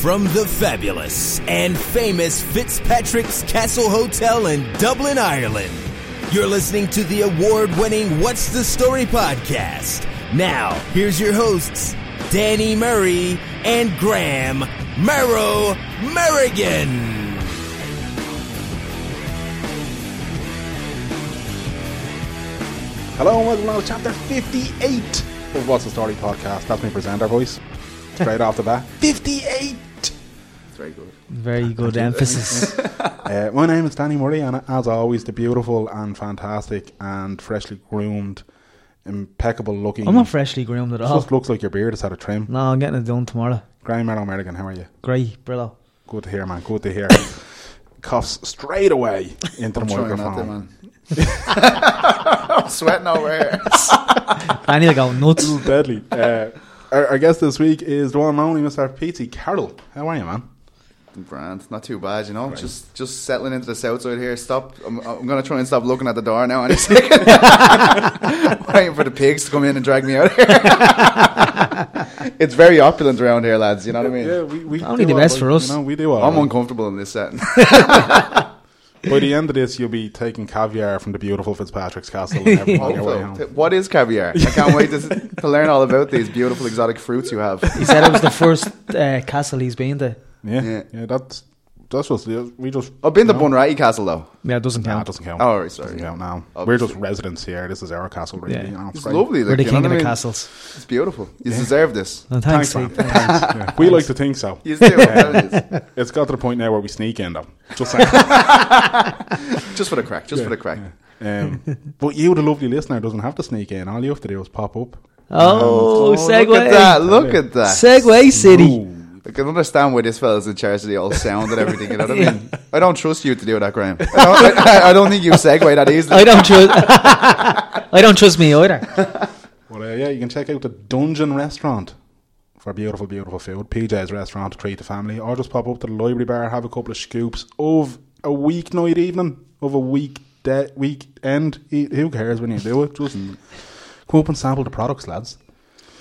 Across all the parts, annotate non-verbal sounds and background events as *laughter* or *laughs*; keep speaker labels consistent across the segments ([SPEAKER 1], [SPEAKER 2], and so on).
[SPEAKER 1] From the fabulous and famous Fitzpatrick's Castle Hotel in Dublin, Ireland, you're listening to the award winning What's the Story podcast. Now, here's your hosts, Danny Murray and Graham Merrow Merrigan.
[SPEAKER 2] Hello and welcome along to chapter 58 of What's the Story podcast. That's my presenter voice. Straight off the bat.
[SPEAKER 3] *laughs*
[SPEAKER 2] 58!
[SPEAKER 4] Very good.
[SPEAKER 3] Very good emphasis.
[SPEAKER 2] Uh, my name is Danny Murray, and as always, the beautiful and fantastic and freshly groomed, impeccable looking.
[SPEAKER 3] I'm not freshly groomed at all.
[SPEAKER 2] Just looks like your beard has had a trim.
[SPEAKER 3] No, I'm getting it done tomorrow.
[SPEAKER 2] Graham Merrill American, how are you?
[SPEAKER 3] Great, Brillo.
[SPEAKER 2] Good to hear, man. Good to
[SPEAKER 3] *laughs*
[SPEAKER 2] hear. Coughs straight away into the
[SPEAKER 4] Trying not to,
[SPEAKER 2] microphone.
[SPEAKER 4] man.
[SPEAKER 2] *laughs*
[SPEAKER 4] I'm sweating over here.
[SPEAKER 3] I need to go nuts.
[SPEAKER 2] This is deadly. Uh, our, our guest this week is the one and only Mr. P.T. Carroll. How are you, man?
[SPEAKER 4] Brand, not too bad, you know. Just just settling into the south side here. Stop. I'm, I'm gonna try and stop looking at the door now.
[SPEAKER 2] *laughs*
[SPEAKER 4] Any second. *laughs* Waiting for the pigs to come in and drag me out here. *laughs* it's very opulent around here, lads. You know what I mean?
[SPEAKER 2] Yeah, we, we
[SPEAKER 3] Only
[SPEAKER 2] do
[SPEAKER 3] the
[SPEAKER 2] all
[SPEAKER 3] best
[SPEAKER 2] right,
[SPEAKER 3] for us.
[SPEAKER 2] You know, we do all
[SPEAKER 4] I'm
[SPEAKER 2] right.
[SPEAKER 4] uncomfortable in
[SPEAKER 2] *laughs*
[SPEAKER 4] this setting.
[SPEAKER 2] By the end of this, you'll be taking caviar from the beautiful Fitzpatrick's castle. and everything on your
[SPEAKER 4] *laughs*
[SPEAKER 2] way
[SPEAKER 4] Hopeful.
[SPEAKER 2] home.
[SPEAKER 4] what is caviar? I can't wait to, s- to learn all about these beautiful exotic fruits you have.
[SPEAKER 3] He said it was the first uh, castle he's been to.
[SPEAKER 2] Yeah, yeah,
[SPEAKER 4] Yeah.
[SPEAKER 2] that's that's just we just.
[SPEAKER 4] I've been to
[SPEAKER 2] no,
[SPEAKER 4] Bunratty Castle though.
[SPEAKER 3] Yeah, it doesn't
[SPEAKER 2] Nah, it
[SPEAKER 3] count.
[SPEAKER 2] doesn't count.
[SPEAKER 4] Oh, right, sorry.
[SPEAKER 2] Doesn't count now. We're
[SPEAKER 4] Obviously.
[SPEAKER 2] just residents here. This is our castle, really.
[SPEAKER 3] Yeah.
[SPEAKER 2] you know,
[SPEAKER 4] It's
[SPEAKER 2] right.
[SPEAKER 4] lovely.
[SPEAKER 3] We're
[SPEAKER 4] like,
[SPEAKER 3] the
[SPEAKER 4] you know
[SPEAKER 3] king of
[SPEAKER 4] what I
[SPEAKER 3] the
[SPEAKER 4] mean?
[SPEAKER 3] castles.
[SPEAKER 4] It's beautiful. You
[SPEAKER 3] *laughs*
[SPEAKER 4] deserve this.
[SPEAKER 3] No,
[SPEAKER 2] Thanks,
[SPEAKER 3] thanks,
[SPEAKER 2] man.
[SPEAKER 3] Lee.
[SPEAKER 2] Thanks. Yeah. We like to think so.
[SPEAKER 4] You do.
[SPEAKER 2] Yeah. It's got to the point now where we sneak in them.
[SPEAKER 4] *laughs*
[SPEAKER 2] Just saying.
[SPEAKER 4] just for the crack. Just for the crack.
[SPEAKER 2] um, but you, the lovely listener, doesn't have to sneak in. All you have to do is pop up.
[SPEAKER 3] Oh, segue.
[SPEAKER 4] Look at that. Look at that.
[SPEAKER 3] Segway City.
[SPEAKER 2] Ooh.
[SPEAKER 4] I can understand why this fella's in charge of the old sound and everything. You know what I mean? I don't trust you to do that, Graham. I don't, I, I don't think you segue that
[SPEAKER 3] *laughs*
[SPEAKER 4] easily.
[SPEAKER 3] I don't trust. I don't trust me either.
[SPEAKER 2] Well, uh, yeah, you can check out the Dungeon Restaurant for beautiful, beautiful food. PJ's Restaurant to treat the family, or just pop up to the library bar, have a couple of scoops of a weeknight evening, of a week de- weekend. E- Who cares when you do it? Just come up and sample the products, lads.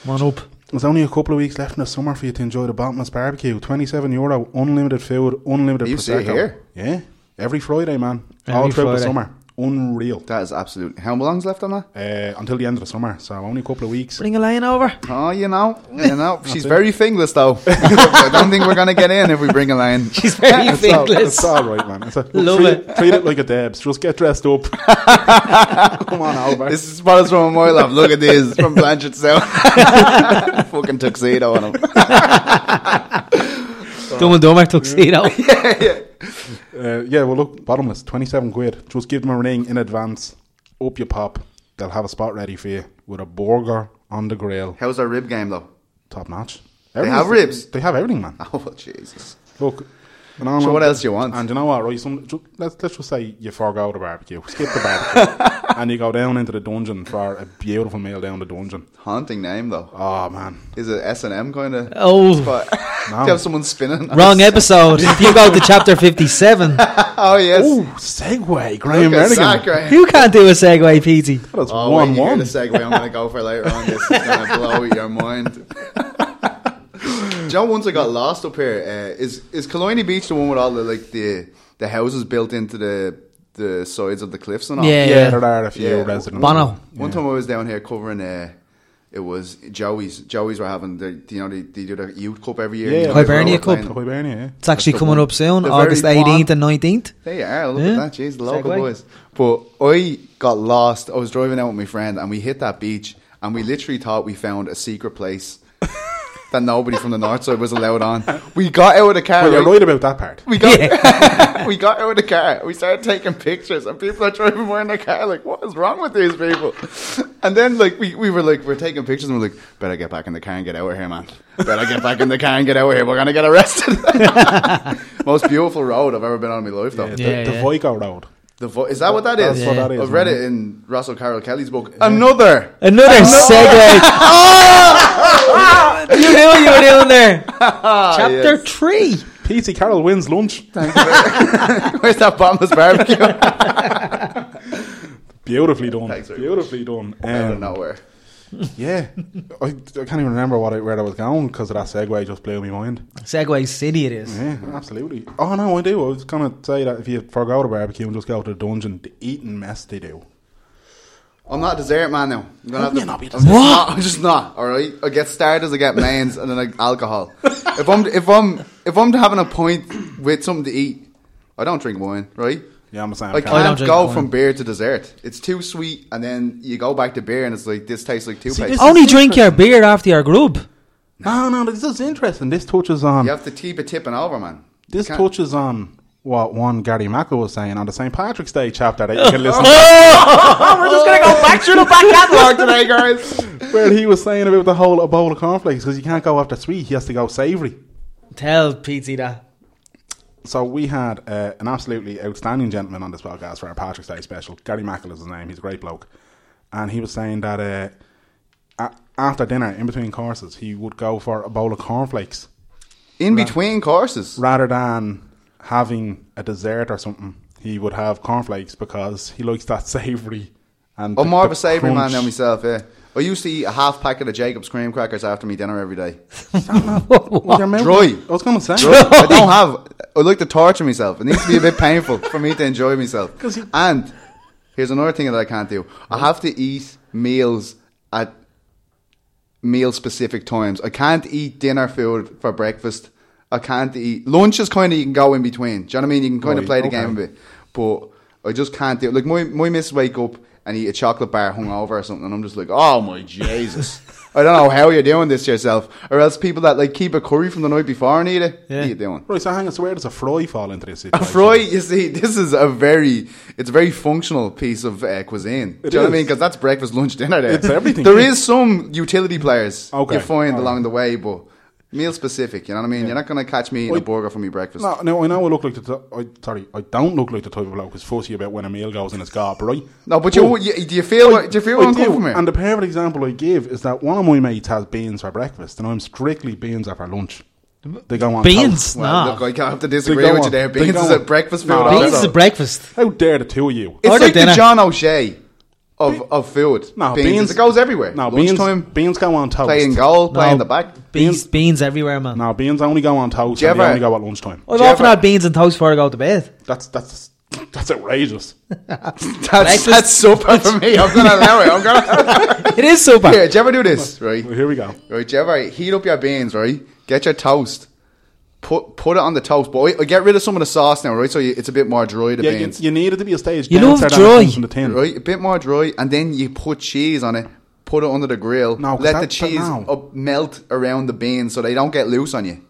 [SPEAKER 3] Come on up.
[SPEAKER 2] There's only a couple of weeks left in the summer for you to enjoy the bottomless barbecue. Twenty-seven euro, unlimited food, unlimited.
[SPEAKER 4] You see it
[SPEAKER 2] prosecco.
[SPEAKER 4] here?
[SPEAKER 2] yeah, every Friday, man, all
[SPEAKER 3] Every
[SPEAKER 2] throughout the
[SPEAKER 3] Friday.
[SPEAKER 2] summer, unreal.
[SPEAKER 4] That is absolute. How long's left on that?
[SPEAKER 2] Uh, until the end of the summer, so only a couple of weeks.
[SPEAKER 3] Bring a lion over.
[SPEAKER 4] Oh, you know, you know, she's
[SPEAKER 2] it.
[SPEAKER 4] very fingless though. *laughs* I don't think we're gonna get in if we bring a line.
[SPEAKER 3] He's very
[SPEAKER 2] It's all,
[SPEAKER 3] fingless.
[SPEAKER 2] it's all right, man. It's a,
[SPEAKER 3] Love
[SPEAKER 2] treat,
[SPEAKER 3] it.
[SPEAKER 2] treat it like a Debs. Just get dressed
[SPEAKER 3] *laughs*
[SPEAKER 2] up. Come on over.
[SPEAKER 4] This is what is from my love. Look at this from Blanchard's South. *laughs* Fucking tuxedo on him.
[SPEAKER 3] Dumb and Dumber tuxedo.
[SPEAKER 2] Uh, yeah, well, look, bottomless, 27 quid. Just give them a ring in advance. Up you pop. They'll have a spot ready for you with a burger on the grill.
[SPEAKER 4] How's our rib game though?
[SPEAKER 2] Top notch.
[SPEAKER 4] have
[SPEAKER 2] Everything's-
[SPEAKER 4] ribs?
[SPEAKER 2] They have everything, man.
[SPEAKER 4] Oh Jesus!
[SPEAKER 2] Look. and I'm-
[SPEAKER 4] So what else you want?
[SPEAKER 2] And you know what, right? Some, ju- let's, let's just say you forego the barbecue. Skip the
[SPEAKER 4] *laughs*
[SPEAKER 2] barbecue. and you go down into the dungeon for a beautiful meal down the dungeon.
[SPEAKER 4] Haunting name though.
[SPEAKER 2] Oh, man.
[SPEAKER 4] Is it S and M kind of?
[SPEAKER 3] Oh,
[SPEAKER 4] But *laughs* do you have someone spinning?
[SPEAKER 3] *laughs* wrong episode. If you go to chapter fifty-seven,
[SPEAKER 4] *laughs* Oh yes.
[SPEAKER 2] Oh, segue, Graham
[SPEAKER 4] Look at
[SPEAKER 2] Merrigan.
[SPEAKER 4] Zach, right?
[SPEAKER 3] you can't do a segue, Petey.
[SPEAKER 2] That's
[SPEAKER 4] Oh, wait,
[SPEAKER 2] one
[SPEAKER 4] you hear
[SPEAKER 2] one.
[SPEAKER 4] the segue I'm going to go for later on. This is going
[SPEAKER 2] *laughs*
[SPEAKER 4] to blow your mind. John, once I got lost up here, uh, is is Killiney Beach the one with all the like the the houses built into the the sides of the cliffs and all?
[SPEAKER 3] Yeah.
[SPEAKER 2] Yeah, there are a few
[SPEAKER 4] Yeah.
[SPEAKER 2] residents.
[SPEAKER 3] Bono.
[SPEAKER 4] One time I was down here covering. Uh, it was Joey's. Joey's were having the you know they, they do the youth cup every year.
[SPEAKER 2] Yeah.
[SPEAKER 4] You know,
[SPEAKER 3] Hibernia
[SPEAKER 4] they're all
[SPEAKER 3] Cup.
[SPEAKER 4] playing.
[SPEAKER 2] Hibernia,
[SPEAKER 3] It's actually
[SPEAKER 4] the
[SPEAKER 3] coming
[SPEAKER 4] one.
[SPEAKER 3] up soon,
[SPEAKER 4] The very
[SPEAKER 3] August
[SPEAKER 4] one.
[SPEAKER 3] 18th and 19th.
[SPEAKER 4] There you are. Look
[SPEAKER 3] Yeah.
[SPEAKER 4] at that. Jeez, the local
[SPEAKER 3] Segway.
[SPEAKER 4] boys. But I got lost. I was driving out with my friend and we hit that beach and we literally thought we found a secret place that nobody from the north side was allowed on. We got out of the car.
[SPEAKER 2] Well, you're
[SPEAKER 4] right?
[SPEAKER 2] right about that part.
[SPEAKER 4] We got *laughs* we got out of the car. We started taking pictures, and people are driving by in their car. Like, what is wrong with these people? And then, like, we, we were like, we're taking pictures, and we're like, better get back in the car and get out of here, man. Better get back in the car and get out of here. We're gonna get arrested. *laughs* Most beautiful road I've ever been on in my life, though.
[SPEAKER 2] Yeah,
[SPEAKER 3] Yeah,
[SPEAKER 2] the, the
[SPEAKER 3] yeah.
[SPEAKER 2] Voico Road.
[SPEAKER 4] The vo- is that what that
[SPEAKER 2] That's
[SPEAKER 4] is?
[SPEAKER 2] what that is,
[SPEAKER 4] I've read
[SPEAKER 2] man.
[SPEAKER 4] it in Russell Carroll Kelly's book. Another. *laughs*
[SPEAKER 3] Another segue. *laughs* oh! you knew what you were doing
[SPEAKER 4] *laughs*
[SPEAKER 3] there. Chapter
[SPEAKER 4] yes.
[SPEAKER 3] 3.
[SPEAKER 2] P.C. Carroll wins lunch.
[SPEAKER 4] Where's that bottomless barbecue? *laughs* Out
[SPEAKER 2] Beautifully done.
[SPEAKER 4] Thanks very
[SPEAKER 2] Beautifully done.
[SPEAKER 4] of
[SPEAKER 2] Um,
[SPEAKER 4] nowhere.
[SPEAKER 2] yeah, I, I can't even remember what I, where I was going because that segue just blew my mind.
[SPEAKER 3] Segway City it is.
[SPEAKER 2] Yeah, absolutely. Oh no, I do. I was gonna say that if you forgo the barbecue and just go to the dungeon, the eating mess they do.
[SPEAKER 4] I'm not a dessert man now. I'm gonna have
[SPEAKER 2] You're
[SPEAKER 4] to,
[SPEAKER 2] not be a
[SPEAKER 4] I'm just not. I'm just not. All right. I get starters, I get mains, and then I
[SPEAKER 2] *laughs*
[SPEAKER 4] alcohol. If I'm if I'm if I'm having a point with something to eat, I don't drink wine. Right.
[SPEAKER 2] Yeah, I'm the same.
[SPEAKER 4] I
[SPEAKER 2] kind.
[SPEAKER 3] don't
[SPEAKER 4] can't
[SPEAKER 3] drink
[SPEAKER 4] go
[SPEAKER 3] wine.
[SPEAKER 4] from beer to dessert. It's too sweet, and then you go back to beer, and it's like this tastes like toothpaste.
[SPEAKER 2] this-
[SPEAKER 3] Only drink your beer after your grub.
[SPEAKER 2] No, no, this is interesting. This touches on
[SPEAKER 4] you have to keep it tipping over, man.
[SPEAKER 2] this
[SPEAKER 4] can't-
[SPEAKER 2] touches on what one Gary Mackle was saying on the St Patrick's Day chapter that you can
[SPEAKER 4] *laughs*
[SPEAKER 2] listen
[SPEAKER 4] We're just gonna go back through the back catalog today, guys.
[SPEAKER 2] where he was saying about the whole a bowl of cornflakes because you can't go after sweet, you has to go savoury.
[SPEAKER 3] Tell Petey that.
[SPEAKER 2] So we had uh, an absolutely outstanding gentleman on this podcast for our Patrick's Day special. Gary Mackle is his name. He's a great bloke, and he was saying that uh, a- after dinner, in between courses, he would go for a bowl of cornflakes
[SPEAKER 4] In between courses,
[SPEAKER 2] rather than having a dessert or something. He would have cornflakes because he likes that *laughs* savoury. And
[SPEAKER 4] I'm
[SPEAKER 2] the-
[SPEAKER 4] Oh, more of
[SPEAKER 2] the
[SPEAKER 4] a savoury man
[SPEAKER 2] crunch.
[SPEAKER 4] than myself. Yeah. I used to eat a half packet of Jacob's cream crackers after me dinner
[SPEAKER 2] *laughs*
[SPEAKER 4] every day.
[SPEAKER 2] With your mouth-
[SPEAKER 4] Dry.
[SPEAKER 2] I was going to say.
[SPEAKER 4] I don't have. I like to torture myself. It needs to be a bit painful for me to enjoy myself.
[SPEAKER 2] *laughs*
[SPEAKER 4] And here's another thing that I can't do. I have to eat meals at meal specific times. I can't eat dinner food for breakfast. I can't eat lunch is kind of you can go in between. Do you know what I mean? You can kind
[SPEAKER 2] Right,
[SPEAKER 4] of play the
[SPEAKER 2] okay.
[SPEAKER 4] game a bit, but I just can't do. it. Like my my miss wake up and eat a chocolate bar hungover or something, and I'm just like, oh
[SPEAKER 2] *laughs*
[SPEAKER 4] my Jesus. I don't know how you're doing this to yourself, or else people that like keep a curry from the night before and eat it.
[SPEAKER 3] Yeah.
[SPEAKER 4] What are you doing?
[SPEAKER 2] Right, so hang on. So where does a fry fall into this situation?
[SPEAKER 4] A *laughs* fry, you see, this is a very, it's a very functional piece of uh, cuisine.
[SPEAKER 2] It
[SPEAKER 4] Do you know what I
[SPEAKER 2] is.
[SPEAKER 4] mean? Because that's breakfast, lunch, dinner. There,
[SPEAKER 2] It's everything.
[SPEAKER 4] There is some utility players
[SPEAKER 2] Okay,
[SPEAKER 4] you find
[SPEAKER 2] alright.
[SPEAKER 4] along the way, but meal specific. You know what I mean? You're not going to catch me eating a
[SPEAKER 2] Wait.
[SPEAKER 4] burger for me breakfast.
[SPEAKER 2] No, no, I know I look like the. t- I, sorry, I don't look like the type of bloke who's fussy about when a meal goes in his gob, right?
[SPEAKER 4] No, but you, you, do you feel? what do you feel
[SPEAKER 2] I
[SPEAKER 4] where I'm coming
[SPEAKER 2] do,
[SPEAKER 4] from here?
[SPEAKER 2] And the perfect example I give is that one of my mates has beans for breakfast, and I'm strictly beans after lunch. They go on
[SPEAKER 3] Beans?
[SPEAKER 2] toast.
[SPEAKER 4] well,
[SPEAKER 3] Nah.
[SPEAKER 4] look, I can't have to disagree
[SPEAKER 2] go
[SPEAKER 4] with you
[SPEAKER 2] on.
[SPEAKER 4] there.
[SPEAKER 2] They
[SPEAKER 4] Beans
[SPEAKER 2] go
[SPEAKER 4] is
[SPEAKER 2] on.
[SPEAKER 4] a breakfast food.
[SPEAKER 2] No,
[SPEAKER 3] Beans
[SPEAKER 4] also.
[SPEAKER 3] is breakfast.
[SPEAKER 2] How dare the two of you?
[SPEAKER 4] it's
[SPEAKER 3] Order
[SPEAKER 4] like the
[SPEAKER 3] dinner.
[SPEAKER 4] John O'Shea of, of food.
[SPEAKER 2] No,
[SPEAKER 4] beans,
[SPEAKER 2] beans-
[SPEAKER 4] It goes everywhere.
[SPEAKER 2] No, beans.
[SPEAKER 4] Lunchtime,
[SPEAKER 2] Beans go on toast.
[SPEAKER 4] playing goal,
[SPEAKER 3] No.
[SPEAKER 4] playing the back.
[SPEAKER 3] Beans, beans everywhere, man.
[SPEAKER 2] No, beans only go on toast.
[SPEAKER 4] Do you
[SPEAKER 2] And they
[SPEAKER 4] ever-
[SPEAKER 2] only go at lunchtime.
[SPEAKER 3] I've
[SPEAKER 4] Do you
[SPEAKER 3] often
[SPEAKER 4] ever-
[SPEAKER 3] had beans and toast before I go to bed.
[SPEAKER 2] That's that's that's outrageous.
[SPEAKER 4] *laughs* That's,
[SPEAKER 3] Breakfast-
[SPEAKER 4] that's super for me. I'm gonna allow it. I'm gonna.
[SPEAKER 3] *laughs* It is
[SPEAKER 4] *laughs*
[SPEAKER 3] super.
[SPEAKER 4] Here, do you ever do this? Right,
[SPEAKER 2] Well, here we go.
[SPEAKER 4] right. Do you ever heat up your beans? Right, get your toast. Put put it on the toast, boy. Get rid of some of the sauce now, right? So you, it's a bit more dry. The
[SPEAKER 2] Yeah, you,
[SPEAKER 4] beans,
[SPEAKER 2] you need it to be a stage.
[SPEAKER 3] You
[SPEAKER 2] dancer
[SPEAKER 3] love
[SPEAKER 2] than it comes
[SPEAKER 3] dry.
[SPEAKER 2] from the tin.
[SPEAKER 4] right? A bit more dry, and then you put cheese on it. Put it under the grill.
[SPEAKER 2] No, 'cause
[SPEAKER 4] let
[SPEAKER 2] that-
[SPEAKER 4] the
[SPEAKER 2] that-
[SPEAKER 4] cheese
[SPEAKER 2] no.
[SPEAKER 4] up, melt around the beans so they don't get loose on you,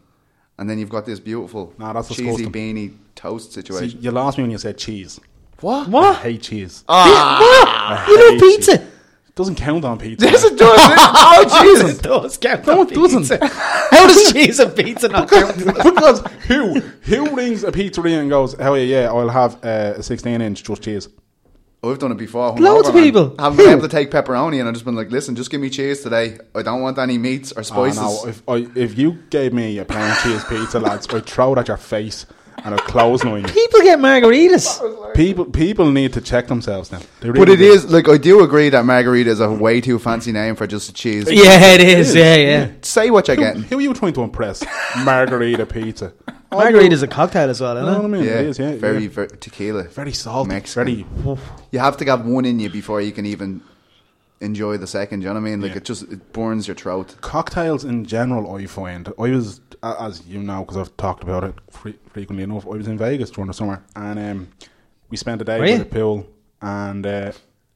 [SPEAKER 4] and then you've got this beautiful
[SPEAKER 2] No, that's
[SPEAKER 4] cheesy
[SPEAKER 2] disgusting.
[SPEAKER 4] beanie toast
[SPEAKER 2] See,
[SPEAKER 4] situation.
[SPEAKER 2] you lost me when you said cheese.
[SPEAKER 4] what?
[SPEAKER 2] I
[SPEAKER 3] What?
[SPEAKER 2] hate cheese.
[SPEAKER 4] Ah.
[SPEAKER 3] What? You love
[SPEAKER 2] hate you.
[SPEAKER 3] pizza?
[SPEAKER 2] Doesn't count on pizza.
[SPEAKER 4] Yes, it does.
[SPEAKER 3] *laughs*
[SPEAKER 4] oh Jesus!
[SPEAKER 3] does count. No, it doesn't. *laughs* How does cheese and pizza
[SPEAKER 4] *laughs*
[SPEAKER 3] not count?
[SPEAKER 2] *laughs* because who who rings a pizzeria and goes, "Hell yeah, yeah, I'll have uh, a 16 inch just cheese."
[SPEAKER 4] *laughs* I've done it before. hungover,
[SPEAKER 3] Loads of
[SPEAKER 4] man.
[SPEAKER 3] people.
[SPEAKER 4] I haven't been able to take pepperoni, and I've just been like, "Listen, just give me cheese today. I don't want any meats or
[SPEAKER 2] Oh,
[SPEAKER 4] spices."
[SPEAKER 2] no, if I, if you gave me a plain cheese pizza, lads, I'd throw it at your face and I'd close on you.
[SPEAKER 3] People get margaritas.
[SPEAKER 2] People people need to check themselves now. They really
[SPEAKER 4] but it
[SPEAKER 2] do.
[SPEAKER 4] is like I do agree that margarita is a way too fancy name for just a cheese.
[SPEAKER 3] Yeah, it is. Yeah, yeah.
[SPEAKER 4] Say what you're
[SPEAKER 2] Who,
[SPEAKER 4] getting.
[SPEAKER 2] who are you trying to impress?
[SPEAKER 4] *laughs*
[SPEAKER 2] Margarita pizza.
[SPEAKER 3] Margarita's a cocktail as well,
[SPEAKER 2] You know what I
[SPEAKER 3] isn't it?
[SPEAKER 2] mean?
[SPEAKER 4] Yeah,
[SPEAKER 2] it is, yeah.
[SPEAKER 4] very,
[SPEAKER 2] yeah.
[SPEAKER 4] very tequila.
[SPEAKER 2] very salty.
[SPEAKER 4] Mexican.
[SPEAKER 2] Very.
[SPEAKER 4] You have to have one in you before you can even enjoy the second. Do you know what I mean? Like
[SPEAKER 2] Yeah.
[SPEAKER 4] it just it burns your throat.
[SPEAKER 2] cocktails in general, I find I was, a- as you know, because I've talked about it fre- frequently enough. I was in Vegas during the summer, and um, we spent a day
[SPEAKER 3] Were
[SPEAKER 2] by
[SPEAKER 3] you?
[SPEAKER 2] the pool. And uh,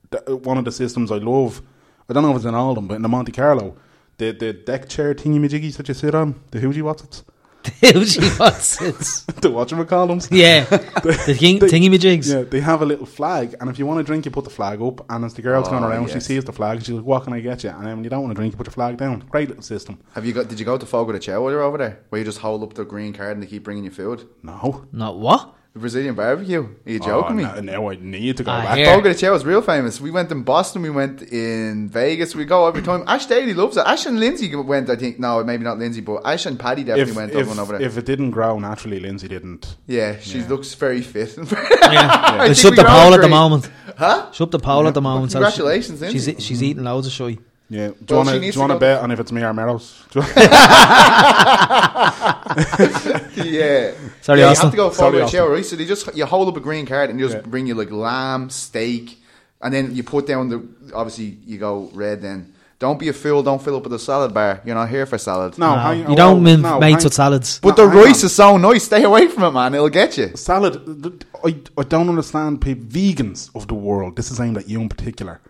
[SPEAKER 2] th- one of the systems I love, I don't know if it's in Alden, but in the Monte Carlo, the the deck chair thingy majiggies that you sit on, the hoogie watsits,
[SPEAKER 3] *laughs* Who Um, wants it?
[SPEAKER 2] *laughs* the whatchamacallums.
[SPEAKER 3] Yeah. The king, thingy me jigs.
[SPEAKER 2] Yeah, they have a little flag, and if you want a drink, you put the flag up. And as the girl's
[SPEAKER 4] Oh,
[SPEAKER 2] going around, she
[SPEAKER 4] yes.
[SPEAKER 2] sees the flag, she's like, "What can I get you?" And then when you don't want a drink, you put your flag down. Great little system.
[SPEAKER 4] Have you got? Did you go to Fogo de Chao while you're over there? Where you just hold up the green card and they keep bringing you food?
[SPEAKER 2] No,
[SPEAKER 3] Not what?
[SPEAKER 4] The Brazilian barbecue? Are you
[SPEAKER 2] Oh,
[SPEAKER 4] joking me?
[SPEAKER 2] No, now I need to go
[SPEAKER 3] Ah,
[SPEAKER 2] back.
[SPEAKER 3] here.
[SPEAKER 4] Fogo de Chao is real famous. We went in Boston. We went in Vegas. We go every time. Ash Daly loves it. Ash and Lindsay went. I think no, maybe not Lindsay, but Ash and Paddy definitely
[SPEAKER 2] If,
[SPEAKER 4] went.
[SPEAKER 2] if,
[SPEAKER 4] everyone over there.
[SPEAKER 2] if it didn't grow naturally, Lindsay didn't.
[SPEAKER 4] yeah, she looks very fit. *laughs*
[SPEAKER 3] Yeah.
[SPEAKER 4] I
[SPEAKER 3] They
[SPEAKER 4] think
[SPEAKER 3] shut
[SPEAKER 4] we
[SPEAKER 3] the
[SPEAKER 4] can all
[SPEAKER 3] pole at the
[SPEAKER 4] agree.
[SPEAKER 3] moment.
[SPEAKER 4] Huh?
[SPEAKER 3] Shut the pole at the moment. so she-
[SPEAKER 4] Congratulations, Lindsay.
[SPEAKER 3] She's, she's eating loads of shy.
[SPEAKER 2] Yeah. Do
[SPEAKER 4] Well, she
[SPEAKER 2] you want
[SPEAKER 4] needs
[SPEAKER 2] to want
[SPEAKER 4] to
[SPEAKER 2] to
[SPEAKER 4] go-
[SPEAKER 2] bet on if it's me or Meadows? *laughs* Do you-
[SPEAKER 4] *laughs* Yeah.
[SPEAKER 3] Sorry,
[SPEAKER 4] yeah, you
[SPEAKER 3] Arsenal.
[SPEAKER 4] have to
[SPEAKER 2] Sorry,
[SPEAKER 4] go forward
[SPEAKER 2] Arsenal.
[SPEAKER 4] shower, right? So they just you hold up a green card and you just
[SPEAKER 2] Yeah.
[SPEAKER 4] bring you like lamb, steak, and then you put down the obviously you go red then. Don't be a fool, don't fill up with a salad bar. You're not here for salad.
[SPEAKER 2] no,
[SPEAKER 3] No,
[SPEAKER 2] hang-
[SPEAKER 3] you don't
[SPEAKER 2] well,
[SPEAKER 3] min-
[SPEAKER 2] no,
[SPEAKER 3] make
[SPEAKER 2] hang-
[SPEAKER 3] such salads.
[SPEAKER 4] But
[SPEAKER 2] No,
[SPEAKER 4] the
[SPEAKER 2] hang
[SPEAKER 4] rice
[SPEAKER 2] on.
[SPEAKER 4] is so nice. Stay away from it, man. It'll get you.
[SPEAKER 2] salad. th- I, I don't understand people. Vegans of the world. This is aimed at you in particular.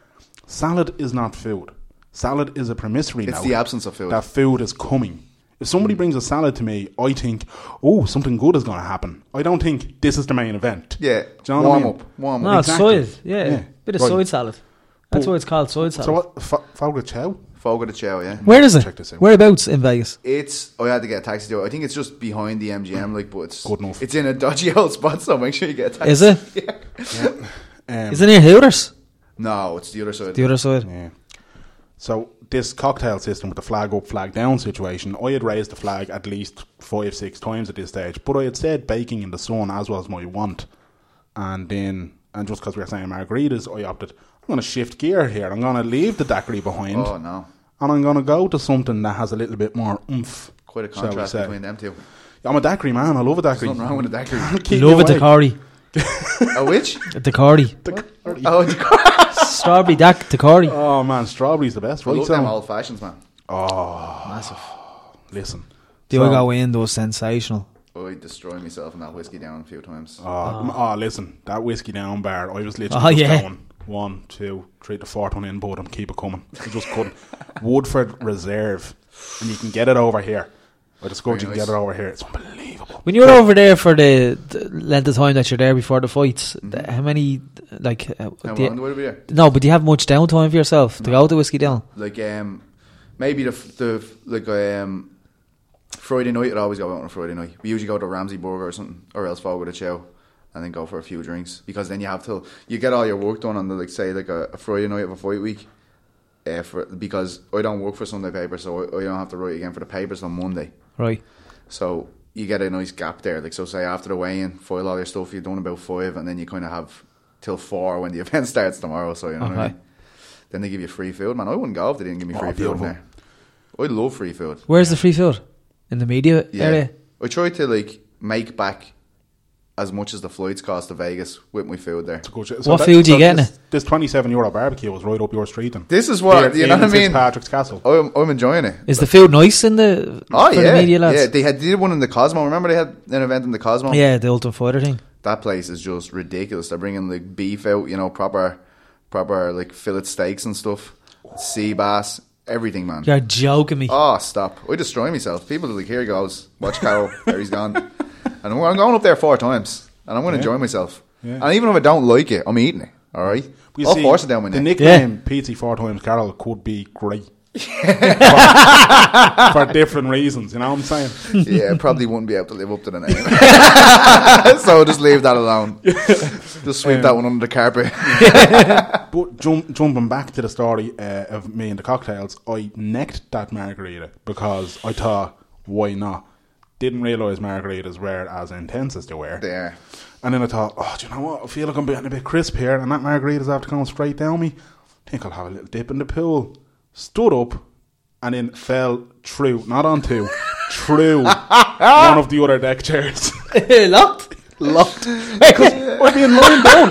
[SPEAKER 2] Salad is not food. Salad is a promissory.
[SPEAKER 4] It's
[SPEAKER 2] note
[SPEAKER 4] the absence of food.
[SPEAKER 2] That food is coming. If somebody brings a salad to me, I think, oh, something good is going to happen. I don't think this is the main event.
[SPEAKER 4] Yeah.
[SPEAKER 2] Do you know what I
[SPEAKER 4] warm
[SPEAKER 2] mean?
[SPEAKER 4] up. Warm
[SPEAKER 3] No,
[SPEAKER 4] up.
[SPEAKER 3] it's
[SPEAKER 2] Exactly.
[SPEAKER 3] soy. Yeah,
[SPEAKER 2] Yeah.
[SPEAKER 3] bit of
[SPEAKER 2] Right.
[SPEAKER 3] soy salad. That's
[SPEAKER 2] But-
[SPEAKER 3] why it's called soy salad.
[SPEAKER 2] So what? F- Fogo Chow?
[SPEAKER 4] Fogo to chow, yeah.
[SPEAKER 3] Where is it?
[SPEAKER 2] Check this out.
[SPEAKER 3] Whereabouts in Vegas?
[SPEAKER 4] It's oh, I had to get a taxi to it. I think it's just behind the MGM, like, but it's
[SPEAKER 2] Good enough.
[SPEAKER 4] It's in a dodgy *laughs* old spot, so make sure you get a taxi.
[SPEAKER 3] Is
[SPEAKER 4] *laughs*
[SPEAKER 3] it? Is
[SPEAKER 2] Um,
[SPEAKER 3] it near Hooters?
[SPEAKER 4] No, it's the other side.
[SPEAKER 3] The other side.
[SPEAKER 2] Yeah. So this cocktail system with the flag up, flag down situation, I had raised the flag at least five, six times at this stage, but I had said baking in the sun as well as my want, and then and just because we were saying margaritas, I opted I'm going to shift gear here. I'm going to leave the daiquiri behind,
[SPEAKER 4] oh no,
[SPEAKER 2] and I'm going to go to something that has a little bit more oomph.
[SPEAKER 4] quite a
[SPEAKER 2] shall we
[SPEAKER 4] contrast
[SPEAKER 2] say.
[SPEAKER 4] between them two.
[SPEAKER 2] I'm a daiquiri man. I love a daiquiri.
[SPEAKER 4] Nothing wrong with a daiquiri.
[SPEAKER 2] Keep
[SPEAKER 3] Love
[SPEAKER 2] me
[SPEAKER 3] a
[SPEAKER 2] awake.
[SPEAKER 3] Dakari.
[SPEAKER 2] *laughs*
[SPEAKER 4] a witch?
[SPEAKER 3] A Dakari.
[SPEAKER 4] Oh, it's I
[SPEAKER 3] Strawberry Dak Dakari.
[SPEAKER 2] Oh man, strawberry's the best, right?
[SPEAKER 4] love them
[SPEAKER 2] So,
[SPEAKER 4] old fashions, man.
[SPEAKER 3] Massive.
[SPEAKER 2] listen,
[SPEAKER 3] The
[SPEAKER 2] So-
[SPEAKER 3] I go in though sensational.
[SPEAKER 4] Oh, I destroyed myself in that whiskey down a few times.
[SPEAKER 2] Oh, oh. listen, that whiskey down bar. I was literally
[SPEAKER 3] Oh,
[SPEAKER 2] just
[SPEAKER 3] Ah. yeah.
[SPEAKER 2] going one, two, three, the fourth one in, but I'm keep it coming. I just
[SPEAKER 3] *laughs*
[SPEAKER 2] couldn't. Woodford Reserve, and you can get it over here. I discovered you
[SPEAKER 4] Very
[SPEAKER 2] can get
[SPEAKER 4] nice.
[SPEAKER 2] it over here. It's unbelievable.
[SPEAKER 3] When you were over there for the, the length of time that you're there before the fights, th- how many like uh,
[SPEAKER 4] Mm-hmm. How
[SPEAKER 3] do you-
[SPEAKER 4] long do we be there?
[SPEAKER 3] no? But do you have much downtime for yourself to go to whiskey down?
[SPEAKER 4] Like, um, maybe the f- the f- like um, Friday night. I'd always go out on a Friday night. We usually go to Ramsey Burger or something, or else follow with a chow, and then go for a few drinks because then you have to you get all your work done on the like say like a, a Friday night of a fight week. Uh, for, because I don't work for Sunday paper, so I, I don't have to write again for the papers on Monday.
[SPEAKER 3] Right.
[SPEAKER 4] So you get a nice gap there. Like so, say after the weigh-in, foil all your stuff. You're done about five, and then you kind of have till four when the *laughs* event starts tomorrow. So you know what I
[SPEAKER 3] Okay.
[SPEAKER 4] mean. Then they give you free food, man. I wouldn't go if they didn't give me
[SPEAKER 2] Oh,
[SPEAKER 4] free food in
[SPEAKER 2] beautiful.
[SPEAKER 4] there. I love free food.
[SPEAKER 3] Where's the free food? In the media
[SPEAKER 4] Yeah,
[SPEAKER 3] area.
[SPEAKER 4] I try to like make back as much as the flights cost to Vegas with my food there.
[SPEAKER 2] It's a good shit.
[SPEAKER 3] What food you getting
[SPEAKER 2] This, this 27 euro barbecue was right up your street. And
[SPEAKER 4] This is what
[SPEAKER 2] Here
[SPEAKER 4] you know
[SPEAKER 2] in
[SPEAKER 4] what I mean. Oh,
[SPEAKER 2] Fitzpatrick's Castle.
[SPEAKER 4] I'm, I'm enjoying it.
[SPEAKER 3] Is the food nice in the
[SPEAKER 4] Oh
[SPEAKER 3] for the
[SPEAKER 4] yeah,
[SPEAKER 3] media lads?
[SPEAKER 4] yeah. They had they did one in the Cosmo. Remember they had an event in the Cosmo.
[SPEAKER 3] Yeah, the ultimate fighter thing.
[SPEAKER 4] that place is just ridiculous. They're bringing like beef out, you know, proper, proper like fillet steaks and stuff, sea bass, everything, man.
[SPEAKER 3] You're joking me. *laughs*
[SPEAKER 4] Oh, stop! I destroy myself. People are like, here he goes. Watch Carol, there he's gone. And I'm, I'm going up there four times, and I'm going to enjoy myself.
[SPEAKER 2] Yeah.
[SPEAKER 4] And even if I don't like it, I'm eating it. All right,
[SPEAKER 2] You
[SPEAKER 4] I'll
[SPEAKER 2] see,
[SPEAKER 4] force oh, it down my
[SPEAKER 2] The
[SPEAKER 4] neck.
[SPEAKER 2] nickname PT Four Times Carol could be
[SPEAKER 4] *laughs*
[SPEAKER 2] great. for, for different reasons, you know what I'm saying?
[SPEAKER 4] *laughs* yeah, probably wouldn't be able to live up to the name.
[SPEAKER 2] *laughs*
[SPEAKER 4] *laughs* so just leave that alone. Just sweep that one under the carpet. *laughs*
[SPEAKER 2] But jump, jumping back to the story uh, of me and the cocktails, I necked that margarita because I thought, why not? Didn't realise margaritas were as intense as they were.
[SPEAKER 4] They are.
[SPEAKER 2] And then I thought, oh, do you know what? I feel like I'm getting a bit crisp here, and that margarita's after going straight down me. I think I'll have a little dip in the pool. Stood up, and then fell through, not onto,
[SPEAKER 4] *laughs*
[SPEAKER 2] through one of the other deck chairs.
[SPEAKER 3] Locked.
[SPEAKER 2] *laughs* Locked. *laughs* I'd been lying down.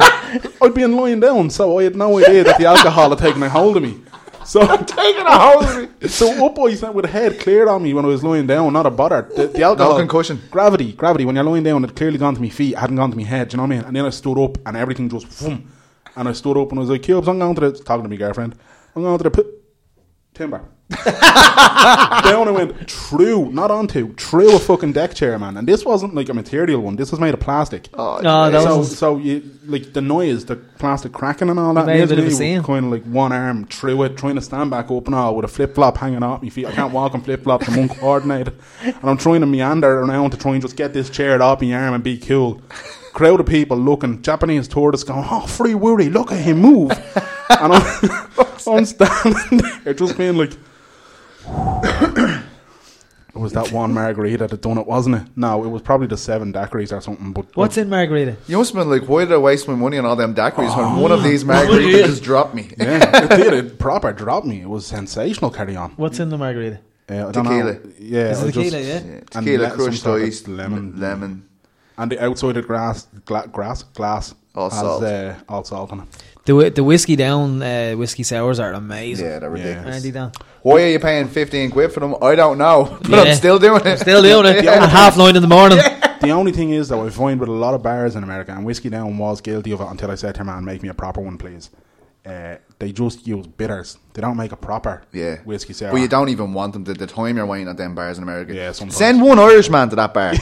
[SPEAKER 2] I'd been lying down, so I had no idea that the alcohol had taken a hold of me.
[SPEAKER 4] *laughs*
[SPEAKER 2] So
[SPEAKER 4] Taking a hold of me.
[SPEAKER 2] So up I sat with a head cleared on me when I was lying down, not a bother. The, the alcohol
[SPEAKER 4] concussion.
[SPEAKER 2] Gravity, gravity. When you're lying down, it clearly gone to my feet, it hadn't gone to my head, do you know what I mean? And then I stood up and everything just boom. And I stood up and I was like, Cubes, I'm going to the talking to my girlfriend. I'm going to the pu- timber. *laughs* down I went through, not onto, through a fucking deck chair, man. And this wasn't like a material one. This was made of plastic.
[SPEAKER 4] Oh,
[SPEAKER 3] No, that
[SPEAKER 2] So,
[SPEAKER 3] was
[SPEAKER 2] so you like the noise, the plastic cracking and all that.
[SPEAKER 3] Made a bit of a
[SPEAKER 2] Kind
[SPEAKER 3] scene.
[SPEAKER 2] of like one arm through it, trying to stand back up and all with a flip flop hanging off my feet. I can't walk on flip flops. I'm uncoordinated, and I'm trying to meander around to try and just get this chair off my arm and be cool. Crowd of people looking, Japanese tourists going, "Oh, free worry, look at him move," and *laughs* I'm, I'm standing there just being like. *coughs* It was that one margarita that done it, wasn't it? No, it was probably the seven daiquiris or something. But
[SPEAKER 3] *laughs* What's in margarita?
[SPEAKER 4] You must have been like, why did I waste my money on all them daiquiris when one of
[SPEAKER 2] *laughs*
[SPEAKER 4] these margaritas just dropped me?
[SPEAKER 2] Oh. Yeah, it did. It proper dropped me. It was sensational. Carry on.
[SPEAKER 3] What's in the margarita?
[SPEAKER 2] Uh, I don't
[SPEAKER 4] Tequila.
[SPEAKER 2] know. Yeah,
[SPEAKER 3] Is
[SPEAKER 2] I
[SPEAKER 3] it
[SPEAKER 2] just-
[SPEAKER 3] tequila? Yeah.
[SPEAKER 4] Yeah,
[SPEAKER 2] And
[SPEAKER 4] *laughs* Tequila
[SPEAKER 2] let-
[SPEAKER 4] crushed
[SPEAKER 2] some sort of
[SPEAKER 4] ice,
[SPEAKER 2] lemon.
[SPEAKER 4] lemon.
[SPEAKER 2] and the outside of grass, gla- grass, glass,
[SPEAKER 4] All
[SPEAKER 2] has
[SPEAKER 4] salt.
[SPEAKER 2] Uh, all salt in it.
[SPEAKER 3] The whi- the whiskey down uh, whiskey sours are amazing.
[SPEAKER 4] Yeah, they're
[SPEAKER 2] Yeah.
[SPEAKER 4] ridiculous.
[SPEAKER 3] Randy down.
[SPEAKER 4] Why are you paying fifteen quid for them? I don't know, *laughs* but
[SPEAKER 3] Yeah.
[SPEAKER 4] I'm still doing it.
[SPEAKER 3] Still doing
[SPEAKER 4] *laughs*
[SPEAKER 3] it at half nine in the morning.
[SPEAKER 2] The only thing is that I find with a lot of bars in America, and Whiskey Down was guilty of it until I said to her, man, make me a proper one, please. Uh, they just use bitters. They don't make a proper
[SPEAKER 4] Yeah,
[SPEAKER 2] whiskey sour.
[SPEAKER 4] Well, you don't even want them. The, the time you're waiting at them bars in America.
[SPEAKER 2] Yeah, sometimes.
[SPEAKER 4] Send one Irish man to that
[SPEAKER 2] *laughs*
[SPEAKER 4] bar.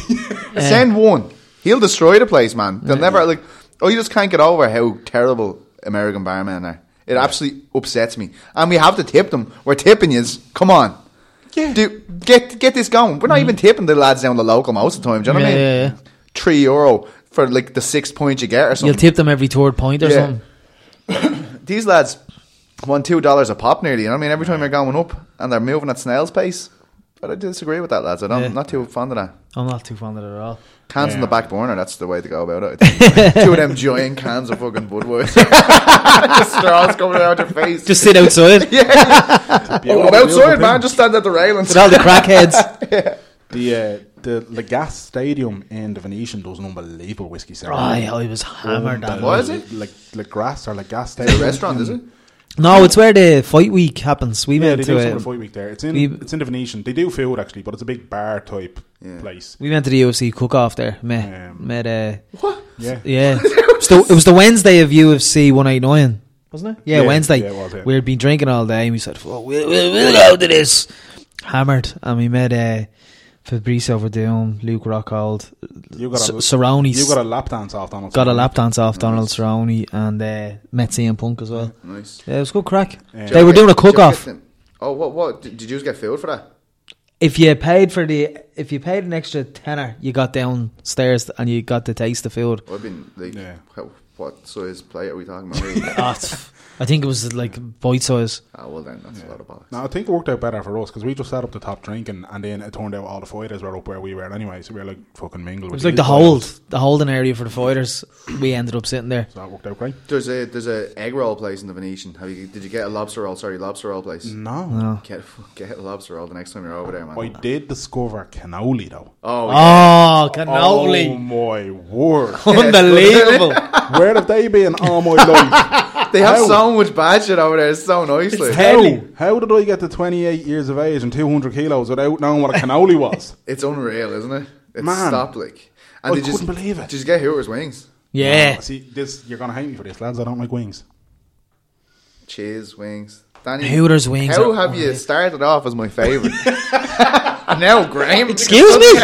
[SPEAKER 4] Send one. He'll destroy the place, man. They'll never like. Oh, you just can't get over how terrible American barmen are. It absolutely upsets me. And we have to tip them. We're tipping yous. Come on.
[SPEAKER 2] Yeah.
[SPEAKER 4] Do, get get this going. We're not even tipping the lads down the local most of the time. Do you know what I
[SPEAKER 3] Mm-hmm. Yeah,
[SPEAKER 4] mean?
[SPEAKER 3] yeah, yeah.
[SPEAKER 4] Three euro for like the six points you get or something.
[SPEAKER 3] You'll tip them every third point or
[SPEAKER 4] Yeah.
[SPEAKER 3] something.
[SPEAKER 4] These lads won two dollars a pop nearly. You know what I mean? Every time they're going up and they're moving at snail's pace. But I disagree with that, lads. I don't,
[SPEAKER 3] Yeah.
[SPEAKER 4] I'm not too fond of that.
[SPEAKER 3] I'm not too fond of it at all.
[SPEAKER 4] Cans in
[SPEAKER 2] Yeah.
[SPEAKER 4] the back burner, that's the way to go about it.
[SPEAKER 3] *laughs*
[SPEAKER 4] I think. two of them giant cans of fucking Budweiser. the straws coming out your face.
[SPEAKER 3] Just sit outside.
[SPEAKER 4] yeah. Oh, I'm outside,
[SPEAKER 2] Beautiful
[SPEAKER 4] man.
[SPEAKER 2] thing.
[SPEAKER 4] Just stand at the railings.
[SPEAKER 3] With all
[SPEAKER 4] *laughs*
[SPEAKER 3] the crackheads.
[SPEAKER 2] The uh, the Legas Stadium in the Venetian does an unbelievable whiskey sour.
[SPEAKER 3] Aye, I was hammered. that
[SPEAKER 2] Unbelievable.
[SPEAKER 4] What is it?
[SPEAKER 2] Le, Legas or Legas Stadium.
[SPEAKER 4] It's a restaurant,
[SPEAKER 2] in-
[SPEAKER 4] is it?
[SPEAKER 3] No, it's where the fight week happens. We
[SPEAKER 2] Yeah,
[SPEAKER 3] went
[SPEAKER 2] they do
[SPEAKER 3] to
[SPEAKER 2] some of
[SPEAKER 3] it.
[SPEAKER 2] the fight week there. It's in
[SPEAKER 3] we-
[SPEAKER 2] it's in the Venetian. They do food actually, but it's a big bar type
[SPEAKER 4] Yeah.
[SPEAKER 2] place.
[SPEAKER 3] We went to the UFC cook off there. Met,
[SPEAKER 2] Um,
[SPEAKER 3] met uh,
[SPEAKER 2] *laughs*
[SPEAKER 4] What?
[SPEAKER 2] Yeah,
[SPEAKER 3] yeah. so it was the Wednesday of UFC 189, wasn't it? Yeah,
[SPEAKER 2] Yeah,
[SPEAKER 3] Wednesday.
[SPEAKER 2] yeah, it was, yeah.
[SPEAKER 3] We'd been drinking all day, and we said, "Fuck, we'll, we'll, we'll go to this." Hammered, and we met uh, Fabrice Overdoom, Luke Rockhold,
[SPEAKER 2] you got
[SPEAKER 3] S-
[SPEAKER 2] a
[SPEAKER 3] Cerrone.
[SPEAKER 2] you got a lap dance off Donald.
[SPEAKER 3] got a
[SPEAKER 2] Cerrone.
[SPEAKER 3] lap dance off Donald Cerrone, and uh, met CM Punk as well.
[SPEAKER 4] Nice.
[SPEAKER 3] Yeah, it was good crack.
[SPEAKER 2] Mm-hmm. Yeah.
[SPEAKER 3] They were doing a
[SPEAKER 4] Did you
[SPEAKER 3] cook off.
[SPEAKER 4] get them- Oh, what? What? Did did you just get food for that?
[SPEAKER 3] if you paid for the if you paid an extra tenner, you got downstairs and you got to taste the food.
[SPEAKER 4] I've been like,
[SPEAKER 2] Yeah.
[SPEAKER 4] how, what size plate are we talking about? really?
[SPEAKER 3] *laughs* Ah, it's- I think it was like bite size.
[SPEAKER 4] ah, well then, that's a lot of bollocks.
[SPEAKER 2] Now I think it worked out better for us because we just set up the top drinking, and then it turned out all the fighters were up where we were anyway, so we were like fucking mingled.
[SPEAKER 3] It was like the hold, the holding area for the fighters. We ended up sitting there.
[SPEAKER 2] So that worked out great.
[SPEAKER 4] There's a there's a egg roll place in the Venetian. Have you did you get a lobster roll? Sorry, lobster roll place.
[SPEAKER 2] No.
[SPEAKER 3] No.
[SPEAKER 4] Get *laughs* get a lobster roll the next time you're over there, man.
[SPEAKER 2] I did discover cannoli though.
[SPEAKER 4] Oh, yeah.
[SPEAKER 3] Oh,
[SPEAKER 2] Oh
[SPEAKER 3] cannoli!
[SPEAKER 2] my word! *laughs*
[SPEAKER 3] Unbelievable!
[SPEAKER 2] Where have they been all my life?
[SPEAKER 4] they have
[SPEAKER 2] How?
[SPEAKER 4] so much bad shit over there. It's so nicely.
[SPEAKER 3] It's
[SPEAKER 4] It's,
[SPEAKER 3] hell-
[SPEAKER 2] How?
[SPEAKER 3] Deadly.
[SPEAKER 2] How did I get to 28 years of age and 200 kilos without knowing what a cannoli was? *laughs*
[SPEAKER 4] unreal, isn't it? It's
[SPEAKER 2] Man.
[SPEAKER 4] stop like.
[SPEAKER 2] I
[SPEAKER 4] did you
[SPEAKER 2] couldn't believe it.
[SPEAKER 4] Did you get Hoover's wings?
[SPEAKER 3] yeah,
[SPEAKER 2] Oh, see, this you're gonna hate me for this, lads. I don't like wings.
[SPEAKER 4] Cheese wings. Danny,
[SPEAKER 3] Hooters wings
[SPEAKER 4] How
[SPEAKER 3] are
[SPEAKER 4] have you
[SPEAKER 3] unreal.
[SPEAKER 4] started off as
[SPEAKER 2] *laughs*
[SPEAKER 4] my favorite? and now Graham.
[SPEAKER 3] excuse me.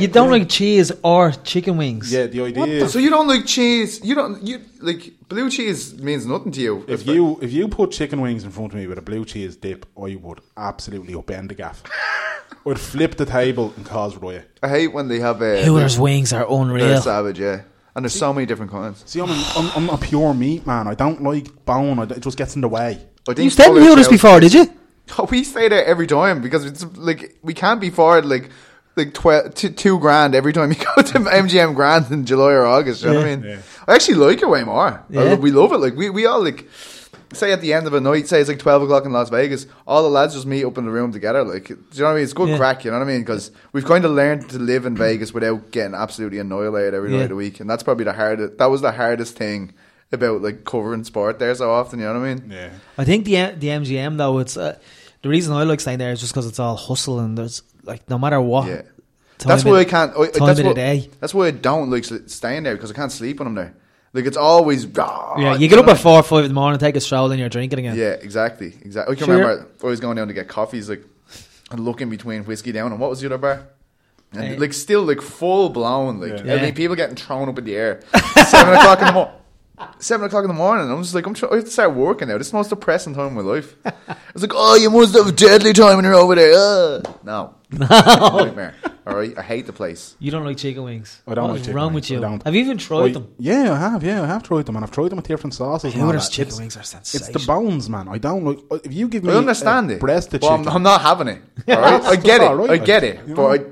[SPEAKER 3] You don't like cheese or chicken wings.
[SPEAKER 2] Yeah, the idea is
[SPEAKER 4] So you don't like cheese? You don't you like blue cheese means nothing to you?
[SPEAKER 2] if you if you put chicken wings in front of me with a blue cheese dip, I would absolutely upend the *laughs* gaff. I'd flip the table and cause riot.
[SPEAKER 4] I hate when they have a
[SPEAKER 3] Hooters wings are
[SPEAKER 4] They're
[SPEAKER 3] unreal.
[SPEAKER 4] savage, yeah. And there's so many different kinds.
[SPEAKER 2] See, I'm, a, I'm, I'm a pure meat man. I don't like bone. I, it just gets in the way.
[SPEAKER 4] I think
[SPEAKER 3] You stayed in
[SPEAKER 4] Fuller's
[SPEAKER 3] Hooters
[SPEAKER 4] out-
[SPEAKER 3] before, did you?
[SPEAKER 4] Oh, *laughs* we stay there every time because it's like we can't be forward like like tw- t- two grand every time you *laughs* go to MGM Grand in July or August. You know what I mean?
[SPEAKER 2] Yeah.
[SPEAKER 4] I actually like it way more. I-
[SPEAKER 3] Yeah.
[SPEAKER 4] we love it. Like we, we all like say at the end of a night, say it's like twelve o'clock in Las Vegas. All the lads just meet up in the room together. Like do you know what I mean? It's good
[SPEAKER 3] Yeah.
[SPEAKER 4] crack. You know what I mean? Because we've kind of learned to live in Vegas without getting absolutely annihilated every
[SPEAKER 3] Yeah.
[SPEAKER 4] night of the week, and that's probably the hardest. That was the hardest thing about like covering sport there so often. You know what I mean?
[SPEAKER 2] Yeah.
[SPEAKER 3] I think the the MGM though it's uh, the reason I like staying there is just because it's all hustle and there's like no matter what.
[SPEAKER 4] Yeah.
[SPEAKER 3] time
[SPEAKER 4] that's why
[SPEAKER 3] in-
[SPEAKER 4] I can't. I,
[SPEAKER 3] time
[SPEAKER 4] that's,
[SPEAKER 3] in
[SPEAKER 4] why,
[SPEAKER 3] the day.
[SPEAKER 4] that's why I don't like sl- staying there because I can't sleep when I'm there. Like it's always.
[SPEAKER 3] Yeah, you get up at four or five in the morning, take a stroll, and you're drinking again.
[SPEAKER 4] Oh, Yeah, exactly, exactly. I can
[SPEAKER 3] Sure.
[SPEAKER 4] remember I was going down to get coffees, like and looking between whiskey down and what was the other bar. And
[SPEAKER 3] Eh.
[SPEAKER 4] like still like full blown like
[SPEAKER 2] Yeah.
[SPEAKER 4] I
[SPEAKER 3] Yeah.
[SPEAKER 4] mean people getting thrown up in the air *laughs* seven o'clock in the morning seven o'clock in the morning I'm just like I'm trying to start working now
[SPEAKER 3] *laughs* *laughs*
[SPEAKER 4] this is the most depressing time of my life it's like oh you must have a deadly time when you're over there uh. no Nightmare. All right, I hate the place.
[SPEAKER 3] You don't like chicken wings.
[SPEAKER 2] I don't
[SPEAKER 3] What
[SPEAKER 2] like
[SPEAKER 3] is
[SPEAKER 2] chicken
[SPEAKER 3] wrong
[SPEAKER 2] wings.
[SPEAKER 3] with you?
[SPEAKER 2] I don't.
[SPEAKER 3] Have you even tried
[SPEAKER 2] Wait,
[SPEAKER 3] them?
[SPEAKER 2] Yeah, I have. Yeah, I have tried them, and I've tried them with different sauces. and all
[SPEAKER 3] Hooters
[SPEAKER 2] that.
[SPEAKER 3] chicken
[SPEAKER 2] It's-
[SPEAKER 3] wings are
[SPEAKER 2] It's
[SPEAKER 3] sensational.
[SPEAKER 2] the bones, man. I don't like. uh, If you give me
[SPEAKER 4] I understand
[SPEAKER 2] a
[SPEAKER 4] it.
[SPEAKER 2] breast of
[SPEAKER 4] but I'm,
[SPEAKER 2] uh, chicken,
[SPEAKER 4] I'm not
[SPEAKER 2] *laughs*
[SPEAKER 4] having it. All right? I get it.
[SPEAKER 2] all right,
[SPEAKER 4] I get
[SPEAKER 2] like, you
[SPEAKER 4] it. But I,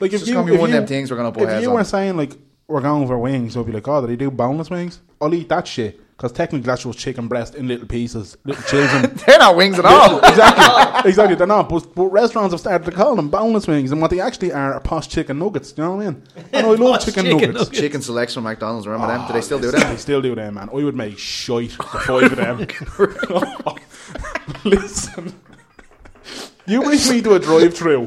[SPEAKER 2] like
[SPEAKER 4] just gonna be one of them things we're gonna put
[SPEAKER 2] If
[SPEAKER 4] heads
[SPEAKER 2] you
[SPEAKER 4] on.
[SPEAKER 2] were saying like we're going for wings, I'd be like, oh, do they do boneless wings? I'll eat that shit because technically that's just chicken breast in little pieces, little
[SPEAKER 4] *laughs*
[SPEAKER 2] children.
[SPEAKER 4] they're not wings at all.
[SPEAKER 2] exactly, exactly. They're not, but, but restaurants have started to call them boneless wings, and what they actually are are posh chicken nuggets. You know what I mean? And I love
[SPEAKER 4] *laughs*
[SPEAKER 3] Posh
[SPEAKER 2] chicken,
[SPEAKER 3] chicken
[SPEAKER 2] nuggets.
[SPEAKER 3] nuggets.
[SPEAKER 4] *laughs* Chicken selects from McDonald's. Remember them? Do they still do
[SPEAKER 2] They
[SPEAKER 4] them?
[SPEAKER 2] *laughs* still do them, man. I would make shite for five of them.
[SPEAKER 4] *laughs*
[SPEAKER 2] Listen, you bring me to a drive-through,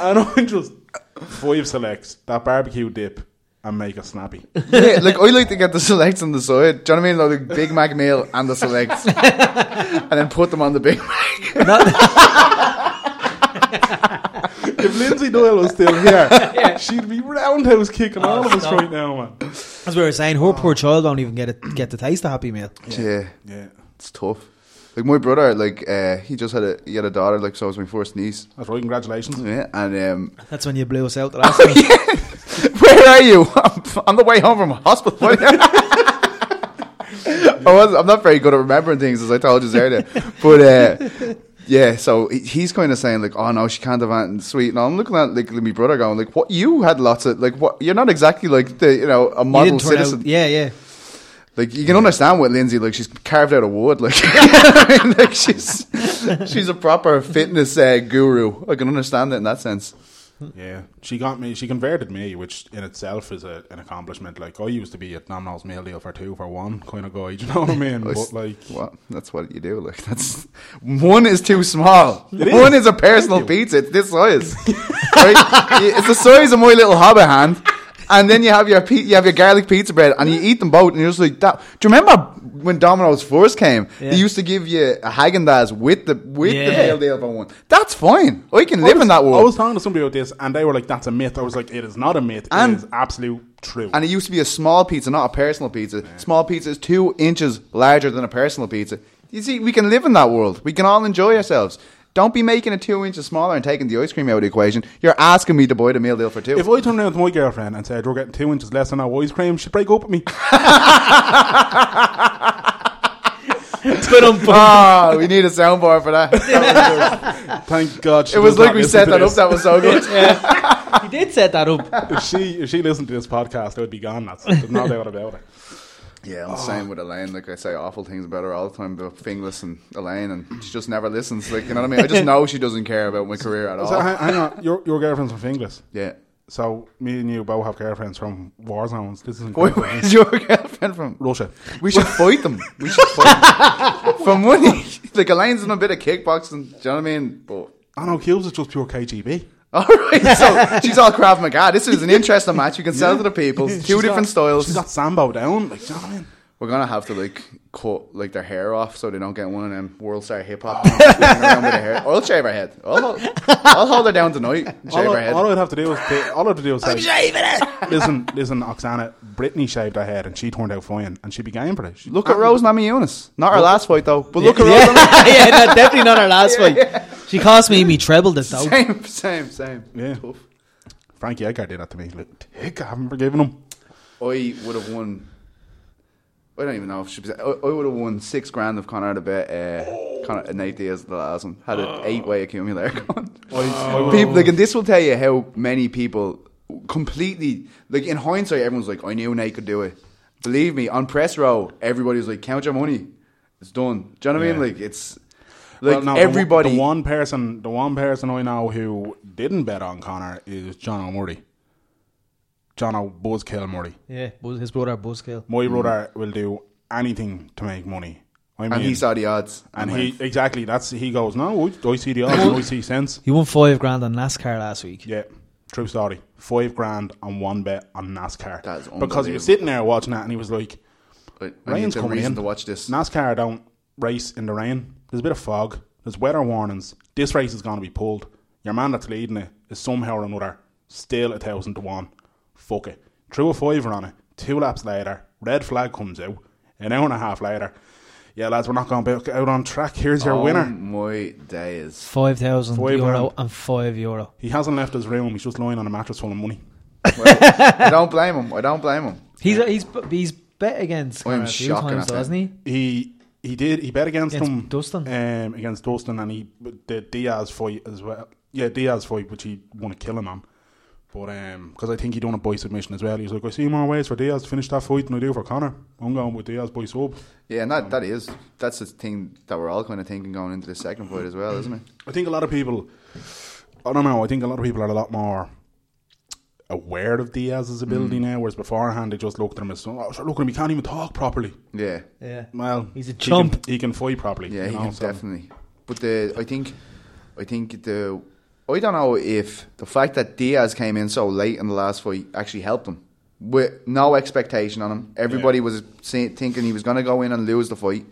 [SPEAKER 2] and I just five selects that barbecue dip and make a snappy.
[SPEAKER 4] yeah, like I like to get the selects on the side. Do you know what I mean? Like the Big Mac meal and the selects,
[SPEAKER 2] *laughs*
[SPEAKER 4] and then put them on the Big Mac.
[SPEAKER 2] If Lindsay Doyle was still here, she'd be roundhouse kicking all of us
[SPEAKER 3] stop.
[SPEAKER 2] right now, man.
[SPEAKER 3] As we were saying, her poor child don't even get it, get to taste the Happy Meal.
[SPEAKER 4] Yeah.
[SPEAKER 2] Yeah,
[SPEAKER 4] it's tough. Like my brother, like uh, he just had a he had a daughter. Like so, was my first niece.
[SPEAKER 2] that's right. Congratulations.
[SPEAKER 4] Yeah, and um,
[SPEAKER 3] That's when you blew us out the
[SPEAKER 4] *laughs*
[SPEAKER 3] last time.
[SPEAKER 4] where are you? *laughs* I'm on the way home from hospital. *laughs* I was, I'm not very good at remembering things, as I told you
[SPEAKER 3] *laughs*
[SPEAKER 4] earlier. But uh, yeah, so he- he's kind of saying like, "Oh no, she can't have anything sweet." And I'm looking at like my brother going like, "What? You had lots of like, what? You're not exactly like the you know a
[SPEAKER 3] You
[SPEAKER 4] model
[SPEAKER 3] didn't turn
[SPEAKER 4] citizen.
[SPEAKER 3] out. Yeah,
[SPEAKER 4] *laughs*
[SPEAKER 3] yeah.
[SPEAKER 4] Like you can understand what Lindsay like. She's carved out of wood. Like, *laughs* like she's she's a proper fitness uh, guru. I can understand it in that sense.
[SPEAKER 2] Yeah, she got me. She converted me, which in itself is a, an accomplishment. Like I used to be at Domino's meal deal for two for one kind of guy. Do you know what I
[SPEAKER 4] *laughs*
[SPEAKER 2] mean? but like,
[SPEAKER 4] Well, that's what you do. Like that's *laughs* one is too small. One is a personal pizza. It's this size. right? *laughs* It's the size of my little hobbit hand. And then you have your pe- you have your garlic pizza bread, and you eat them both, and you're just like that. Do you remember when Domino's first came?
[SPEAKER 3] Yeah.
[SPEAKER 4] They used to give you a Haagen Dazs with the with the
[SPEAKER 3] Yeah.
[SPEAKER 4] meal deal for one. That's fine. I can live
[SPEAKER 2] I was-
[SPEAKER 4] in that
[SPEAKER 2] I
[SPEAKER 4] world.
[SPEAKER 2] was talking to somebody about this, and they were like, "That's a myth." I was like, "It is not a myth.
[SPEAKER 4] And-
[SPEAKER 2] it is absolute true."
[SPEAKER 4] And it used to be a small pizza, not a personal pizza. Small pizza is two inches larger than a personal pizza. You see, we can live in that world. We can all enjoy ourselves. Don't be making it two inches smaller and taking the ice cream out of the equation. You're asking me to buy the meal deal for two. *laughs*
[SPEAKER 2] if I turned around to my girlfriend and said, "We're getting two inches less than our ice cream," she'd break up
[SPEAKER 4] *laughs*
[SPEAKER 2] with me.
[SPEAKER 3] It's been on.
[SPEAKER 4] Ah, we need a soundbar for *laughs* that. That was
[SPEAKER 2] Thank God. She
[SPEAKER 4] good. it was
[SPEAKER 2] does not
[SPEAKER 4] like we
[SPEAKER 2] listen
[SPEAKER 4] set
[SPEAKER 2] to
[SPEAKER 4] that up.
[SPEAKER 2] this.
[SPEAKER 4] That was so *laughs* good.
[SPEAKER 3] He did set that up.
[SPEAKER 2] if she if she listened to this podcast, I would be gone. That's there's no doubt about
[SPEAKER 4] *laughs*
[SPEAKER 2] it.
[SPEAKER 4] Yeah, I'm the same with Elaine. Like I say awful things about her all the time about Fingless and Elaine, and she just never listens. Like you know what I mean? I *laughs* just know she doesn't care about my career at all.
[SPEAKER 2] So hang, hang on, your your girlfriend's from Finglas.
[SPEAKER 4] yeah.
[SPEAKER 2] So me and you both have girlfriends from war zones. This isn't
[SPEAKER 4] Where-
[SPEAKER 2] good.
[SPEAKER 4] Where's your *laughs* girlfriend from?
[SPEAKER 2] Russia.
[SPEAKER 4] We should fight them. We should fight them. for money. *laughs* Like Elaine's in a bit of kickboxing. Do you know what I mean? But
[SPEAKER 2] I know Cubes is just pure KGB.
[SPEAKER 4] all right, so she's all Krav Maga. This is an interesting match. You can sell to the people. Two
[SPEAKER 2] She's
[SPEAKER 4] different
[SPEAKER 2] got-
[SPEAKER 4] styles.
[SPEAKER 2] She's got Sambo down. Like, do you know what I mean?
[SPEAKER 4] We're gonna have to like cut like their hair off so they don't get one of them world star hip hop.
[SPEAKER 2] Oh.
[SPEAKER 4] I'll shave her head. I'll, I'll hold her down tonight. and Shave
[SPEAKER 2] all,
[SPEAKER 4] her
[SPEAKER 2] I, all
[SPEAKER 4] head.
[SPEAKER 2] I'd have to do is ta- all I'd have to do
[SPEAKER 4] *laughs*
[SPEAKER 2] is say, listen, listen, Oksana, Brittany shaved her head and she turned out fine, and she'd be game for it. She,
[SPEAKER 4] Look at Rose Namajunas. Not her last fight though. But look at Rose.
[SPEAKER 3] yeah, *laughs* yeah, no, definitely not our last fight. She cost me me trebled it
[SPEAKER 4] *laughs*
[SPEAKER 3] though.
[SPEAKER 4] Namajunas. Same, same, same.
[SPEAKER 2] Yeah.
[SPEAKER 4] Tough.
[SPEAKER 2] Frankie Edgar did that to me. Like, tick, I haven't forgiven him.
[SPEAKER 4] I would have won. I don't even know if she was. I, I would have won six grand if Connor had a bet. Uh,
[SPEAKER 2] Oh.
[SPEAKER 4] Connor Nate Diaz the last one had an eight-way accumulator. *laughs* going. people like, and this will tell you how many people completely like in hindsight, everyone's like, "I knew Nate could do it." Believe me, on press row, everybody's like, "Count your money, it's done." Do you know what I mean?
[SPEAKER 2] Yeah.
[SPEAKER 4] Like it's like
[SPEAKER 2] Well, no, the one-
[SPEAKER 4] everybody.
[SPEAKER 2] The, one person, the one person I know who didn't bet on Connor is John O'Murray. John O'Buzzkill Murray.
[SPEAKER 3] Yeah, Buzz- his brother Buzzkill.
[SPEAKER 4] Mm-hmm.
[SPEAKER 2] My brother will do anything to make money. I mean,
[SPEAKER 4] and he saw the odds,
[SPEAKER 2] and
[SPEAKER 4] went,
[SPEAKER 2] he exactly that's he goes. No, I, I see the odds. and I see sense.
[SPEAKER 3] He won five grand on NASCAR last week.
[SPEAKER 2] Yeah, true story. Five grand on one bet on NASCAR.
[SPEAKER 4] That
[SPEAKER 2] because
[SPEAKER 4] is
[SPEAKER 2] he was
[SPEAKER 4] unbelievable.
[SPEAKER 2] sitting there watching that, and he was like,
[SPEAKER 4] "I- I need
[SPEAKER 2] "Rain's
[SPEAKER 4] the
[SPEAKER 2] coming
[SPEAKER 4] reason
[SPEAKER 2] in."
[SPEAKER 4] to watch this."
[SPEAKER 2] NASCAR don't race in the rain. There's a bit of fog. There's weather warnings. This race is going to be pulled. Your man that's leading it is somehow or another still a thousand to one. Fuck it. Threw a fiver on it. Two laps later, red flag comes out. An hour and a half later, yeah, lads, we're not going back out on track. Here's
[SPEAKER 4] Oh.
[SPEAKER 2] your winner.
[SPEAKER 4] My days.
[SPEAKER 3] Five thousand
[SPEAKER 2] Five
[SPEAKER 3] euro
[SPEAKER 2] grand.
[SPEAKER 3] and five euro.
[SPEAKER 2] He hasn't left his room. He's just lying on a mattress full of money.
[SPEAKER 4] I don't blame him. I don't blame him.
[SPEAKER 3] He's he's he's bet against
[SPEAKER 4] Oh, I'm
[SPEAKER 3] Conor a few
[SPEAKER 4] shocking
[SPEAKER 3] times,
[SPEAKER 4] at
[SPEAKER 3] though,
[SPEAKER 4] that.
[SPEAKER 3] hasn't he?
[SPEAKER 2] He he did. He bet against
[SPEAKER 3] Against
[SPEAKER 2] him,
[SPEAKER 3] Dustin.
[SPEAKER 2] um, against Dustin, and he did Diaz fight as well. Yeah, Diaz fight, which he won a killing on. But um, because I think he done a boy submission as well. He was like, I see more ways for Diaz to finish that fight than I do for Connor. I'm going with Diaz by sub.
[SPEAKER 4] Yeah, and that, that is that's the thing that we're all kind of thinking going into the second fight as well, isn't it?
[SPEAKER 2] I think a lot of people, I don't know. I think a lot of people are a lot more aware of Diaz's
[SPEAKER 3] Mm.
[SPEAKER 2] ability now, whereas beforehand they just looked at him as, oh, sure, look at him, he can't even talk properly.
[SPEAKER 4] Yeah,
[SPEAKER 3] Yeah.
[SPEAKER 2] Well,
[SPEAKER 3] He's a
[SPEAKER 2] he can-
[SPEAKER 3] chump.
[SPEAKER 2] He can, fight properly.
[SPEAKER 4] yeah,
[SPEAKER 2] you
[SPEAKER 4] he
[SPEAKER 2] know,
[SPEAKER 4] can
[SPEAKER 2] so-
[SPEAKER 4] definitely. But the I think I think the I don't know if the fact that Diaz came in so late in the last fight actually helped him with no expectation on him. Everybody
[SPEAKER 2] Yeah.
[SPEAKER 4] was say, thinking he was going to go in and lose the fight.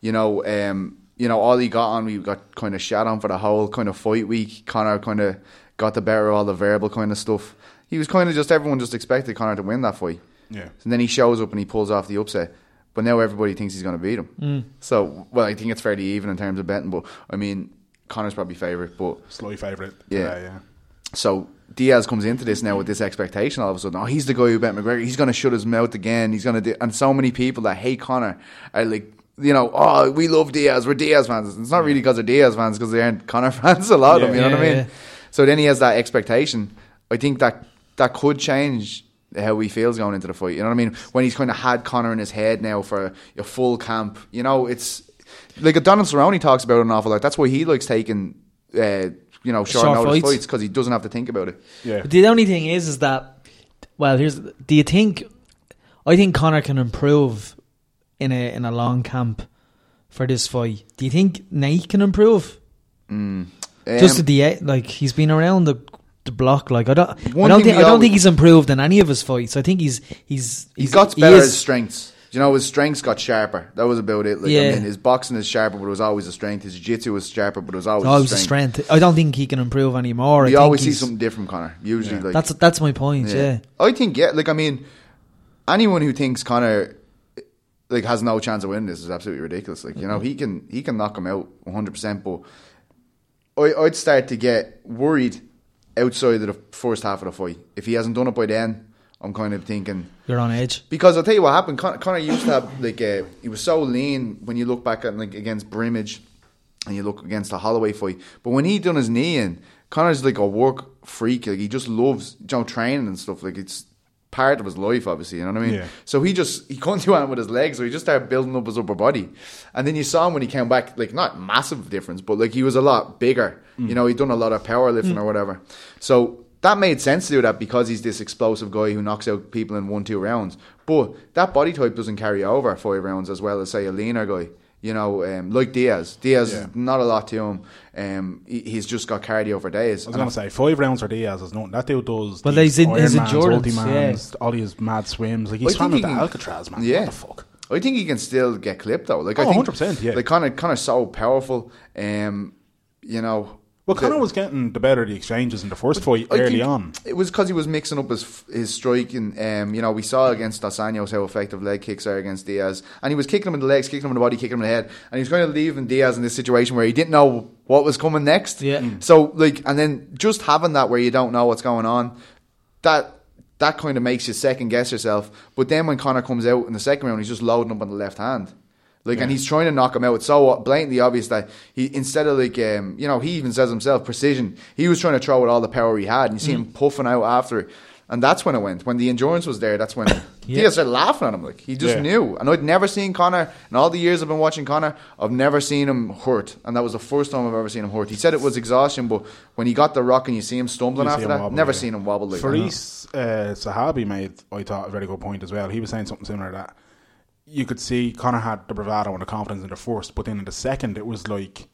[SPEAKER 4] You know, um, you know, all he got on, we got kind of shot on for the whole kind of fight week. Connor kind of got the better of all the verbal kind of stuff. He was kind of just everyone just expected Connor to win that fight.
[SPEAKER 2] Yeah.
[SPEAKER 4] And then he shows up and he pulls off the upset. But now everybody thinks he's going to beat him.
[SPEAKER 3] Mm.
[SPEAKER 4] So, well, I think it's fairly even in terms of betting. But I mean, Connor's probably favourite. But
[SPEAKER 2] Sly favourite.
[SPEAKER 4] Yeah.
[SPEAKER 2] yeah, yeah.
[SPEAKER 4] so Diaz comes into this now with this expectation all of a sudden. Oh, he's the guy who bet McGregor. He's going to shut his mouth again. He's going to do. And so many people that hate Connor are like, you know, oh, we love Diaz. We're Diaz fans. It's not really because they're Diaz fans, because they aren't Connor *laughs* fans. A lot of them, you know
[SPEAKER 3] Yeah.
[SPEAKER 4] what I mean?
[SPEAKER 3] Yeah, yeah.
[SPEAKER 4] So then he has that expectation. I think that that could change how he feels going into the fight. You know what I mean? When he's kind of had Connor in his head now for a full camp. You know, it's like Donald Cerrone talks about it an awful lot. That's why he likes taking, uh, you know, short,
[SPEAKER 3] Short
[SPEAKER 4] notice
[SPEAKER 3] fights.
[SPEAKER 4] fights because he doesn't have to think about it.
[SPEAKER 2] Yeah.
[SPEAKER 3] But The only thing is, is that well, here's do you think? I think Connor can improve in a in a long camp for this fight. Do you think Nate can improve?
[SPEAKER 4] Um,
[SPEAKER 3] Just at the end, like he's been around the the block. Like I don't, I
[SPEAKER 4] One
[SPEAKER 3] don't
[SPEAKER 4] thing
[SPEAKER 3] think I
[SPEAKER 4] we
[SPEAKER 3] don't
[SPEAKER 4] always-
[SPEAKER 3] think he's improved in any of his fights. I think he's he's
[SPEAKER 4] he
[SPEAKER 3] he's
[SPEAKER 4] got
[SPEAKER 3] he
[SPEAKER 4] better at
[SPEAKER 3] is-
[SPEAKER 4] his strengths. You know, his strengths got sharper. That was about it. Like,
[SPEAKER 3] Yeah.
[SPEAKER 4] I mean, his boxing is sharper, but it was always a strength. His jiu-jitsu was sharper, but it was always,
[SPEAKER 3] Oh, it was
[SPEAKER 4] a
[SPEAKER 3] a
[SPEAKER 4] strength.
[SPEAKER 3] strength. I don't think he can improve anymore. I
[SPEAKER 4] You
[SPEAKER 3] think
[SPEAKER 4] always see
[SPEAKER 3] he's-
[SPEAKER 4] something different, Connor. Usually, like
[SPEAKER 3] That's that's my point. Yeah.
[SPEAKER 4] I think yeah. Like I mean, anyone who thinks Connor like has no chance of winning this is absolutely ridiculous. Like you know, he can he can knock him out 100. percent But I, I'd start to get worried outside of the first half of the fight. If he hasn't done it by then, I'm kind of thinking
[SPEAKER 3] you're on edge.
[SPEAKER 4] because I'll tell you what happened. Con- Connor used to have like uh, he was so lean when you look back at like against Brimage, and you look against the Holloway fight. But when he done his knee in, Connor's like a work freak. Like he just loves you know, training and stuff. Like it's part of his life, obviously. You know what I mean?
[SPEAKER 2] Yeah.
[SPEAKER 4] So he just he couldn't do anything with his legs, so he just started building up his upper body. And then you saw him when he came back, like not massive difference, but like he was a lot bigger.
[SPEAKER 2] Mm.
[SPEAKER 4] You know, he'd done a lot of powerlifting or whatever. So that made sense to do that because he's this explosive guy who knocks out people in one, two rounds. But that body type doesn't carry over five rounds as well as say a leaner guy. You know, um, like Diaz. Diaz,
[SPEAKER 2] Yeah.
[SPEAKER 4] not a lot to him. Um, he, he's just got cardio for days.
[SPEAKER 2] I was going to say, five rounds for Diaz is nothing. That dude does.
[SPEAKER 3] Well,
[SPEAKER 2] these
[SPEAKER 3] he's in-
[SPEAKER 2] Iron
[SPEAKER 3] he's in
[SPEAKER 2] Mans,
[SPEAKER 3] Jordans,
[SPEAKER 2] Ultimans, All his mad swims. Like,
[SPEAKER 4] I
[SPEAKER 2] he's
[SPEAKER 4] think
[SPEAKER 2] swimming
[SPEAKER 4] he
[SPEAKER 2] the
[SPEAKER 4] can-
[SPEAKER 2] Alcatraz, man.
[SPEAKER 4] Yeah.
[SPEAKER 2] What the fuck?
[SPEAKER 4] I think he can still get clipped though. Like
[SPEAKER 2] Oh,
[SPEAKER 4] I think
[SPEAKER 2] 100%, yeah.
[SPEAKER 4] Like Connor, Connor's so powerful. Um, you know.
[SPEAKER 2] Well,
[SPEAKER 4] the-
[SPEAKER 2] Connor was getting the better of the exchanges in the first fight
[SPEAKER 4] I
[SPEAKER 2] early
[SPEAKER 4] think
[SPEAKER 2] on.
[SPEAKER 4] It was because he was mixing up his his strike, and um, you know we saw against Dos Anjos how effective leg kicks are against Diaz, and he was kicking him in the legs, kicking him in the body, kicking him in the head, and he was going to leave in Diaz in this situation where he didn't know what was coming next.
[SPEAKER 3] Yeah. Mm.
[SPEAKER 4] So like, and then just having that where you don't know what's going on, that. That kind of makes you second guess yourself. But then when Connor comes out in the second round, he's just loading up on the left hand. Like, and he's trying to knock him out. It's so blatantly obvious that he, instead of like, um, you know, he even says himself, precision. He was trying to throw with all the power he had, and you see him puffing out after it. And that's when it went. When the endurance was there, that's when Diaz started laughing at him. Like he just
[SPEAKER 2] Yeah.
[SPEAKER 4] knew. And I'd never seen Connor in all the years I've been watching Connor. I've never seen him hurt, and that was the first time I've ever seen him hurt. He said it was exhaustion, but when he got the rock and you see him stumbling
[SPEAKER 2] You see
[SPEAKER 4] after
[SPEAKER 2] him
[SPEAKER 4] that,
[SPEAKER 2] wobble,
[SPEAKER 4] never
[SPEAKER 2] yeah.
[SPEAKER 4] seen him wobble like that.
[SPEAKER 2] Faris uh, Sahabi made, I thought, a very good point as well. He was saying something similar to that. You could see Connor had the bravado and the confidence in the first, but then in the second, it was like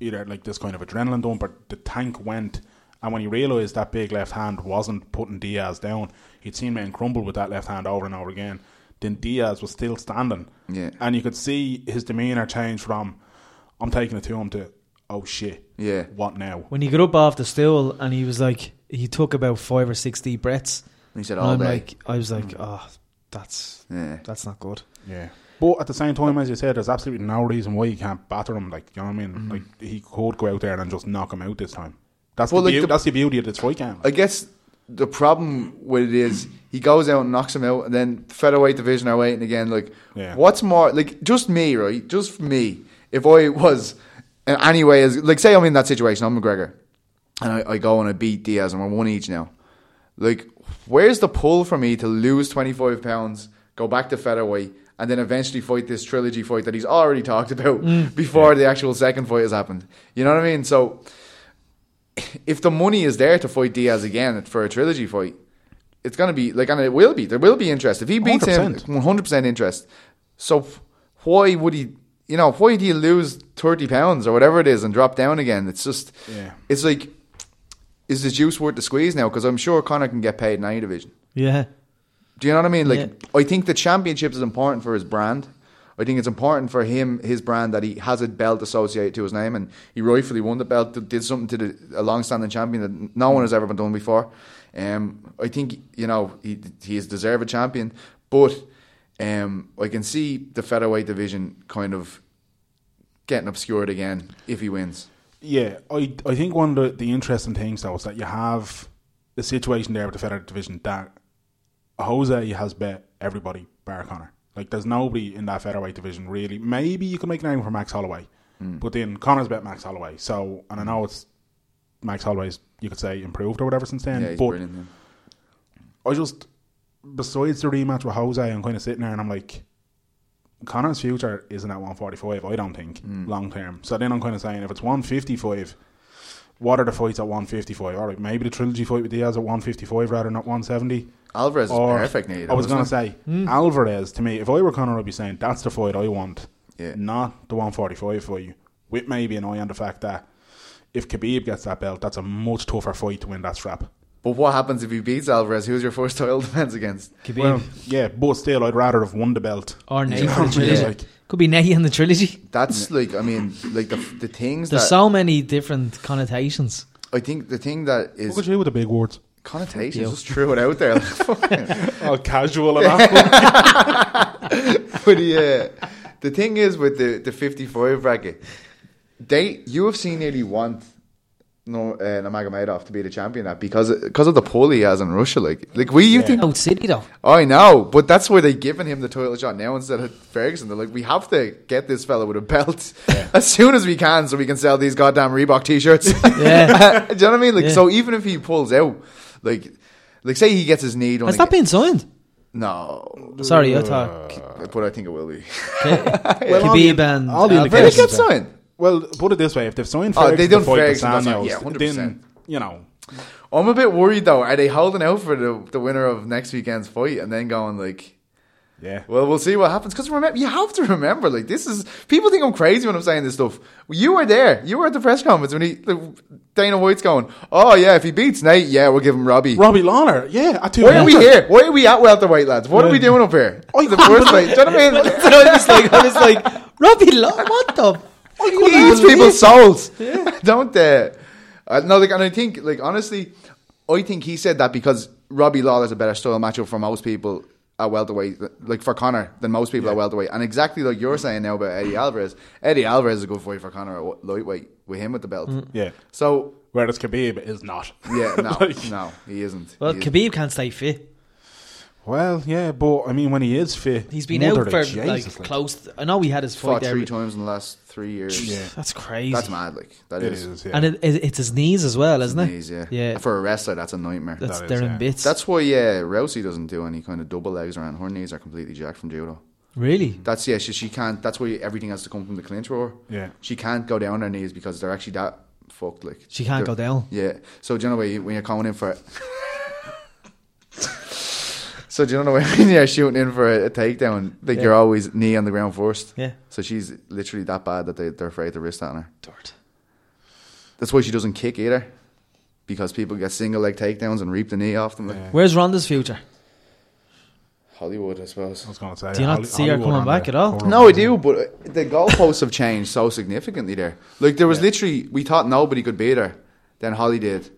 [SPEAKER 2] either like this kind of adrenaline dump, or the tank went. And when he realised that big left hand wasn't putting Diaz down, he'd seen men crumble with that left hand over and over again. Then Diaz was still standing.
[SPEAKER 4] Yeah.
[SPEAKER 2] And you could see his demeanour change from, I'm taking it to him, to, oh shit.
[SPEAKER 4] Yeah.
[SPEAKER 2] What now?
[SPEAKER 3] When he got up off the stool and he was like, he took about five or six deep breaths.
[SPEAKER 4] And he said
[SPEAKER 3] And
[SPEAKER 4] all
[SPEAKER 3] I'm
[SPEAKER 4] day. Mm.
[SPEAKER 3] like, I was like, oh, that's
[SPEAKER 4] Yeah.
[SPEAKER 3] that's not good.
[SPEAKER 2] Yeah. But at the same time, as you said, there's absolutely no reason why you can't batter him. Like, you know what I mean?
[SPEAKER 4] Mm-hmm.
[SPEAKER 2] Like, he could go out there and just knock him out this time. That's,
[SPEAKER 4] Well,
[SPEAKER 2] the,
[SPEAKER 4] like
[SPEAKER 2] beau-
[SPEAKER 4] the-
[SPEAKER 2] that's the beauty of the Troy game.
[SPEAKER 4] I guess the problem with it is he goes out and knocks him out, and then featherweight division are waiting again. Like,
[SPEAKER 2] Yeah.
[SPEAKER 4] what's more, like, just me, right? Just me. If I was, in any way, as like, say I'm in that situation, I'm McGregor, and I, I go and I beat Diaz, and we're one each now. Like, where's the pull for me to lose 25 pounds, go back to featherweight, and then eventually fight this trilogy fight that he's already talked about before the actual second fight has happened? You know what I mean? So, if the money is there to fight Diaz again for a trilogy fight, it's gonna be like, and it will be. There will be interest if he beats him. One hundred percent interest. So f- why would he? You know, why do you lose thirty pounds or whatever it is and drop down again? It's just,
[SPEAKER 2] Yeah.
[SPEAKER 4] it's like, is the juice worth the squeeze now? Because I'm sure Connor can get paid in any division.
[SPEAKER 3] Yeah.
[SPEAKER 4] Do you know what I mean? Like,
[SPEAKER 3] Yeah.
[SPEAKER 4] I think the championships is important for his brand. I think it's important for him, his brand, that he has a belt associated to his name, and he rightfully won the belt. Did something to the a long-standing champion that no one has ever been done before. Um, I think you know he he is deserved a champion, but um, I can see the featherweight division kind of getting obscured again if he wins.
[SPEAKER 2] Yeah, I I think one of the, the interesting things though is that you have the situation there with the featherweight division that Jose has bet everybody bar Connor. Like there's nobody in that featherweight division really. Maybe you can make an argument for Max Holloway,
[SPEAKER 4] Mm.
[SPEAKER 2] but then Connor's bet Max Holloway. So and I know it's Max Holloway's you could say improved or whatever since then.
[SPEAKER 4] Yeah, he's
[SPEAKER 2] but
[SPEAKER 4] brilliant. yeah.
[SPEAKER 2] I just besides the rematch with Jose, I'm kind of sitting there and I'm like, Connor's future isn't at 145. I don't think
[SPEAKER 4] Mm.
[SPEAKER 2] long term. So then I'm kind of saying if it's 155, what are the fights at 155? All right, maybe the trilogy fight with Diaz at 155 rather than at 170.
[SPEAKER 4] Alvarez is
[SPEAKER 2] Or-
[SPEAKER 4] perfect. Neither,
[SPEAKER 2] I was going to say Alvarez to me. If I were Connor, I'd be saying that's the fight I want,
[SPEAKER 4] Yeah.
[SPEAKER 2] not the 145 for you. With maybe an eye on the fact that if Khabib gets that belt, that's a much tougher fight to win that strap.
[SPEAKER 4] But what happens if he beats Alvarez? Who's your first *laughs* title defense against?
[SPEAKER 3] Khabib
[SPEAKER 2] Well, yeah, but still, I'd rather have won the belt.
[SPEAKER 3] or Nate
[SPEAKER 2] Yeah.
[SPEAKER 3] for the trilogy.
[SPEAKER 2] Yeah.
[SPEAKER 3] Could be Nate in the trilogy.
[SPEAKER 4] That's like I mean, like the the things
[SPEAKER 3] There's
[SPEAKER 4] that
[SPEAKER 3] so many different connotations.
[SPEAKER 4] I think the thing that
[SPEAKER 2] Look at
[SPEAKER 4] is
[SPEAKER 2] you with the big words.
[SPEAKER 4] connotations just threw it out there. *laughs*
[SPEAKER 2] Oh, casual *laughs* enough.
[SPEAKER 4] but yeah, the thing is with the the fifty five bracket, they UFC nearly want no uh, Nurmagomedov to be the champion that because because of the pull he has in Russia. Like like we you think
[SPEAKER 3] Out City though.
[SPEAKER 4] I know, but that's why they're giving him the title shot now instead of Ferguson. They're like, we have to get this fella with a belt *laughs* as soon as we can so we can sell these goddamn Reebok t shirts.
[SPEAKER 3] Yeah.
[SPEAKER 4] *laughs* Do you know what I mean? Like,
[SPEAKER 3] Yeah.
[SPEAKER 4] so even if he pulls out, like, like say he gets his knee done.
[SPEAKER 3] Has that
[SPEAKER 4] again-
[SPEAKER 3] been signed?
[SPEAKER 4] No.
[SPEAKER 3] Sorry, I thought K-
[SPEAKER 4] But I think it will be.
[SPEAKER 3] Khabib and
[SPEAKER 2] all the
[SPEAKER 4] Did
[SPEAKER 3] Alvarez.
[SPEAKER 4] he get
[SPEAKER 2] indications-
[SPEAKER 4] signed?
[SPEAKER 2] well, put it this way: if they've signed
[SPEAKER 4] Oh,
[SPEAKER 2] Ferguson,
[SPEAKER 4] they
[SPEAKER 2] to
[SPEAKER 4] done
[SPEAKER 2] fight
[SPEAKER 4] Ferguson, that's
[SPEAKER 2] Castanos,
[SPEAKER 4] right. Yeah, 100%.
[SPEAKER 2] then, you know,
[SPEAKER 4] I'm a bit worried though. Are they holding out for the, the winner of next weekend's fight and then going like,
[SPEAKER 2] yeah.
[SPEAKER 4] Well, we'll see what happens. Because remember, you have to remember, like this is people think I'm crazy when I'm saying this stuff. You were there. You were at the press conference when he the, Dana White's going, "Oh yeah, if he beats Nate, yeah, we'll give him Robbie."
[SPEAKER 2] Robbie Lawler, yeah. At two
[SPEAKER 4] Why are we
[SPEAKER 2] hundred.
[SPEAKER 4] here? Why are we at welterweight, lads? What are we doing up here? Oh, the first place. Do you know what I mean?
[SPEAKER 3] I was *laughs* like, I was like, Robbie Law, what the? What
[SPEAKER 4] Well, these people's souls. *laughs* Don't uh, uh, no, like, and I think, like, honestly, I think he said that because Robbie Lawler's a better style matchup for most people at welterweight, like for Connor than most people at welterweight, and exactly like you're saying now about Eddie Alvarez. Eddie Alvarez is a good fight for Connor at lightweight with him with the belt.
[SPEAKER 3] Mm.
[SPEAKER 2] Yeah.
[SPEAKER 4] So
[SPEAKER 2] Whereas Khabib is not. *laughs*
[SPEAKER 4] yeah, no,
[SPEAKER 2] Like-
[SPEAKER 4] no, he isn't.
[SPEAKER 3] Well,
[SPEAKER 4] He isn't.
[SPEAKER 3] Khabib can't stay fit.
[SPEAKER 2] Well, yeah, but I mean, when he is fit,
[SPEAKER 3] He's been
[SPEAKER 2] mother
[SPEAKER 3] out
[SPEAKER 2] of
[SPEAKER 3] for
[SPEAKER 2] Jesus,
[SPEAKER 3] like close. I know he had his fight
[SPEAKER 4] fought
[SPEAKER 3] there.
[SPEAKER 4] three
[SPEAKER 3] but-
[SPEAKER 4] times in the last three years.
[SPEAKER 2] Yeah,
[SPEAKER 3] That's crazy.
[SPEAKER 4] That's mad. Like that
[SPEAKER 2] it
[SPEAKER 4] is.
[SPEAKER 2] is. Yeah.
[SPEAKER 3] And it, it, it's his knees as well, isn't it?
[SPEAKER 4] Knees, yeah.
[SPEAKER 3] Yeah.
[SPEAKER 4] For a wrestler, that's a nightmare.
[SPEAKER 3] that's,
[SPEAKER 2] That is,
[SPEAKER 3] they're
[SPEAKER 2] yeah.
[SPEAKER 3] in bits.
[SPEAKER 4] That's why yeah, Rousey doesn't do any kind of double legs around. Her knees are completely jacked from judo.
[SPEAKER 3] really.
[SPEAKER 4] That's yeah, she, she can't. That's why everything has to come from the clinch roar.
[SPEAKER 2] Yeah.
[SPEAKER 4] she can't go down her knees because they're actually that fucked. Like
[SPEAKER 3] She can't go
[SPEAKER 4] They're-
[SPEAKER 3] down.
[SPEAKER 4] Yeah. So do you know where you- when you're coming in for? it? *laughs* so do you know *laughs* when you're shooting in for a, a takedown? Like you're always knee on the ground first.
[SPEAKER 3] Yeah.
[SPEAKER 4] So she's literally that bad that they, they're afraid to wrist on her. That's why she doesn't kick either, because people get single leg takedowns and reap the knee off them. Like
[SPEAKER 3] Where's Ronda's future?
[SPEAKER 4] Hollywood, I suppose.
[SPEAKER 2] I was going to say.
[SPEAKER 3] Do you not
[SPEAKER 2] Holly-
[SPEAKER 3] see her
[SPEAKER 2] Hollywood
[SPEAKER 3] coming
[SPEAKER 2] on
[SPEAKER 3] back
[SPEAKER 2] the-
[SPEAKER 3] at all?
[SPEAKER 4] No, I do, but uh, the goalposts have changed so significantly there. Like, there was literally, we thought nobody could beat her, then Holly did.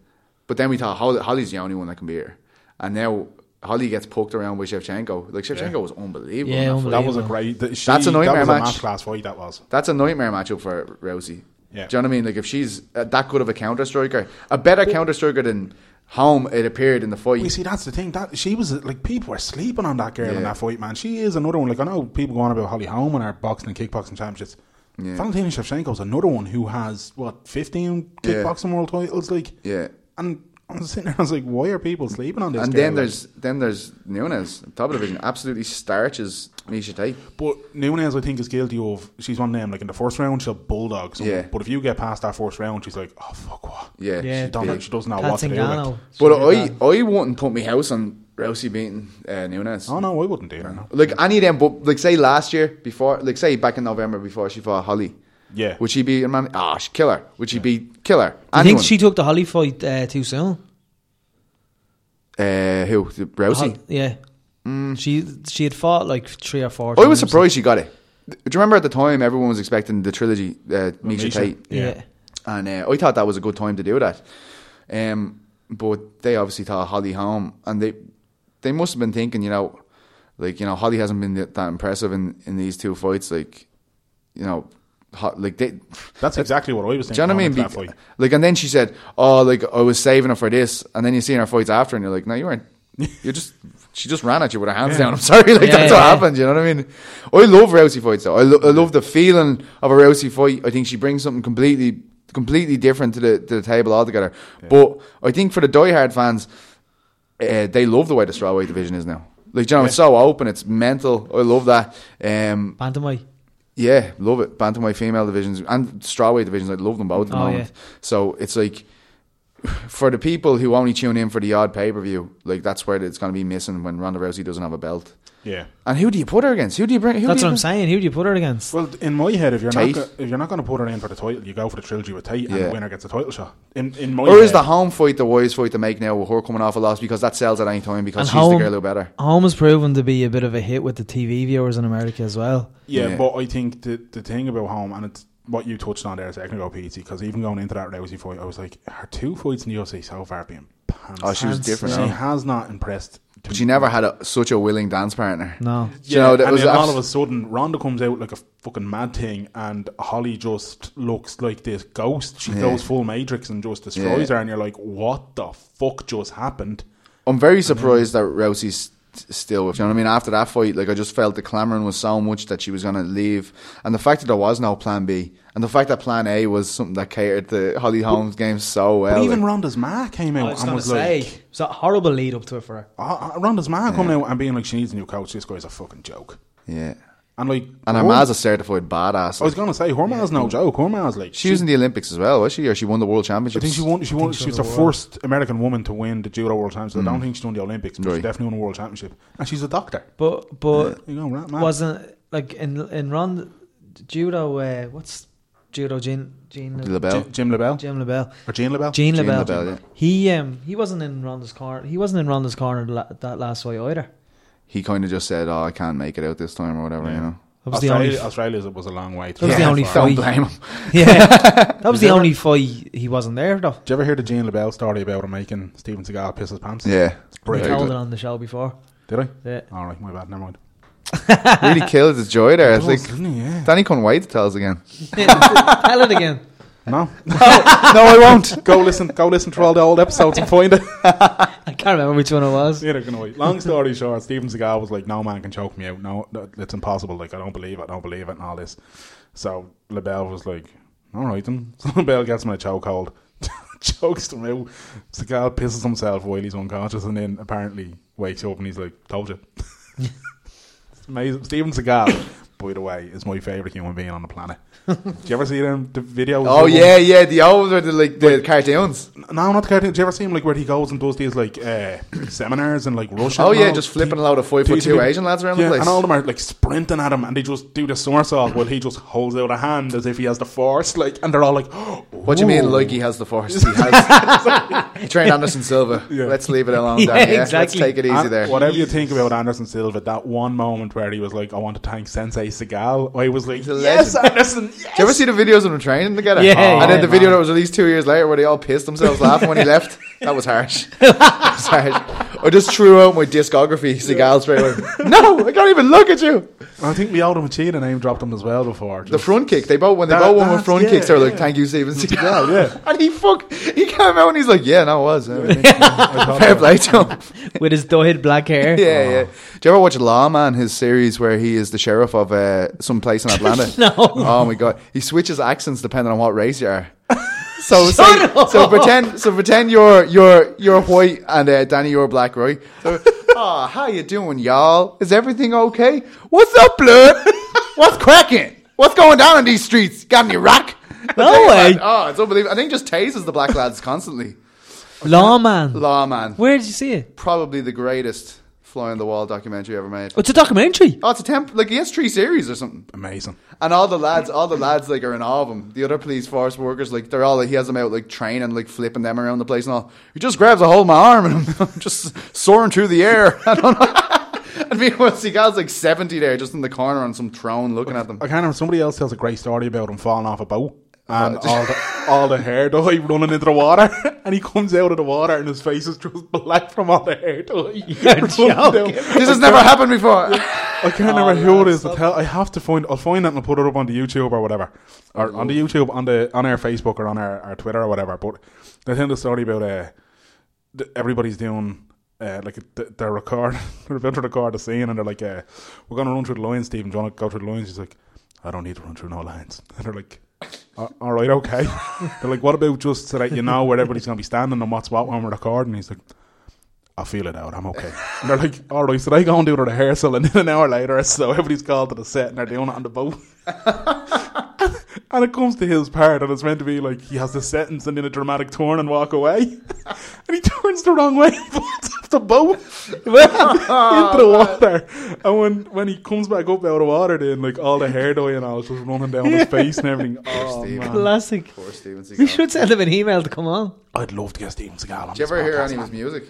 [SPEAKER 4] But then we thought Holly, Holly's the only one that can beat her. And now Holly gets poked around with Shevchenko. Like Shevchenko was unbelievable.
[SPEAKER 3] Yeah,
[SPEAKER 4] in that fight.
[SPEAKER 2] That was a
[SPEAKER 3] Unbelievable.
[SPEAKER 2] great. th- She,
[SPEAKER 4] That's a nightmare
[SPEAKER 2] that was
[SPEAKER 4] match.
[SPEAKER 2] a match class fight. That was.
[SPEAKER 4] That's a nightmare matchup for Rousey.
[SPEAKER 2] Yeah.
[SPEAKER 4] Do you know what I mean? Like if she's uh, that good of a counter striker, a better counter striker than Home, it appeared in the fight.
[SPEAKER 2] You see, that's the thing. That she was like people were sleeping on that girl in
[SPEAKER 4] Yeah.
[SPEAKER 2] that fight, man. She is another one. Like I know people go on about Holly Holm and her boxing and kickboxing championships. Valentina Shevchenko is another one who has what fifteen
[SPEAKER 4] Yeah.
[SPEAKER 2] kickboxing world titles. Like,
[SPEAKER 4] Yeah.
[SPEAKER 2] And I was sitting there, I was like, why are people sleeping on this?
[SPEAKER 4] and
[SPEAKER 2] girl?
[SPEAKER 4] then
[SPEAKER 2] Like,
[SPEAKER 4] there's then there's Nunes, top of the division, absolutely starches Misha Tate.
[SPEAKER 2] But Nunes, I think, is guilty of. She's one of them. Like in the first round, she'll bulldog. Someone.
[SPEAKER 4] Yeah.
[SPEAKER 2] But if you get past that first round, she's like, oh fuck what?
[SPEAKER 4] Yeah,
[SPEAKER 3] Yeah.
[SPEAKER 2] She, don't, she doesn't know
[SPEAKER 3] Pat
[SPEAKER 2] what to do. Like.
[SPEAKER 3] Zingano.
[SPEAKER 4] But I I wouldn't put my house on Rousey beating uh, Nunes.
[SPEAKER 2] Oh no, I wouldn't do that. No.
[SPEAKER 4] Like any of them, but like say last year before, like say back in November before she fought Holly.
[SPEAKER 2] Yeah.
[SPEAKER 4] Would she be a man? Ah, she killer. Would she be killer?
[SPEAKER 3] I think
[SPEAKER 4] Anyone?
[SPEAKER 3] she took the Holly fight uh, too soon.
[SPEAKER 4] Uh, who? The- Rousey.
[SPEAKER 3] Hol- yeah. She she had fought like three or four.
[SPEAKER 4] Mm. I was
[SPEAKER 3] times.
[SPEAKER 4] surprised she got it. Do you remember at the time everyone was expecting the trilogy, uh, Misha
[SPEAKER 2] Misha.
[SPEAKER 4] Tate,
[SPEAKER 3] Yeah.
[SPEAKER 2] Yeah.
[SPEAKER 4] and uh, I thought that was a good time to do that. Um, but they obviously thought Holly home, and they they must have been thinking, you know, like you know Holly hasn't been that that impressive in, in these two fights, like you know, ho- like they
[SPEAKER 2] That's exactly what I was thinking.
[SPEAKER 4] Do you know what I mean?
[SPEAKER 2] going into
[SPEAKER 4] Be-
[SPEAKER 2] that fight.
[SPEAKER 4] like, and then she said, "Oh, like I was saving her for this," and then you see her fights after, and you're like, "No, you weren't. You just *laughs* she just ran at you with her hands down." *laughs* I'm sorry, like
[SPEAKER 3] Yeah,
[SPEAKER 4] that's
[SPEAKER 3] yeah,
[SPEAKER 4] what
[SPEAKER 3] yeah.
[SPEAKER 4] happened. You know what I mean? I love Rousey fights though. I, lo- I love the feeling of a Rousey fight. I think she brings something completely, completely different to the to the table altogether. But I think for the diehard fans, uh, they love the way the strawweight division is now. Like, do you know, it's so open, it's mental. I love that. Um,
[SPEAKER 3] Bantamweight.
[SPEAKER 4] yeah, love it. Bantamweight female divisions and strawweight divisions. I love them both at the
[SPEAKER 3] Oh,
[SPEAKER 4] moment.
[SPEAKER 3] yeah.
[SPEAKER 4] So it's like for the people who only tune in for the odd pay per view, like that's where it's going to be missing when Ronda Rousey doesn't have a belt.
[SPEAKER 2] Yeah.
[SPEAKER 4] And who do you put her against? Who do you bring? Who
[SPEAKER 3] That's
[SPEAKER 4] do
[SPEAKER 3] what
[SPEAKER 4] you
[SPEAKER 3] I'm
[SPEAKER 4] bring-
[SPEAKER 3] saying. Who do you put her against?
[SPEAKER 2] Well, in my head, if you're
[SPEAKER 4] Tate.
[SPEAKER 2] not go- if you're not going to put her in for the title, you go for the trilogy with Tate, and
[SPEAKER 4] Yeah.
[SPEAKER 2] the winner gets a title shot. In in my
[SPEAKER 4] Or is
[SPEAKER 2] head,
[SPEAKER 4] the home fight the wise fight to make now with her coming off a loss because that sells at any time because she's the girl who better.
[SPEAKER 3] Home has proven to be a bit of a hit with the TV viewers in America as well.
[SPEAKER 2] yeah,
[SPEAKER 4] Yeah.
[SPEAKER 2] But I think the the thing about home and it's what you touched on there a second ago, PT, because even going into that Rousey fight, I was like, her two fights in the UFC so far have been pants.
[SPEAKER 4] Oh, she was
[SPEAKER 3] Hands-
[SPEAKER 4] different.
[SPEAKER 2] She
[SPEAKER 4] huh?
[SPEAKER 2] has not impressed. to
[SPEAKER 4] She never had a, such a willing dance partner.
[SPEAKER 3] No.
[SPEAKER 4] Do you know that
[SPEAKER 2] and
[SPEAKER 4] was
[SPEAKER 2] then all
[SPEAKER 4] abs-
[SPEAKER 2] of a sudden, Ronda comes out like a fucking mad thing, and Holly just looks like this ghost. She goes full Matrix and just destroys
[SPEAKER 4] Yeah.
[SPEAKER 2] her, and you're like, "What the fuck just happened?"
[SPEAKER 4] I'm very surprised that Rousey's st- still with. You know what I mean? After that fight, like I just felt the clamoring was so much that she was going to leave, and the fact that there was no Plan B, and the fact that Plan A was something that catered to Holly Holmes' game so well.
[SPEAKER 2] But even
[SPEAKER 4] like-
[SPEAKER 2] Ronda's ma came
[SPEAKER 3] I
[SPEAKER 2] out
[SPEAKER 3] was
[SPEAKER 2] and
[SPEAKER 3] going to
[SPEAKER 2] was
[SPEAKER 3] say,
[SPEAKER 2] like,
[SPEAKER 3] it was a horrible lead up to it for her.
[SPEAKER 2] uh, uh, "Ronda's ma coming out and being like, she needs a new coach. This guy's a fucking joke."
[SPEAKER 4] yeah,
[SPEAKER 2] And like,
[SPEAKER 4] and her
[SPEAKER 2] Horm-
[SPEAKER 4] ma's a certified badass.
[SPEAKER 2] I was
[SPEAKER 4] Like,
[SPEAKER 2] gonna say, her ma's no joke. Her ma's like,
[SPEAKER 4] she was in the Olympics as well, was she? Or she won the World
[SPEAKER 2] I
[SPEAKER 4] Championships.
[SPEAKER 2] think she won. She won. She was the
[SPEAKER 3] won the world.
[SPEAKER 2] first American woman to win the judo world championship. I don't think she's won the Olympics, but she
[SPEAKER 4] Mm. Right.
[SPEAKER 2] definitely won the world championship. And she's a doctor.
[SPEAKER 3] But but
[SPEAKER 2] You know, right, man.
[SPEAKER 3] wasn't like in in Ron judo. Uh, what's judo? Jean Jean
[SPEAKER 4] LaBelle.
[SPEAKER 2] Jim, Jim LaBelle
[SPEAKER 3] Jim LaBelle.
[SPEAKER 2] or Jean LaBelle.
[SPEAKER 3] Jean
[SPEAKER 4] Jean
[SPEAKER 3] LaBelle.
[SPEAKER 4] LaBelle, yeah.
[SPEAKER 3] He um he wasn't in Ronda's corner. He wasn't in Ronda's corner la- that last fight either.
[SPEAKER 4] he kind of just said, "Oh, I can't make it out this time," or whatever. You know.
[SPEAKER 3] That was
[SPEAKER 2] Australia,
[SPEAKER 4] uh,
[SPEAKER 3] the only.
[SPEAKER 2] Australia was a long way.
[SPEAKER 3] That was the only
[SPEAKER 2] far.
[SPEAKER 3] Sorry.
[SPEAKER 4] *laughs* Don't blame him.
[SPEAKER 3] *laughs*
[SPEAKER 4] *laughs*
[SPEAKER 3] yeah, that was the only fight he wasn't there though.
[SPEAKER 2] Did you ever hear the Jean LaBelle story about him making Steven Seagal piss his pants?
[SPEAKER 4] Yeah,
[SPEAKER 3] We
[SPEAKER 2] Brilliant.
[SPEAKER 4] Very
[SPEAKER 3] told
[SPEAKER 4] good.
[SPEAKER 3] it on the show before.
[SPEAKER 2] Did I?
[SPEAKER 3] Yeah.
[SPEAKER 2] All right, my bad. Never mind.
[SPEAKER 4] really killed his joy there. I
[SPEAKER 2] Does,
[SPEAKER 4] think
[SPEAKER 2] doesn't he? Yeah.
[SPEAKER 4] Danny couldn't wait to tell us again.
[SPEAKER 3] *laughs* Tell it again.
[SPEAKER 2] No,
[SPEAKER 4] *laughs* no, I won't.
[SPEAKER 2] *laughs* go listen. Go listen to all the old episodes and
[SPEAKER 4] *laughs*
[SPEAKER 2] find it.
[SPEAKER 3] I can't remember which one it was.
[SPEAKER 2] Yeah, they're gonna wait. Long story short, Steven Seagal was like, "No man can choke me out. No, no, it's impossible. Like, I don't believe it. I don't believe it, and all this." So LaBelle was like, "All right then." *laughs* So LaBelle gets him in a chokehold, *laughs* chokes him out. Seagal pisses himself while he's unconscious, and then apparently wakes up and he's like, "Told you." *laughs* it's amazing. Steven Seagal, by the way, is my favorite human being on the planet. Did you ever see them the videos?
[SPEAKER 4] Oh
[SPEAKER 2] of him?
[SPEAKER 4] yeah, yeah. The old are the like the cartoons.
[SPEAKER 2] No, not the cartoon. Do you ever see him like where he goes and does these like uh, *coughs* seminars in like Russia?
[SPEAKER 4] Oh
[SPEAKER 2] and
[SPEAKER 4] yeah,
[SPEAKER 2] all?
[SPEAKER 4] just flipping a load of five
[SPEAKER 2] Do you
[SPEAKER 4] foot
[SPEAKER 2] see
[SPEAKER 4] two
[SPEAKER 2] him?
[SPEAKER 4] Asian lads around
[SPEAKER 2] Yeah,
[SPEAKER 4] the place.
[SPEAKER 2] and all of them are like sprinting at him, and they just do the somersault while he just holds out a hand as if he has the force. Like, and they're all like, *gasps*
[SPEAKER 4] what do you mean?
[SPEAKER 2] "Ooh."
[SPEAKER 4] Like he has
[SPEAKER 2] *laughs*
[SPEAKER 4] the force. He has. *laughs* he trained Anderson Silva. Let's leave it
[SPEAKER 2] *laughs*
[SPEAKER 4] alone.
[SPEAKER 3] Yeah,
[SPEAKER 4] Dan, yeah, Let's
[SPEAKER 3] exactly.
[SPEAKER 4] take it easy
[SPEAKER 2] And
[SPEAKER 4] there.
[SPEAKER 2] Uh, Whatever you think about Anderson Silva, that one moment where he was like, "I want to thank Sensei Segal," I was like,
[SPEAKER 4] a
[SPEAKER 2] "Yes,
[SPEAKER 4] legend.
[SPEAKER 2] Anderson, yes."
[SPEAKER 4] Do you ever see the videos of them training together?
[SPEAKER 3] Yeah,
[SPEAKER 4] and then
[SPEAKER 2] Oh,
[SPEAKER 3] yeah,
[SPEAKER 4] the
[SPEAKER 2] *laughs*
[SPEAKER 4] video that was released two years later where they all pissed themselves laughing when he left. That was harsh. That was harsh. I I just threw out my discography, Seagal
[SPEAKER 2] *laughs*
[SPEAKER 4] straight away. *laughs* No, I can't even look at you.
[SPEAKER 2] I think we out of Machida name dropped him as well before.
[SPEAKER 4] The
[SPEAKER 2] just-
[SPEAKER 4] front kick, they both when they
[SPEAKER 2] That-
[SPEAKER 4] both won
[SPEAKER 2] that's-
[SPEAKER 4] with front
[SPEAKER 2] yeah,
[SPEAKER 4] kicks, they were like,
[SPEAKER 2] yeah.
[SPEAKER 4] "Thank you, Steven Seagal." *laughs*
[SPEAKER 2] yeah.
[SPEAKER 4] and he fuck, he came out and he's like, "Yeah, no, it
[SPEAKER 2] *laughs*
[SPEAKER 4] was yeah,
[SPEAKER 2] I thought
[SPEAKER 4] *laughs*
[SPEAKER 2] about
[SPEAKER 4] fair
[SPEAKER 2] it.
[SPEAKER 4] play to him."
[SPEAKER 2] *laughs*
[SPEAKER 3] with his dyed black hair.
[SPEAKER 4] *laughs* Yeah, yeah. Do you ever watch Lawman, his series where he is the sheriff of uh, some
[SPEAKER 3] *laughs*
[SPEAKER 4] place in Atlanta?
[SPEAKER 3] No.
[SPEAKER 4] Oh my god, he switches accents depending on what race
[SPEAKER 3] *laughs*
[SPEAKER 4] you are. So say-
[SPEAKER 3] up.
[SPEAKER 4] so pretend so pretend you're you're you're white and uh, Danny you're black, right? So, *laughs* oh, how you doing, y'all? Is everything okay? What's up, blood? What's cracking? What's going down in these streets? Got any rock?
[SPEAKER 3] *laughs* No
[SPEAKER 4] Okay,
[SPEAKER 3] way.
[SPEAKER 4] man. Oh, it's unbelievable. I think just tases the black lads constantly.
[SPEAKER 3] Lawman.
[SPEAKER 4] Lawman,
[SPEAKER 3] Where did you see it?
[SPEAKER 4] probably the greatest fly on the wall documentary ever made.
[SPEAKER 3] Oh, it's a
[SPEAKER 4] *laughs*
[SPEAKER 3] documentary.
[SPEAKER 4] Oh, it's a temp. Like he has three series or something,
[SPEAKER 2] Amazing.
[SPEAKER 4] and all the lads, all the lads, like are in awe of him. The other police force workers, like they're all, like, he has them out like training, like flipping them around the place and all. He just grabs a hold of my arm and *laughs* I'm just soaring through the air. *laughs* I don't know. and meanwhile, Seagal's like seventy there, just in the corner on some throne, looking at them.
[SPEAKER 2] I can't remember. Somebody else tells a great story about him falling off a boat and all the, all the hair dye running into the water, *laughs* and he comes out of the water and his face is just black from all the hair dye. *laughs*
[SPEAKER 3] *laughs*
[SPEAKER 2] running
[SPEAKER 3] joking.
[SPEAKER 2] down.
[SPEAKER 4] This has never happened *laughs* before.
[SPEAKER 2] I can't remember who it is, but tell, I have to find. I'll find it and I'll put it up on the YouTube or whatever, or on the YouTube on the on our Facebook or on our, our Twitter or whatever. But they tell the story about uh, th- everybody's doing. Uh, like th- they're record, *laughs* they're about to record the scene, and they're like, uh, "We're gonna run through the lines, Stephen. Do you want to go through the lines?" He's like, "I don't need to run through no lines." *laughs* And they're like, "A- "All right, okay." they're like, "What about just so that you know where everybody's gonna be standing and what's what when we're recording?" He's like, I feel it out. I'm okay. And they're like, all right, so they go and do the rehearsal, and then an hour later, so everybody's called to the set, and they're doing it on the boat. and it comes to his part, and it's meant to be like he has the sentence, and then a dramatic turn and walk away, and he turns the wrong way, *laughs* and falls off the boat
[SPEAKER 4] Oh,
[SPEAKER 2] into the water. And when when he comes back up out of the water, then like all the hair dye and all is just running down his face and everything. Oh,
[SPEAKER 4] Steve.
[SPEAKER 2] man.
[SPEAKER 3] *laughs* Classic.
[SPEAKER 4] Poor Steven Seagal.
[SPEAKER 3] We should send him an email to come on.
[SPEAKER 2] I'd love to get Steven Seagal on.
[SPEAKER 4] Did you
[SPEAKER 2] this
[SPEAKER 4] ever hear
[SPEAKER 2] podcast,
[SPEAKER 4] any of
[SPEAKER 2] man.
[SPEAKER 4] his music?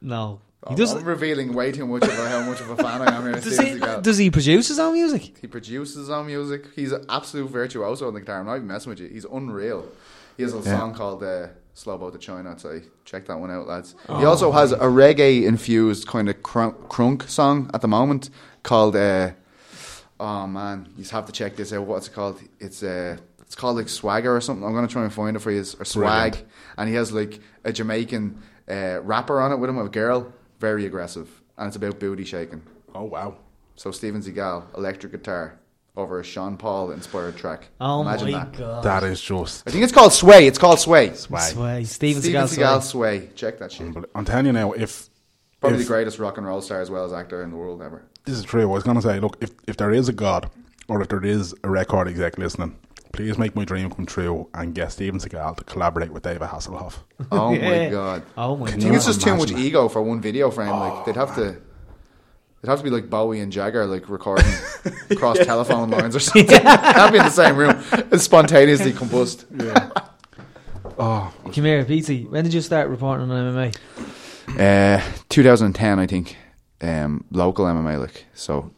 [SPEAKER 3] No. He
[SPEAKER 4] Oh,
[SPEAKER 3] does.
[SPEAKER 4] I'm revealing way too much about how much of a fan I am here.
[SPEAKER 3] Does
[SPEAKER 4] Steven
[SPEAKER 3] he,
[SPEAKER 4] Seagal.
[SPEAKER 3] does he produce his own music?
[SPEAKER 4] He produces his own music. He's an absolute virtuoso on the guitar. I'm not even messing with you. He's unreal. He has a song called uh, Slow Boat to China. So check that one out, lads. he also has a reggae infused kind of crunk, crunk song at the moment called. Uh, oh man, you just have to check this out. What's it called? It's uh, it's called like Swagger or something. I'm gonna try and find it for you. Or Swag, and he has like a Jamaican uh, rapper on it with him, a girl, very aggressive, and it's about booty shaking.
[SPEAKER 2] Oh wow.
[SPEAKER 4] So Steven Seagal, electric guitar over a Sean Paul inspired track.
[SPEAKER 3] Oh
[SPEAKER 4] Imagine
[SPEAKER 3] my
[SPEAKER 4] that.
[SPEAKER 3] god.
[SPEAKER 2] That is just
[SPEAKER 4] I think it's called Sway. It's called Sway.
[SPEAKER 2] swag.
[SPEAKER 3] Sway. Steven
[SPEAKER 4] Steven
[SPEAKER 3] Seagal.
[SPEAKER 4] Seagal
[SPEAKER 3] Sway.
[SPEAKER 4] Sway. Check that shit.
[SPEAKER 2] Unbel- I'm telling you now, if
[SPEAKER 4] Probably
[SPEAKER 2] if-
[SPEAKER 4] the greatest rock and roll star as well as actor in the world ever.
[SPEAKER 2] this is true. I was gonna say, look, if if there is a God or if there is a record exec listening, please make my dream come true and get Steven Seagal to collaborate with David Hasselhoff.
[SPEAKER 3] *laughs*
[SPEAKER 4] Oh
[SPEAKER 3] Yeah.
[SPEAKER 4] my god.
[SPEAKER 3] Oh my
[SPEAKER 4] I
[SPEAKER 3] god. Oh
[SPEAKER 4] think it's just too much
[SPEAKER 2] Imagine that.
[SPEAKER 4] ego for one video frame. like they'd have to it'd have to be like Bowie and Jagger
[SPEAKER 3] *laughs*
[SPEAKER 4] like recording across telephone lines or something. *laughs* That'd be in the same room. It's spontaneously combust.
[SPEAKER 2] oh,
[SPEAKER 3] Come here, PT. When did you start reporting on MMA?
[SPEAKER 4] Uh, 2010, I think. Um, local MMA, like so.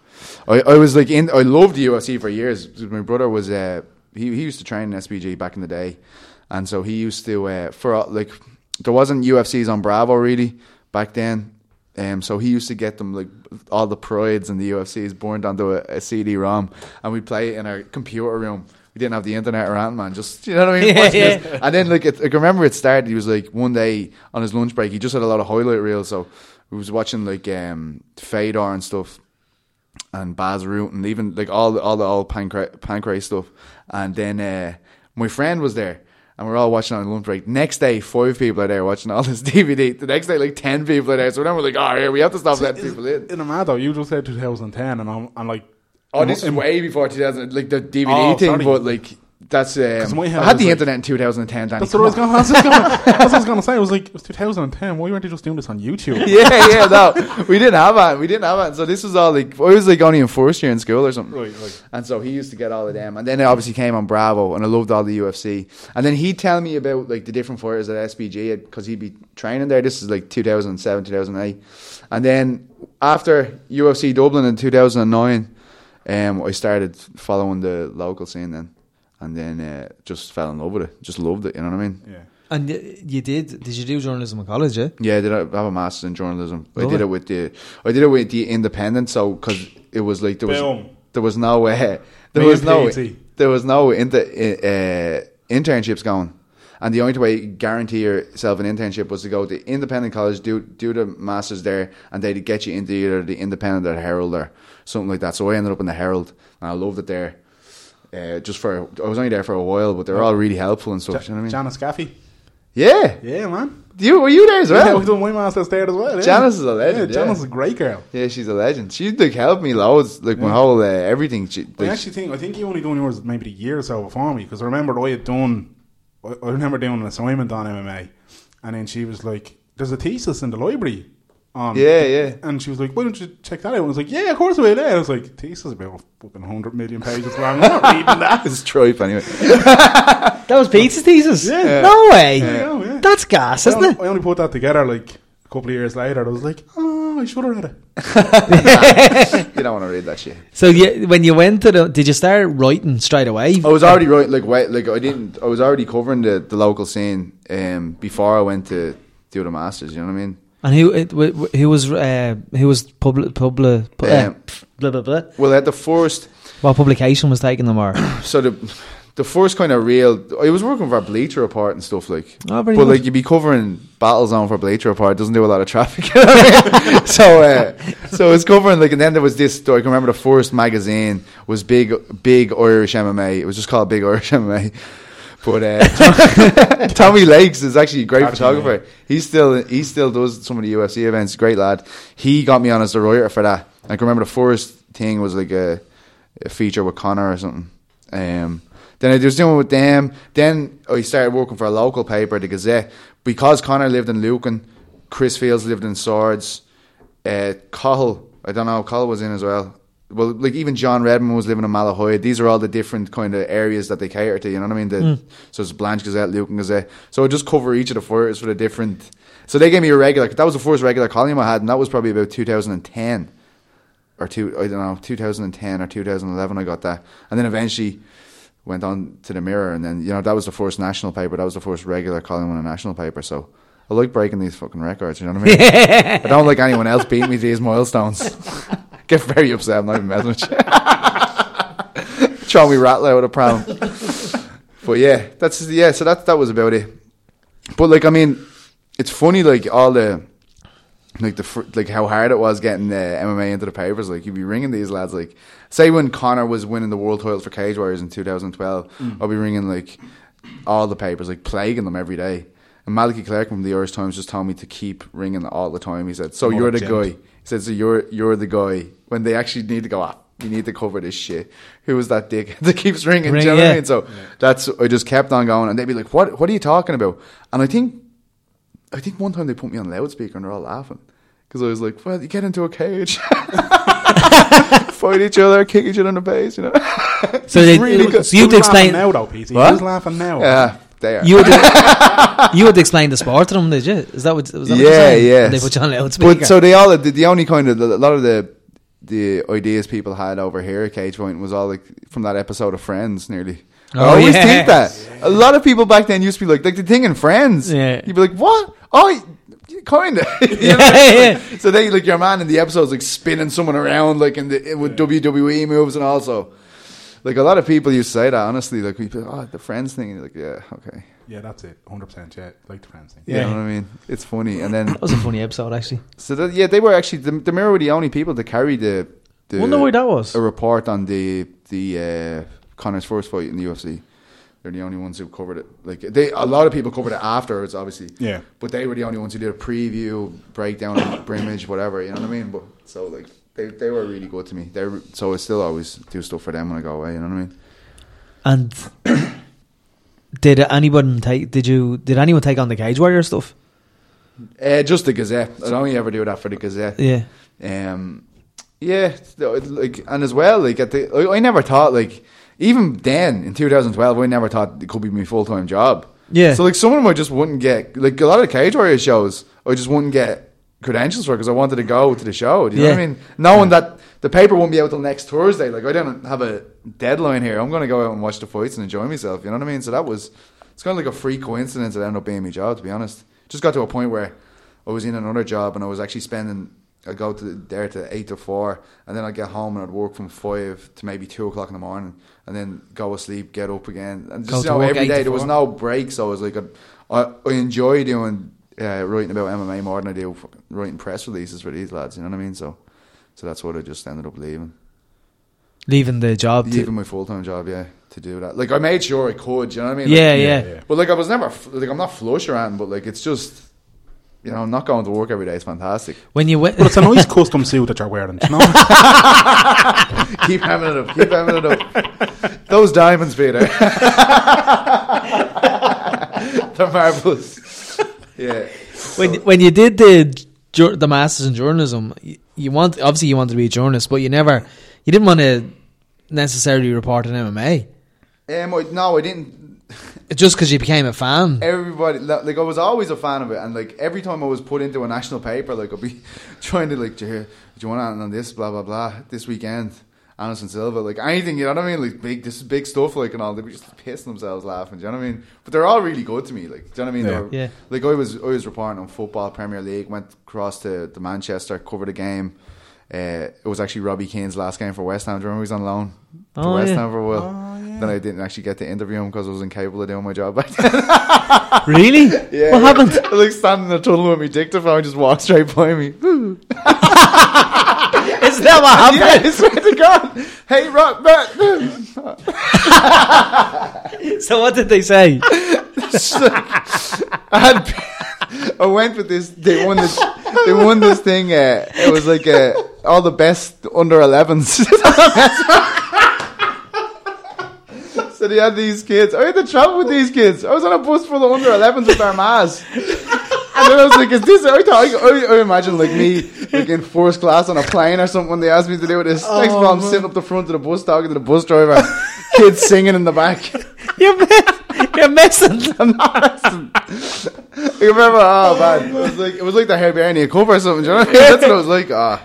[SPEAKER 4] I, I was like in. I loved the UFC for years. My brother was. Uh, he he used to train in SBG back in the day, and so he used to uh, for uh, like there wasn't UFCs on Bravo really back then. Um, so he used to get them like all the prides and the UFCs burned onto a, a CD-ROM, and we play it in our computer room. We didn't have the internet or anything, man. Just you know what I mean?
[SPEAKER 3] *laughs* Yeah,
[SPEAKER 4] Watching
[SPEAKER 3] yeah.
[SPEAKER 4] this- and then like it, I can remember it started. He was like one day on his lunch break, he just had a lot of highlight reels. So we was watching like um, Fedor and stuff, and Baz Root, and even like all the all the old Pancra- Pancrase stuff. And then uh, my friend was there. And we we're all watching on lunch break. Next day, five people are there watching all *laughs* this DVD. The next day, like ten people are there. So then we're like, "Oh, yeah, we have to stop letting people in."
[SPEAKER 2] in a matter though, you just said 2010, and I'm, I'm like,
[SPEAKER 4] Oh, this is way before 2000, like the DVD
[SPEAKER 2] Oh,
[SPEAKER 4] thing.
[SPEAKER 2] sorry.
[SPEAKER 4] But like, that's um,
[SPEAKER 2] my head
[SPEAKER 4] I had
[SPEAKER 2] was
[SPEAKER 4] the
[SPEAKER 2] like-
[SPEAKER 4] internet in 2010.
[SPEAKER 2] *laughs*
[SPEAKER 4] Danny,
[SPEAKER 2] That's
[SPEAKER 4] come
[SPEAKER 2] what, I
[SPEAKER 4] on.
[SPEAKER 2] was gonna, that's, what I was gonna, that's what I was gonna say. I was like, it was 2010. Why weren't you just doing this on YouTube?
[SPEAKER 4] *laughs* yeah, yeah, no, we didn't have it. We didn't have it. So this was all like I was like only in first year in school or something.
[SPEAKER 2] Right, right.
[SPEAKER 4] And so he used to get all of them, and then it obviously came on Bravo, and I loved all the UFC. And then he'd tell me about like the different fighters at SBG because he'd be training there. This is like 2007, 2008, and then after UFC Dublin in 2009, um, I started following the local scene then, and then uh, just fell in love with it. Just loved it. You know what I mean?
[SPEAKER 2] Yeah.
[SPEAKER 3] And y- you did? Did you do journalism in college? eh? Yeah.
[SPEAKER 4] Yeah, I did have a master's in journalism. I
[SPEAKER 3] Love
[SPEAKER 4] did
[SPEAKER 3] it.
[SPEAKER 4] it with the I did it with the Independent, so because it was like there was
[SPEAKER 2] Boom.
[SPEAKER 4] there was no uh, there
[SPEAKER 2] Me
[SPEAKER 4] was
[SPEAKER 2] and
[SPEAKER 4] no
[SPEAKER 2] PhD.
[SPEAKER 4] there was no inter, uh, internships going, and the only way you guarantee yourself an internship was to go to Independent college, do do the masters there, and they'd get you into either the Independent or the Herald or something like that. So I ended up in the Herald, and I loved it there. Uh, just for I was only there for a while, but they're all really helpful and stuff. do you know what I mean?
[SPEAKER 2] Janice Gaffey.
[SPEAKER 4] Yeah,
[SPEAKER 2] Yeah, man.
[SPEAKER 4] you were you there as well?
[SPEAKER 2] Yeah, we've done my master's there as well. Yeah.
[SPEAKER 4] Janice is a legend,
[SPEAKER 2] Yeah, Janice
[SPEAKER 4] yeah.
[SPEAKER 2] is a great girl.
[SPEAKER 4] Yeah, she's a legend. She like helped me loads, like my whole uh, everything. She,
[SPEAKER 2] I
[SPEAKER 4] like, *laughs*
[SPEAKER 2] actually think I think you only done yours maybe a year or so before me because I remember I had done I I remember doing an assignment on MMA, and then she was like, "There's a thesis in the library." On
[SPEAKER 4] Yeah, yeah.
[SPEAKER 2] And she was like, "Why don't you check that out?" And I was like, "Yeah, of course I will." Yeah. I was like, "Thesis is about fucking hundred million pages long. I'm not reading
[SPEAKER 3] *laughs*
[SPEAKER 2] that."
[SPEAKER 4] it's tripe anyway.
[SPEAKER 3] That was Pete's thesis.
[SPEAKER 2] Yeah.
[SPEAKER 3] No way.
[SPEAKER 2] Yeah, yeah.
[SPEAKER 3] That's gas,
[SPEAKER 2] I
[SPEAKER 3] isn't
[SPEAKER 2] only,
[SPEAKER 3] it?
[SPEAKER 2] I only put that together like a couple of years later. I was like, "Oh, I should have read it."
[SPEAKER 3] *laughs*
[SPEAKER 4] you don't want to read that shit.
[SPEAKER 3] So you, when you went to the, did you start writing straight away?
[SPEAKER 4] I was already right, like wait, like I didn't. I was already covering the, the local scene um, before I went to do the masters. You know what I mean?
[SPEAKER 3] And who it, w- w- who was uh, who was public public
[SPEAKER 4] Um,
[SPEAKER 3] blah, blah, blah.
[SPEAKER 4] Well, at the first,
[SPEAKER 3] what publication was taking them or
[SPEAKER 4] so the the first kind of real, I was working for Bleacher Report and stuff like.
[SPEAKER 3] Oh,
[SPEAKER 4] but
[SPEAKER 3] very good.
[SPEAKER 4] like you'd be covering battle zone for Bleacher Report, it doesn't do a lot
[SPEAKER 3] *laughs*
[SPEAKER 4] of traffic. *laughs* so uh, so it was covering like, and then there was this. I can remember the first magazine was big, big Irish MMA. It was just called Big Irish MMA. But uh, *laughs* Tommy Lakes is actually a great
[SPEAKER 2] Tommy,
[SPEAKER 4] photographer. He still he still does some of the UFC events. Great lad. He got me on as the writer for that. I can remember the first thing was like a, a feature with Connor or something. Um, then I was doing it with them. Then I started working for a local paper, the Gazette, because Connor lived in Lucan. Chris Fields lived in Swords. Uh, Cahill, I don't know, Cahill was in as well. Well, like even John Redmond was living in Malahoy. These are all the different kind of areas that they cater to. You know what I mean? The, So it's Blanche Gazette, Lucan Gazette. So I just cover each of the fighters for the different. So they gave me a regular. That was the first regular column I had, and that was probably about 2010 or two. I don't know, 2010 or 2011. I got that, and then eventually went on to the Mirror, and then you know that was the first national paper. That was the first regular column in a national paper. So I like breaking these fucking records. You know what I mean? I don't like anyone else beating me to these milestones. *laughs* Get very upset. I'm not even messing with you. *laughs* Throw me rattler out of pram. but yeah, that's yeah. So that that was about it. But like, I mean, it's funny. Like all the like the fir- like how hard it was getting the MMA into the papers. Like you'd be ringing these lads. Like say when Connor was winning the world title for Cage Warriors in 2012,
[SPEAKER 3] Mm.
[SPEAKER 4] I'd be ringing like all the papers, like plaguing them every day. And Maliki Clark from the Irish Times just told me to keep ringing all the time. He said, "So
[SPEAKER 2] What a
[SPEAKER 4] you're the
[SPEAKER 2] gent.
[SPEAKER 4] guy." He said, "So you're you're the guy." When they actually need to go up. You need to cover this shit. Who was that dick *laughs* that keeps ringing?
[SPEAKER 3] Ring,
[SPEAKER 4] do you know what I
[SPEAKER 3] yeah.
[SPEAKER 4] mean? So that's I just kept on going, and they'd be like, "What? What are you talking about?" And I think I think one time they put me on loudspeaker and they're all laughing because I was like, "Well, you get into a cage, *laughs* fight each other, kick each other in the face," you know.
[SPEAKER 3] so, they,
[SPEAKER 2] Really good.
[SPEAKER 3] so you had to
[SPEAKER 2] Who's laughing
[SPEAKER 3] explain
[SPEAKER 2] now, though, Pete.
[SPEAKER 4] What?
[SPEAKER 2] Who's laughing now?
[SPEAKER 4] *laughs* Yeah, they are.
[SPEAKER 3] you had to, you had to explain the sport to them did you is that what, was that what you're
[SPEAKER 4] yeah,
[SPEAKER 3] saying?
[SPEAKER 4] yeah.
[SPEAKER 3] they put you on loudspeaker
[SPEAKER 4] But so they all the, the only kind of the, a lot of the the ideas people had over here at Cage Point was all like from that episode of Friends, nearly. I
[SPEAKER 3] Oh,
[SPEAKER 4] always
[SPEAKER 3] yeah.
[SPEAKER 4] think that a lot of people back then used to be like like the thing in Friends.
[SPEAKER 3] Yeah.
[SPEAKER 4] you'd be like, "What? Oh, kind *laughs* of."
[SPEAKER 3] *laughs* yeah.
[SPEAKER 4] So they like your man in the episodes like spinning someone around like in the with WWE E moves and also. Like a lot of people used to say that honestly, like we oh the friends thing, and you're like yeah okay,
[SPEAKER 2] yeah, that's it. Hundred percent. Yeah, like the friends thing.
[SPEAKER 4] you know what I mean? It's funny,
[SPEAKER 3] *coughs*
[SPEAKER 4] and then
[SPEAKER 3] that was a funny episode actually
[SPEAKER 4] so that, yeah, they were actually the, the Mirror were the only people to carry the. the
[SPEAKER 3] Wonder why that was.
[SPEAKER 4] a report on the the uh, Connor's first fight in the UFC. They're the only ones who covered it. Like they, a lot of people covered it afterwards, obviously.
[SPEAKER 2] Yeah.
[SPEAKER 4] But they were the only ones who did a preview, breakdown, *coughs* of brimage, whatever. You know what I mean? But so like they, they were really good to me. They were- so I still always do stuff for them when I go away. You know what I mean?
[SPEAKER 3] and *coughs* did anyone take did you did anyone take on the cage warrior stuff
[SPEAKER 4] Uh, just the Gazette. I only ever do that for the Gazette.
[SPEAKER 3] yeah
[SPEAKER 4] Um, yeah, it's- it's like and as well, like at the, I, I never thought like even then in 2012, I never thought it could be my full time job.
[SPEAKER 3] Yeah.
[SPEAKER 4] So like some of them I just wouldn't get like a lot of Cage Warrior shows I just wouldn't get credentials for because I wanted to go to the show. Do you know what I
[SPEAKER 3] Yeah.
[SPEAKER 4] mean? Knowing that the paper won't be out till next Thursday, like I don't have a deadline here. I'm going to go out and watch the fights and enjoy myself. You know what I mean? So that was It's kind of like a free coincidence that ended up being my job, to be honest. Just got to a point where I was in another job and I was actually spending. I'd go to there to eight to four, and then I'd get home and I'd work from five to maybe two o'clock in the morning, and then go asleep, get up again, and
[SPEAKER 3] Go
[SPEAKER 4] just you
[SPEAKER 3] to
[SPEAKER 4] know
[SPEAKER 3] work
[SPEAKER 4] every
[SPEAKER 3] eight to
[SPEAKER 4] day there was
[SPEAKER 3] four.
[SPEAKER 4] no break. So I was like, I, I, I enjoy doing uh, writing about MMA more than I do fucking writing press releases for these lads. You know what I mean? So, so that's what I just ended up leaving.
[SPEAKER 3] leaving the job. To,
[SPEAKER 4] Even my full time job, yeah, to do that. Like I made sure I could, you know what I mean? Like,
[SPEAKER 3] yeah, yeah,
[SPEAKER 2] yeah.
[SPEAKER 4] But like I was never f- like I'm not flush or anything, but like it's just you know, not going to work every day is
[SPEAKER 3] *laughs*
[SPEAKER 4] fantastic.
[SPEAKER 3] When you went,
[SPEAKER 2] But it's a
[SPEAKER 4] *laughs*
[SPEAKER 2] nice custom suit that you're wearing. You know?
[SPEAKER 4] Keep having it up, keep having it up. Those diamonds, Peter. *laughs*
[SPEAKER 3] *laughs*
[SPEAKER 4] They're marvellous. Yeah.
[SPEAKER 3] when when you did the jour- the masters in journalism, you, you want obviously you wanted to be a journalist, but you never you didn't want to necessarily report on MMA.
[SPEAKER 4] Um, I, no, I didn't *laughs*
[SPEAKER 3] Just because you became a fan, *laughs*
[SPEAKER 4] everybody like like, I was always a fan of it, and like every time I was put into a national paper, like I'd be *laughs* trying to like, do you, do you want to on this blah blah blah this weekend, Anderson Silva, like anything, you know what I mean? Like big, this is big stuff, like and all. They were just pissing themselves laughing, do you know what I mean? But they're all really good to me, like, do you know what I mean?
[SPEAKER 2] Yeah.
[SPEAKER 4] They were-
[SPEAKER 3] Yeah.
[SPEAKER 4] Like I was, I was reporting on football, Premier League, went across to the Manchester, covered a game. Uh, it was actually Robbie Keane's last game for West Ham. Do you remember he was on loan to
[SPEAKER 3] Oh,
[SPEAKER 4] West
[SPEAKER 3] yeah.
[SPEAKER 4] Ham for a while? Then I didn't actually get to interview him because I was incapable of doing my job *laughs* back then.
[SPEAKER 3] really?
[SPEAKER 4] Yeah,
[SPEAKER 3] what
[SPEAKER 4] yeah.
[SPEAKER 3] happened?
[SPEAKER 4] I like standing in the tunnel with my dictaphone, just walk straight by me.
[SPEAKER 3] Is that what happened?
[SPEAKER 4] yeah, I swear to God. Hey, Rock, man.
[SPEAKER 3] So what did they say? *laughs*
[SPEAKER 4] *laughs* I had, I went with this. They won this. They won this thing. Uh, it was like uh, all the best under 11s. *laughs* so they had these kids. I had to travel with these kids. I was on a bus full of under 11s with our mas. And then I was like, "Is this?" I, thought, I, I imagine like me, like in first class on a plane or something. When they asked me to do this, next one I'm sitting up the front of the bus talking to the bus driver, kids singing in the back.
[SPEAKER 3] You're, me- you're messing.
[SPEAKER 4] I remember, oh man, it was like it was like the Hibernia Cup or something. Do you know what I *laughs* mean? That's what it was like. Ah,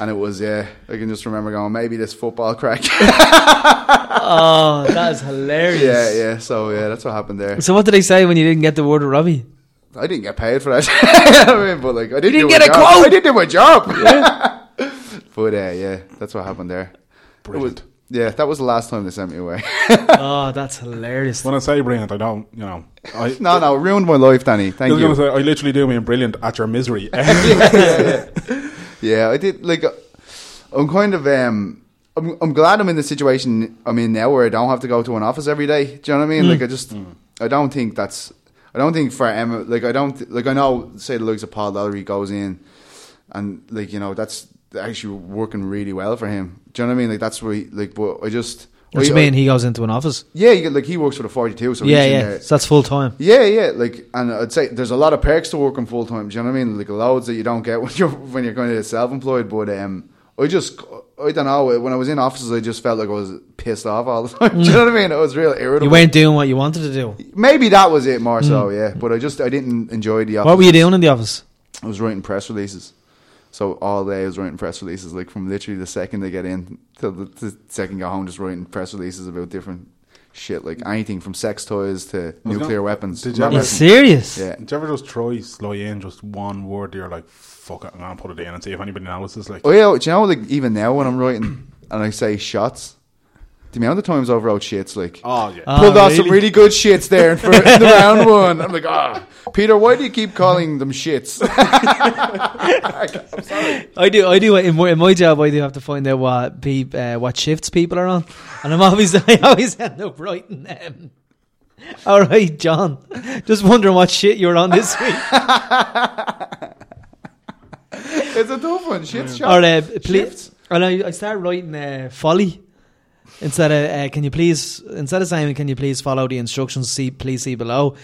[SPEAKER 4] and it was yeah. I can just remember going, maybe this football crack.
[SPEAKER 3] Oh, that is hilarious.
[SPEAKER 4] *laughs* yeah, *laughs* yeah. So yeah, that's what happened there.
[SPEAKER 3] So what did they say when you didn't get the word of Robbie?
[SPEAKER 4] I didn't get paid for that. *laughs* I mean, but like, I didn't,
[SPEAKER 3] didn't
[SPEAKER 4] do
[SPEAKER 3] get
[SPEAKER 4] my
[SPEAKER 3] a
[SPEAKER 4] job.
[SPEAKER 3] quote.
[SPEAKER 4] I did do my job. *laughs* but uh, yeah, that's what happened there. It was-
[SPEAKER 2] Brilliant.
[SPEAKER 4] yeah, that was the last time they sent me away.
[SPEAKER 3] *laughs*
[SPEAKER 4] *laughs*
[SPEAKER 3] Oh, that's hilarious.
[SPEAKER 2] when I say brilliant, I don't. You know, I,
[SPEAKER 4] no, no, it ruined my life, Danny.
[SPEAKER 2] I
[SPEAKER 4] Thank
[SPEAKER 2] was
[SPEAKER 4] you.
[SPEAKER 2] going to say I literally do mean brilliant at your
[SPEAKER 4] *laughs*
[SPEAKER 2] misery.
[SPEAKER 4] Yeah, I did. Like, uh, I'm kind of. um I'm, I'm glad I'm in the situation I'm in now where I don't have to go to an office every day. Do you know what I
[SPEAKER 3] Mm.
[SPEAKER 4] mean? Like, I just. I don't think that's. I don't think for Emma. Like, I don't. Like, I know, say, the likes of Paul Lowry goes in and, like, you know, that's actually working really well for him. Do you know what I mean? Like, that's where he. Like, but I just.
[SPEAKER 3] Which
[SPEAKER 4] I,
[SPEAKER 3] mean he goes into an office.
[SPEAKER 4] Yeah, you- like, he works for the 42, so
[SPEAKER 3] yeah,
[SPEAKER 4] he's in
[SPEAKER 3] yeah.
[SPEAKER 4] there.
[SPEAKER 3] So that's full time.
[SPEAKER 4] Yeah, yeah. Like, and I'd say there's a lot of perks to working full time. Do you know what I mean? Like loads that you don't get *laughs* when you're when you're going to self employed. But um, I just I don't know. When I was in offices, I just felt like I was pissed off all the *laughs* time. Do you know what I mean? I was real irritable.
[SPEAKER 3] You weren't doing what you wanted to do.
[SPEAKER 4] Maybe that was it more so. Yeah, but I just I didn't enjoy the office.
[SPEAKER 3] Mm. What were you doing in the office?
[SPEAKER 4] I was writing press releases. So all day I was writing press releases, like from literally the second they get in till the, the second I go home, just writing press releases about different shit, like anything from sex toys to
[SPEAKER 2] was
[SPEAKER 4] nuclear
[SPEAKER 2] gonna-
[SPEAKER 4] weapons.
[SPEAKER 2] Did you
[SPEAKER 3] Are you
[SPEAKER 2] ever-
[SPEAKER 3] serious?
[SPEAKER 4] Yeah.
[SPEAKER 2] *laughs* Do you ever just try slow in just one word? You're like, fuck it, I'm gonna put it in and see if anybody notices. Like,
[SPEAKER 4] Oh yeah, do you know like even now when I'm writing and I say shots, the amount of times I've wrote shits like
[SPEAKER 2] oh yeah,
[SPEAKER 3] Ah,
[SPEAKER 4] pulled off some
[SPEAKER 3] really?
[SPEAKER 4] really good shits there in,
[SPEAKER 2] *laughs*
[SPEAKER 4] for, in the round one. I'm like, ah, Peter, why do you keep calling
[SPEAKER 2] *laughs*
[SPEAKER 4] them shits?
[SPEAKER 3] I do. I do. In my, in my job, I do have to find out what peop, uh, what shifts people are on, and I'm always *laughs* I always end up writing them. *laughs* All right, John. Just wondering what shit you're on this week,
[SPEAKER 4] it's a tough one. Shits shots.
[SPEAKER 3] or uh, please.
[SPEAKER 4] Shifts?
[SPEAKER 3] And I, I start writing uh, folly instead of uh, can you please instead of saying can you please follow the instructions see please see below.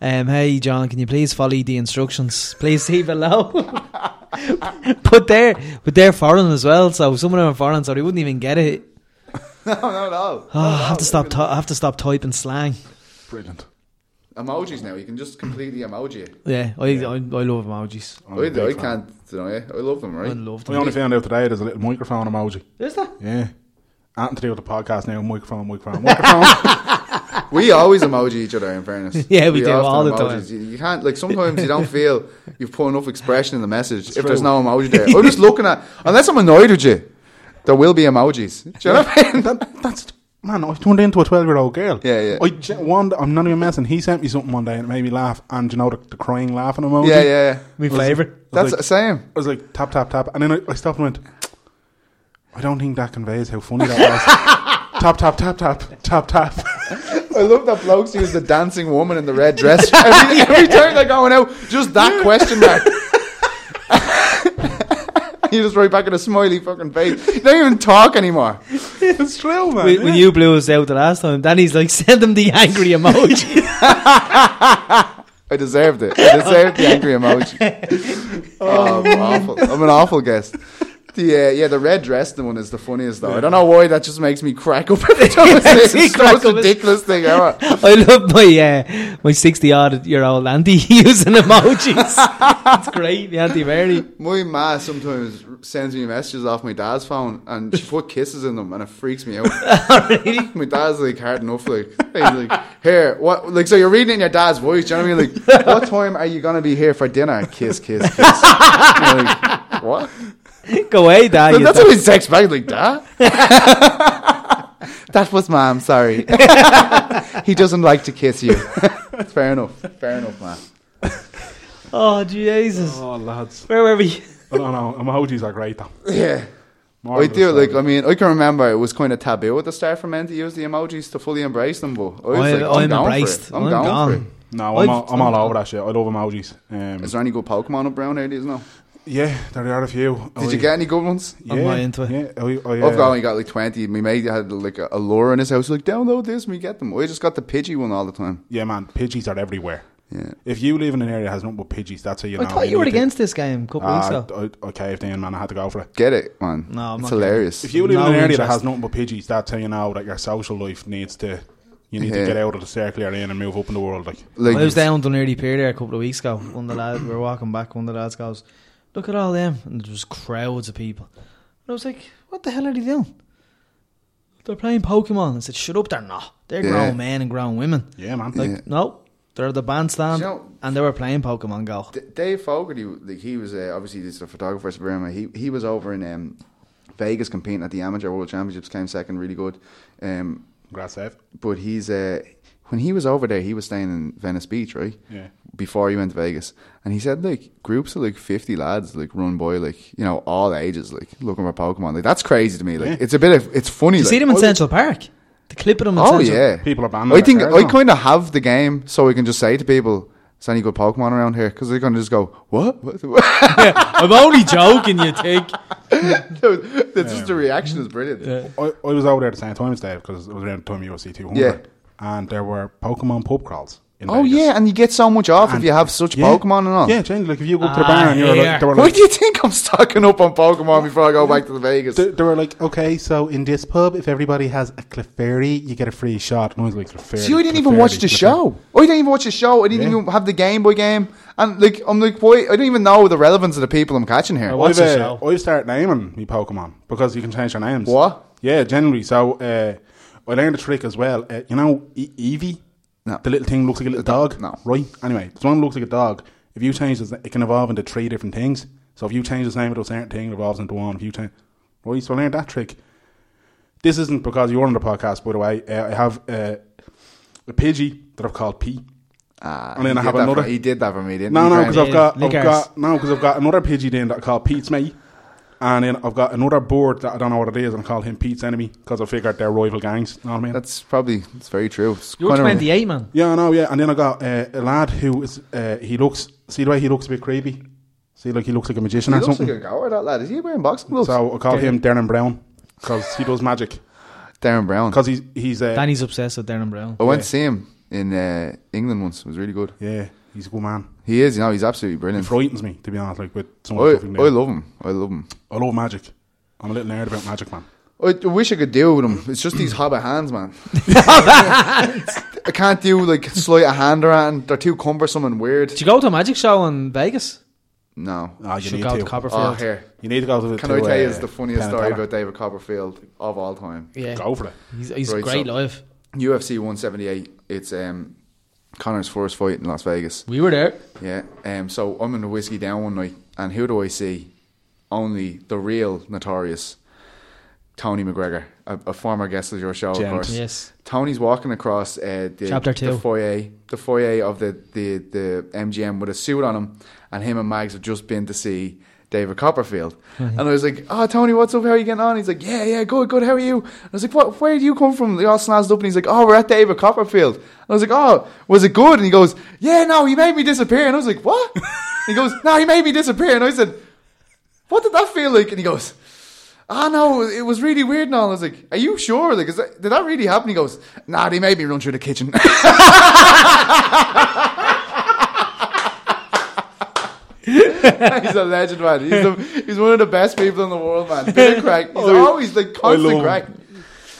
[SPEAKER 3] Um, hey John, can you please follow the instructions? Please see below. *laughs* but they're but they're foreign as well, so some of them are foreign, so they wouldn't even get it.
[SPEAKER 4] No, not at all.
[SPEAKER 3] Oh, I have to stop. T- I have to stop typing slang.
[SPEAKER 2] brilliant.
[SPEAKER 4] Emojis now. You can just completely emoji. it.
[SPEAKER 3] Yeah, I I, I love emojis.
[SPEAKER 2] I'm a big
[SPEAKER 4] I, I
[SPEAKER 2] fan.
[SPEAKER 4] can't deny it. I love them,
[SPEAKER 3] I
[SPEAKER 4] right?
[SPEAKER 3] love
[SPEAKER 2] We only
[SPEAKER 3] them.
[SPEAKER 2] found out today there's a little microphone emoji.
[SPEAKER 3] Is that?
[SPEAKER 4] *laughs*
[SPEAKER 2] Yeah, nothing to do with the podcast now. Microphone, microphone, microphone.
[SPEAKER 4] we always emoji each other. In fairness,
[SPEAKER 3] *laughs* Yeah, we do,
[SPEAKER 4] often
[SPEAKER 3] all the
[SPEAKER 4] emojis.
[SPEAKER 3] time.
[SPEAKER 4] You, you can't like sometimes you
[SPEAKER 3] *laughs*
[SPEAKER 4] don't feel you've put enough expression in the message if
[SPEAKER 2] true.
[SPEAKER 4] there's no emoji there. I'm just looking at unless I'm annoyed with you, there will be emojis. Do you know
[SPEAKER 3] *laughs*
[SPEAKER 4] what I mean?
[SPEAKER 2] That, that's man. I turned into a twelve-year-old girl.
[SPEAKER 4] Yeah, yeah.
[SPEAKER 2] I ge- one. I'm not even messing. He sent me something one day and it made me laugh. And you know the, the crying laughing emoji.
[SPEAKER 4] Yeah, yeah, yeah.
[SPEAKER 3] My favourite.
[SPEAKER 2] I
[SPEAKER 4] That's
[SPEAKER 2] was
[SPEAKER 4] the
[SPEAKER 2] like,
[SPEAKER 4] same.
[SPEAKER 2] I was like tap tap tap, and then I, I stopped and went. I don't think that conveys how funny that
[SPEAKER 3] *laughs*
[SPEAKER 2] was. tap tap tap tap tap tap. *laughs*
[SPEAKER 4] I love that blokes use the dancing woman in the
[SPEAKER 3] *laughs*
[SPEAKER 4] red dress every, every time they're going out. Just that question mark. *laughs* you just right back in a smiley fucking face. You don't even talk anymore.
[SPEAKER 2] it's true, man.
[SPEAKER 3] When, when
[SPEAKER 2] yeah.
[SPEAKER 3] you blew us out the last time, Danny's like, *laughs* send them the angry
[SPEAKER 4] *laughs*
[SPEAKER 3] emoji.
[SPEAKER 4] I deserved it. I deserved the angry emoji.
[SPEAKER 3] *laughs*
[SPEAKER 4] Oh, I'm awful. I'm an awful guest. The uh, yeah, the red dress the one is the funniest though. I don't know why that just makes me crack up
[SPEAKER 3] *laughs*
[SPEAKER 4] every time I see
[SPEAKER 3] Makes
[SPEAKER 4] it.
[SPEAKER 3] me
[SPEAKER 4] It's the most
[SPEAKER 3] crack up.
[SPEAKER 4] ridiculous thing
[SPEAKER 3] *laughs*
[SPEAKER 4] ever.
[SPEAKER 3] I love my uh, my sixty odd year old auntie *laughs* using emojis. *laughs* it's great, the auntie Mary.
[SPEAKER 4] My ma sometimes sends me messages off my dad's phone and she put kisses in them and it
[SPEAKER 3] *laughs*
[SPEAKER 4] freaks me out.
[SPEAKER 3] Oh,
[SPEAKER 4] *laughs* my dad's like hard enough, like he's like, Here, what like so you're reading it in your dad's voice, do you know what I mean? Like, what time are you gonna be here for dinner? Kiss, kiss,
[SPEAKER 3] *laughs*
[SPEAKER 4] kiss. I'm like, what?
[SPEAKER 3] Go away, Dad.
[SPEAKER 4] Like,
[SPEAKER 3] you
[SPEAKER 4] that's
[SPEAKER 3] dog.
[SPEAKER 4] what his text back like that. *laughs* that was mom. Sorry, he doesn't like to kiss you. Fair enough. Fair enough, man.
[SPEAKER 3] oh Jesus,
[SPEAKER 2] Oh lads,
[SPEAKER 3] where were we?
[SPEAKER 2] I don't know. Emojis are great though.
[SPEAKER 4] Yeah. I
[SPEAKER 2] Marvelous,
[SPEAKER 4] do like.
[SPEAKER 2] though.
[SPEAKER 4] I mean, I can remember it was kind of taboo at the start for men to use the emojis to fully embrace them. But I was
[SPEAKER 3] I,
[SPEAKER 4] like, I'm,
[SPEAKER 3] I'm
[SPEAKER 4] down
[SPEAKER 3] embraced.
[SPEAKER 4] For it. I'm, down for it.
[SPEAKER 2] no, I'm
[SPEAKER 3] I've-
[SPEAKER 2] all, I'm all over that shit. I love emojis. Um,
[SPEAKER 4] Is there any good Pokemon up around here? These now?
[SPEAKER 2] yeah, there are a few.
[SPEAKER 4] Did you get any good ones?
[SPEAKER 2] Oh, Yeah,
[SPEAKER 3] I'm not into it.
[SPEAKER 2] Yeah, oh, oh, yeah.
[SPEAKER 4] I've only got like twenty. My mate had like a, a lure in his house. Like, download this, and we get them. I just got the Pidgey one all the time.
[SPEAKER 2] Yeah, man, pidgeys are everywhere.
[SPEAKER 4] Yeah.
[SPEAKER 2] If you live in an area that has nothing but pidgeys, that's how you know.
[SPEAKER 3] I thought you were
[SPEAKER 2] need to-
[SPEAKER 3] against this game a couple weeks
[SPEAKER 2] Ah,
[SPEAKER 3] ago.
[SPEAKER 2] I, I caved in, man. I had to go for it.
[SPEAKER 4] Get it, man.
[SPEAKER 3] No, I'm not getting
[SPEAKER 4] it's
[SPEAKER 3] it.
[SPEAKER 4] hilarious.
[SPEAKER 2] If you live
[SPEAKER 3] No
[SPEAKER 2] in an area that
[SPEAKER 3] interest.
[SPEAKER 2] has nothing but pidgeys, that's how you know that your social life needs to. You need
[SPEAKER 4] Yeah.
[SPEAKER 2] to get out of the circle you're in and move up in the world. Like,
[SPEAKER 4] like,
[SPEAKER 3] I was down Dunleary Pier there a couple of weeks ago. One of the lads, we were walking back. One of the lads goes, "Look at all them!" And there was crowds of people. And I was like, "What the hell are they doing?" They're playing Pokemon. I said, "Shut up! They're not. They're
[SPEAKER 4] Yeah.
[SPEAKER 3] grown men and grown women."
[SPEAKER 2] yeah, man.
[SPEAKER 3] Like,
[SPEAKER 4] Yeah.
[SPEAKER 3] no, they're the bandstand,
[SPEAKER 4] Do you know-
[SPEAKER 3] and they were playing Pokemon Go.
[SPEAKER 4] D- Dave Fogarty, like he was uh, obviously he's a photographer for Burma. He he was over in um, Vegas competing at the amateur world championships. Came second, really good. Um,
[SPEAKER 2] Grass safe.
[SPEAKER 4] but he's uh, when he was over there, he was staying in Venice Beach, right?
[SPEAKER 2] Yeah.
[SPEAKER 4] Before he went to Vegas, and he said like groups of like fifty lads like run by like you know all ages like looking for Pokemon. Like that's crazy to me. Like it's a bit of it's funny.
[SPEAKER 3] You
[SPEAKER 4] like,
[SPEAKER 3] see them in
[SPEAKER 4] oh,
[SPEAKER 3] Central Park. The clip of them. In
[SPEAKER 4] Oh
[SPEAKER 3] Central.
[SPEAKER 4] yeah,
[SPEAKER 2] People are banned
[SPEAKER 4] I
[SPEAKER 2] in
[SPEAKER 4] think
[SPEAKER 2] their
[SPEAKER 4] I
[SPEAKER 2] cars now.
[SPEAKER 4] kind of have the game, so I can just say to people, "Is any good Pokemon around here?" Because they're gonna just go, "What?" *laughs* what?
[SPEAKER 3] I'm only joking. You
[SPEAKER 4] *laughs*
[SPEAKER 3] think?
[SPEAKER 4] That's just the reaction is brilliant.
[SPEAKER 2] I, I was over there at the same time as Dave because it was around the time you were C two
[SPEAKER 4] Yeah.
[SPEAKER 2] hundred, and there were Pokemon pub crawls. In
[SPEAKER 4] Oh
[SPEAKER 2] Vegas.
[SPEAKER 4] yeah, and you get so much off
[SPEAKER 2] And-
[SPEAKER 4] if you have such
[SPEAKER 2] Yeah.
[SPEAKER 4] Pokemon and all.
[SPEAKER 2] Yeah, generally, like if you go up to the
[SPEAKER 3] Ah,
[SPEAKER 2] bar and you're
[SPEAKER 3] here.
[SPEAKER 2] like, they were
[SPEAKER 4] Why
[SPEAKER 2] like,
[SPEAKER 4] do you think I'm stocking up on Pokemon before I go back to the Vegas?
[SPEAKER 2] they, they were like, okay, so in this pub, if everybody has a Clefairy, you get a free shot. And I was like, Clefairy.
[SPEAKER 4] See, I didn't even watch the
[SPEAKER 2] Clefairy,
[SPEAKER 4] show. I didn't even watch the show. I didn't
[SPEAKER 2] Yeah.
[SPEAKER 4] even have the Game Boy game. And like, I'm like, why? I don't even know the relevance of the people I'm catching here.
[SPEAKER 3] What's
[SPEAKER 2] I've,
[SPEAKER 3] the
[SPEAKER 2] uh,
[SPEAKER 3] show?
[SPEAKER 2] I've started naming me Pokemon because you can change your names.
[SPEAKER 4] What?
[SPEAKER 2] Yeah, generally. So uh, I learned a trick as well. Uh, you know, e- Eevee?
[SPEAKER 4] No.
[SPEAKER 2] The little thing looks like a little dog.
[SPEAKER 4] no.
[SPEAKER 2] Right? Anyway, this one looks like a dog. If you change this, it can evolve into three different things. So if you change the name of a certain thing, it evolves into one. If you change. Right? So I learned that trick. This isn't because you're on the podcast, by the way. Uh, I have uh, a Pidgey that I've called P.
[SPEAKER 4] Ah,
[SPEAKER 2] And then
[SPEAKER 4] he
[SPEAKER 2] I have
[SPEAKER 4] did that
[SPEAKER 2] another-
[SPEAKER 4] For, he did that for me, didn't
[SPEAKER 2] No,
[SPEAKER 4] he?
[SPEAKER 2] no,
[SPEAKER 4] Graham?
[SPEAKER 2] because I've got, I've
[SPEAKER 3] Lickers.
[SPEAKER 2] got no, because I've got another Pidgey then that I call Pete's mate, and then I've got another board that I don't know what it is, and I call him Pete's enemy because I figured they're rival gangs. You know what I mean?
[SPEAKER 4] That's probably it's very true. It's
[SPEAKER 3] You're
[SPEAKER 4] kind of-
[SPEAKER 3] 28, man.
[SPEAKER 2] yeah, I know, yeah. And then I got uh, a lad who is uh, he looks see the way he looks a bit creepy. See, like he looks like a magician
[SPEAKER 4] He
[SPEAKER 2] or
[SPEAKER 4] *laughs* looks
[SPEAKER 2] something.
[SPEAKER 4] like a goer. That lad is he wearing boxing gloves?
[SPEAKER 2] so I call him Darren Brown because he does magic
[SPEAKER 4] Darren Brown.
[SPEAKER 2] because he's he's uh,
[SPEAKER 3] Danny's obsessed with Darren Brown.
[SPEAKER 4] I went to see him in uh, England once. It was really good.
[SPEAKER 2] yeah he's a good man.
[SPEAKER 4] He is. You know, he's absolutely brilliant.
[SPEAKER 2] Frightens me to be honest. Like with some of
[SPEAKER 4] I,
[SPEAKER 2] the stuff he can do.
[SPEAKER 4] I love him. I love him.
[SPEAKER 2] I love magic. I'm a little nerd about magic, man.
[SPEAKER 4] I, I wish I could deal with him. It's just *clears throat* these hobbit hands, *laughs* man. I can't do like sleight of hand around. They're too cumbersome and weird.
[SPEAKER 3] Did you go to a magic show in Vegas?
[SPEAKER 4] No.
[SPEAKER 2] Ah, you
[SPEAKER 3] Should
[SPEAKER 2] need
[SPEAKER 3] go
[SPEAKER 2] to.
[SPEAKER 3] to Copperfield.
[SPEAKER 4] Oh, here.
[SPEAKER 2] you need to go to the.
[SPEAKER 4] Can
[SPEAKER 2] to,
[SPEAKER 4] I tell you
[SPEAKER 2] uh,
[SPEAKER 4] it's the funniest
[SPEAKER 2] Penn and
[SPEAKER 4] story
[SPEAKER 2] Teller.
[SPEAKER 4] about David Copperfield of all time?
[SPEAKER 3] Yeah,
[SPEAKER 4] *laughs*
[SPEAKER 2] Go for it.
[SPEAKER 3] he's, he's
[SPEAKER 4] Right,
[SPEAKER 3] great
[SPEAKER 4] so-
[SPEAKER 3] live.
[SPEAKER 4] UFC 178 it's um, Connor's first fight in Las Vegas.
[SPEAKER 3] We were there.
[SPEAKER 4] Yeah. Um, so I'm in the whiskey down one night, and who do I see? Only the real notorious Tony McGregor, a, a former guest of your show, of
[SPEAKER 2] Gent.
[SPEAKER 4] course.
[SPEAKER 3] Yes.
[SPEAKER 4] Tony's walking across uh, the,
[SPEAKER 3] Chapter
[SPEAKER 4] the
[SPEAKER 3] two.
[SPEAKER 4] foyer, the foyer of the, the, the MGM with a suit on him, and him and Mags have just been to see David Copperfield. And I was like, "Oh, Tony, what's up? How are you getting on?" He's like, "Yeah, yeah, good, good. How are you?" And I was like, "What? Where do you come from?" They all snazzed up, and he's like, "Oh, we're at David Copperfield." And I was like, "Oh, was it good?" And he goes, "Yeah, no, he made me disappear." And I was like,
[SPEAKER 3] *laughs*
[SPEAKER 4] "What?" he goes, "No, he made me disappear." And I said, "What did that feel like?" And he goes. Ah no, it was really weird and all. I was like, "Are you sure? Like, is that, did that really happen?" He goes, "Nah, they made me run through the kitchen." *laughs* he's a legend, man. He's, the, he's one of the best people in the world, man. Bit of crack. He's always like constant
[SPEAKER 2] love
[SPEAKER 4] crack.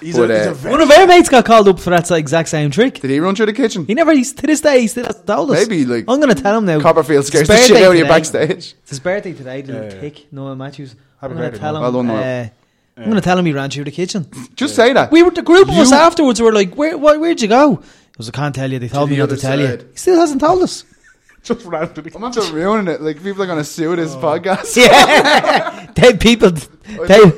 [SPEAKER 2] He's,
[SPEAKER 4] But,
[SPEAKER 2] a, he's
[SPEAKER 4] uh,
[SPEAKER 2] a very
[SPEAKER 3] One of our mates got called up for that exact same trick.
[SPEAKER 4] Did he run through the kitchen?
[SPEAKER 3] He never, he's, to this day, he still hasn't told us.
[SPEAKER 4] Maybe, like,
[SPEAKER 3] I'm going to tell him now.
[SPEAKER 4] *laughs* Copperfield scares
[SPEAKER 3] It's
[SPEAKER 4] the
[SPEAKER 3] his
[SPEAKER 4] shit
[SPEAKER 3] birthday
[SPEAKER 4] out of you
[SPEAKER 3] today.
[SPEAKER 4] backstage. *laughs*
[SPEAKER 3] It's his birthday today, the little
[SPEAKER 2] Yeah, yeah.
[SPEAKER 3] kick, Noah Matthews.
[SPEAKER 2] Happy
[SPEAKER 3] I'm going
[SPEAKER 2] birthday,
[SPEAKER 3] to tell him.
[SPEAKER 4] Noah. Well done, Noah.
[SPEAKER 3] uh, I'm going to tell him he ran through the
[SPEAKER 4] *laughs*
[SPEAKER 3] kitchen.
[SPEAKER 4] Just say that.
[SPEAKER 3] We were the group of us
[SPEAKER 4] You-
[SPEAKER 3] afterwards. Were like, where, where, where'd you go? He was, I can't tell you. They told
[SPEAKER 4] the
[SPEAKER 3] me not to
[SPEAKER 4] other
[SPEAKER 3] tell
[SPEAKER 4] side.
[SPEAKER 3] you. He still hasn't told
[SPEAKER 4] *laughs*
[SPEAKER 3] us.
[SPEAKER 2] just ran to the
[SPEAKER 4] I'm after ruining it. Like people are gonna sue
[SPEAKER 2] Oh.
[SPEAKER 4] this podcast.
[SPEAKER 3] Yeah, *laughs* dead people. *laughs* Dead.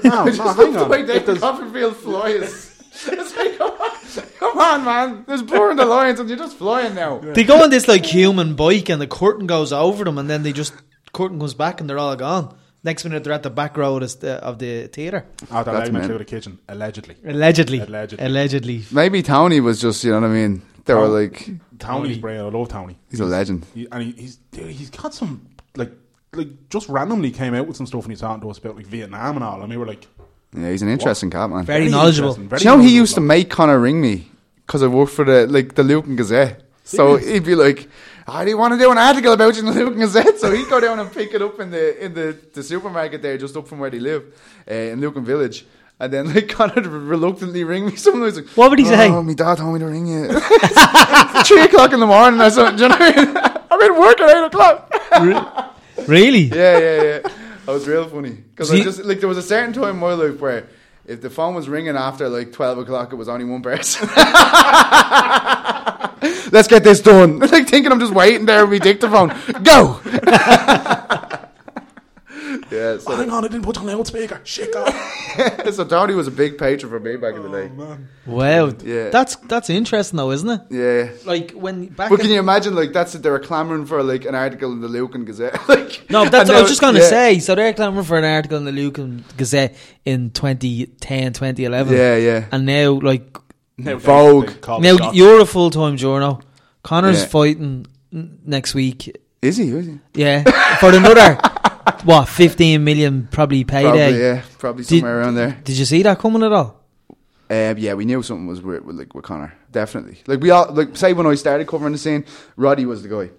[SPEAKER 2] No, no,
[SPEAKER 4] It's just
[SPEAKER 2] hang
[SPEAKER 4] the
[SPEAKER 2] on.
[SPEAKER 4] way
[SPEAKER 2] If
[SPEAKER 4] David
[SPEAKER 2] there's-
[SPEAKER 4] Copperfield flies. It's like, come on, come on, man. There's blur in the lines, and you're just flying now.
[SPEAKER 3] They go on this like human bike, and the curtain goes over them, and then they just curtain comes back, and they're all gone. Next minute, they're at the back road of the, of the theater.
[SPEAKER 2] Oh, that
[SPEAKER 4] That's
[SPEAKER 2] leg went
[SPEAKER 4] men.
[SPEAKER 2] through the kitchen, allegedly.
[SPEAKER 3] Allegedly,
[SPEAKER 2] Allegedly.
[SPEAKER 3] allegedly.
[SPEAKER 4] Maybe Tony was just, you know what I mean? They were like,
[SPEAKER 2] Tony's brilliant. I love Tony.
[SPEAKER 4] he's a legend.
[SPEAKER 2] He, and he, he's dude, he's got some like like just randomly came out with some stuff and he's talking to us about like Vietnam and all, and we were like,
[SPEAKER 4] Yeah, he's an interesting cat, man.
[SPEAKER 3] Very
[SPEAKER 2] very
[SPEAKER 3] knowledgeable.
[SPEAKER 2] interesting,
[SPEAKER 4] Do
[SPEAKER 2] very
[SPEAKER 4] you know he
[SPEAKER 2] knowledgeable
[SPEAKER 4] used to
[SPEAKER 2] bloke.
[SPEAKER 4] make Connor ring me because I worked for the like the Lucan Gazette. So he'd be like, "I didn't want to do an article about you in the Lucan Gazette," so he'd go down and pick it up in the in the, the supermarket there, just up from where they live uh, in Lucan Village. And then like *laughs* Connor would reluctantly ring me. Someone was like,
[SPEAKER 3] What would he
[SPEAKER 4] oh,
[SPEAKER 3] say?
[SPEAKER 4] Oh, my dad told me to ring you. *laughs* It's Three o'clock in the morning or something. Do you know what I mean? *laughs* I've been working at eight o'clock.
[SPEAKER 3] Really?
[SPEAKER 4] yeah, yeah, yeah. I was real funny because I
[SPEAKER 3] See-
[SPEAKER 4] just like there was a certain time in my life where if the phone was ringing after like twelve o'clock, it was only
[SPEAKER 3] *laughs*
[SPEAKER 4] one person. Let's get this done. *laughs* Like thinking I'm just waiting there with my dictaphone. Go. *laughs* yeah.
[SPEAKER 2] Oh,
[SPEAKER 3] *laughs*
[SPEAKER 4] So,
[SPEAKER 2] hang on, I didn't put on loudspeaker. Shit,
[SPEAKER 4] *laughs*
[SPEAKER 2] God.
[SPEAKER 4] so Tony was a big patron for me back in the
[SPEAKER 2] oh,
[SPEAKER 4] day.
[SPEAKER 2] man.
[SPEAKER 3] Wow.
[SPEAKER 4] Yeah.
[SPEAKER 3] That's that's interesting though, isn't it?
[SPEAKER 4] Yeah.
[SPEAKER 3] Like when back.
[SPEAKER 4] But can
[SPEAKER 3] in-
[SPEAKER 4] you imagine, like, that's it, they were clamouring for, like, an article in the Lucan Gazette. *laughs* like,
[SPEAKER 3] no, that's
[SPEAKER 4] and
[SPEAKER 3] what I
[SPEAKER 4] they
[SPEAKER 3] was
[SPEAKER 4] were-
[SPEAKER 3] just going to
[SPEAKER 4] yeah.
[SPEAKER 3] say. So they're clamoring for an article in the Lucan Gazette in 2010, 2011.
[SPEAKER 4] Yeah, yeah.
[SPEAKER 3] And now, like,
[SPEAKER 2] Now,
[SPEAKER 4] Vogue.
[SPEAKER 2] they call it
[SPEAKER 3] now
[SPEAKER 2] shots.
[SPEAKER 3] you're a full time journo. Connor's
[SPEAKER 4] Yeah.
[SPEAKER 3] fighting n- next week.
[SPEAKER 4] Is he? Is he?
[SPEAKER 3] Yeah. For another, *laughs* what, 15 million probably payday.
[SPEAKER 4] Probably, yeah. Probably
[SPEAKER 3] Did-
[SPEAKER 4] somewhere around there.
[SPEAKER 3] Did you see that coming at all?
[SPEAKER 4] Um, yeah, we knew something was weird with like with Connor. Definitely. Like we all like say when I started covering the scene, Roddy was the guy.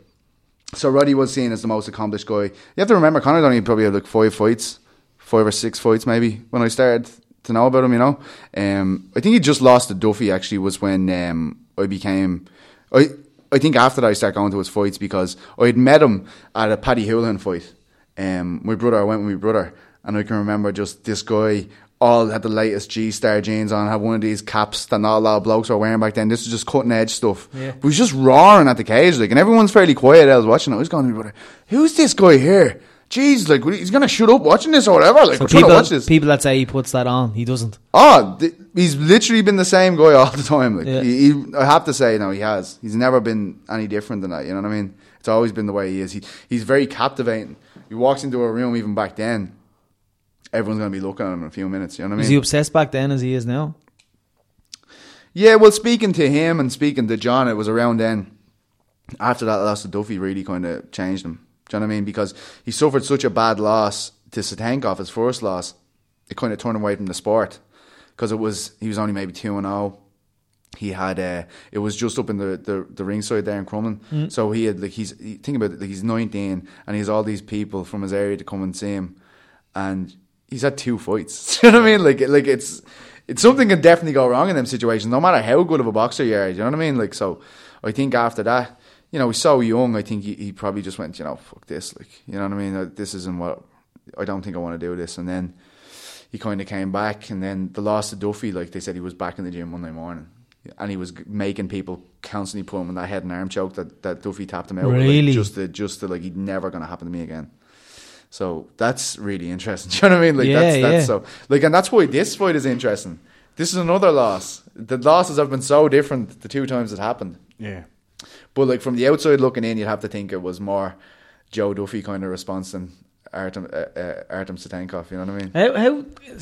[SPEAKER 4] So Roddy was seen as the most accomplished guy. You have to remember Connor only probably had like five fights, five or six fights maybe when I started to know about him. You know, um, I think he just lost to Duffy. Actually, was when um, I became. I I think after that I started going to his fights because I had met him at a Paddy Houlihan fight. Um, my brother, I went with my brother, and I can remember just this guy. All had the latest G Star jeans on, had one of these caps that not a lot of blokes were wearing back then. This is just cutting edge stuff.
[SPEAKER 3] Yeah.
[SPEAKER 4] But he was just roaring at the cage, like, and everyone's fairly quiet. I was watching it. I was going to my brother, who's this guy here? Jeez, like, he's going to shoot up watching this or whatever. Like, we're trying to
[SPEAKER 3] people,
[SPEAKER 4] watch this.
[SPEAKER 3] people that say he puts that on, he doesn't.
[SPEAKER 4] Oh, th- he's literally been the same guy all the time. Like
[SPEAKER 3] Yeah.
[SPEAKER 4] he, he, I have to say, no, he has. He's never been any different than that. You know what I mean? It's always been the way he is. He, he's very captivating. He walks into a room, even back then, everyone's going to be looking at him in a few minutes. You know what I
[SPEAKER 3] Was
[SPEAKER 4] mean?
[SPEAKER 3] he obsessed back then as he is now?
[SPEAKER 4] Yeah, well, speaking to him and speaking to John, it was around then. After that loss to Duffy, really kind of changed him. Do you know what I mean? Because he suffered such a bad loss to Satankov, his first loss, it kind of turned him away from the sport. Because it was, he was only maybe 2 and oh. 0. He had, uh, it was just up in the, the, the ringside there in Crumlin. So he had, like, he's, he- think about it, like, he's 19 and he has all these people from his area to come and see him. And he's had two fights. *laughs* Do you know what I mean? Like, like it's it's something can definitely go wrong in them situations, no matter how good of a boxer you are. You know what I mean? Like, so I think after that, you know, he's so young. I think he, he probably just went, you know, fuck this. Like, you know what I mean? Uh, This isn't what I don't think I want to do this. And then he kind of came back, and then the loss to Duffy, like they said, he was back in the gym Monday morning. and he was g- making people constantly put him in that head and arm choke that, that Duffy tapped him out. with,
[SPEAKER 3] Really?
[SPEAKER 4] Like, just to just to like he'd never gonna happen to me again. So that's really interesting. *laughs* Do you know what I mean? Like
[SPEAKER 3] Yeah,
[SPEAKER 4] that's that's
[SPEAKER 3] yeah.
[SPEAKER 4] so like and that's why this fight is interesting. This is another loss. The losses have been so different the two times it happened.
[SPEAKER 2] Yeah.
[SPEAKER 4] But like from the outside looking in, you'd have to think it was more Joe Duffy kind of response than Artem uh, uh, Artem Satankov. You know what I mean?
[SPEAKER 3] How, how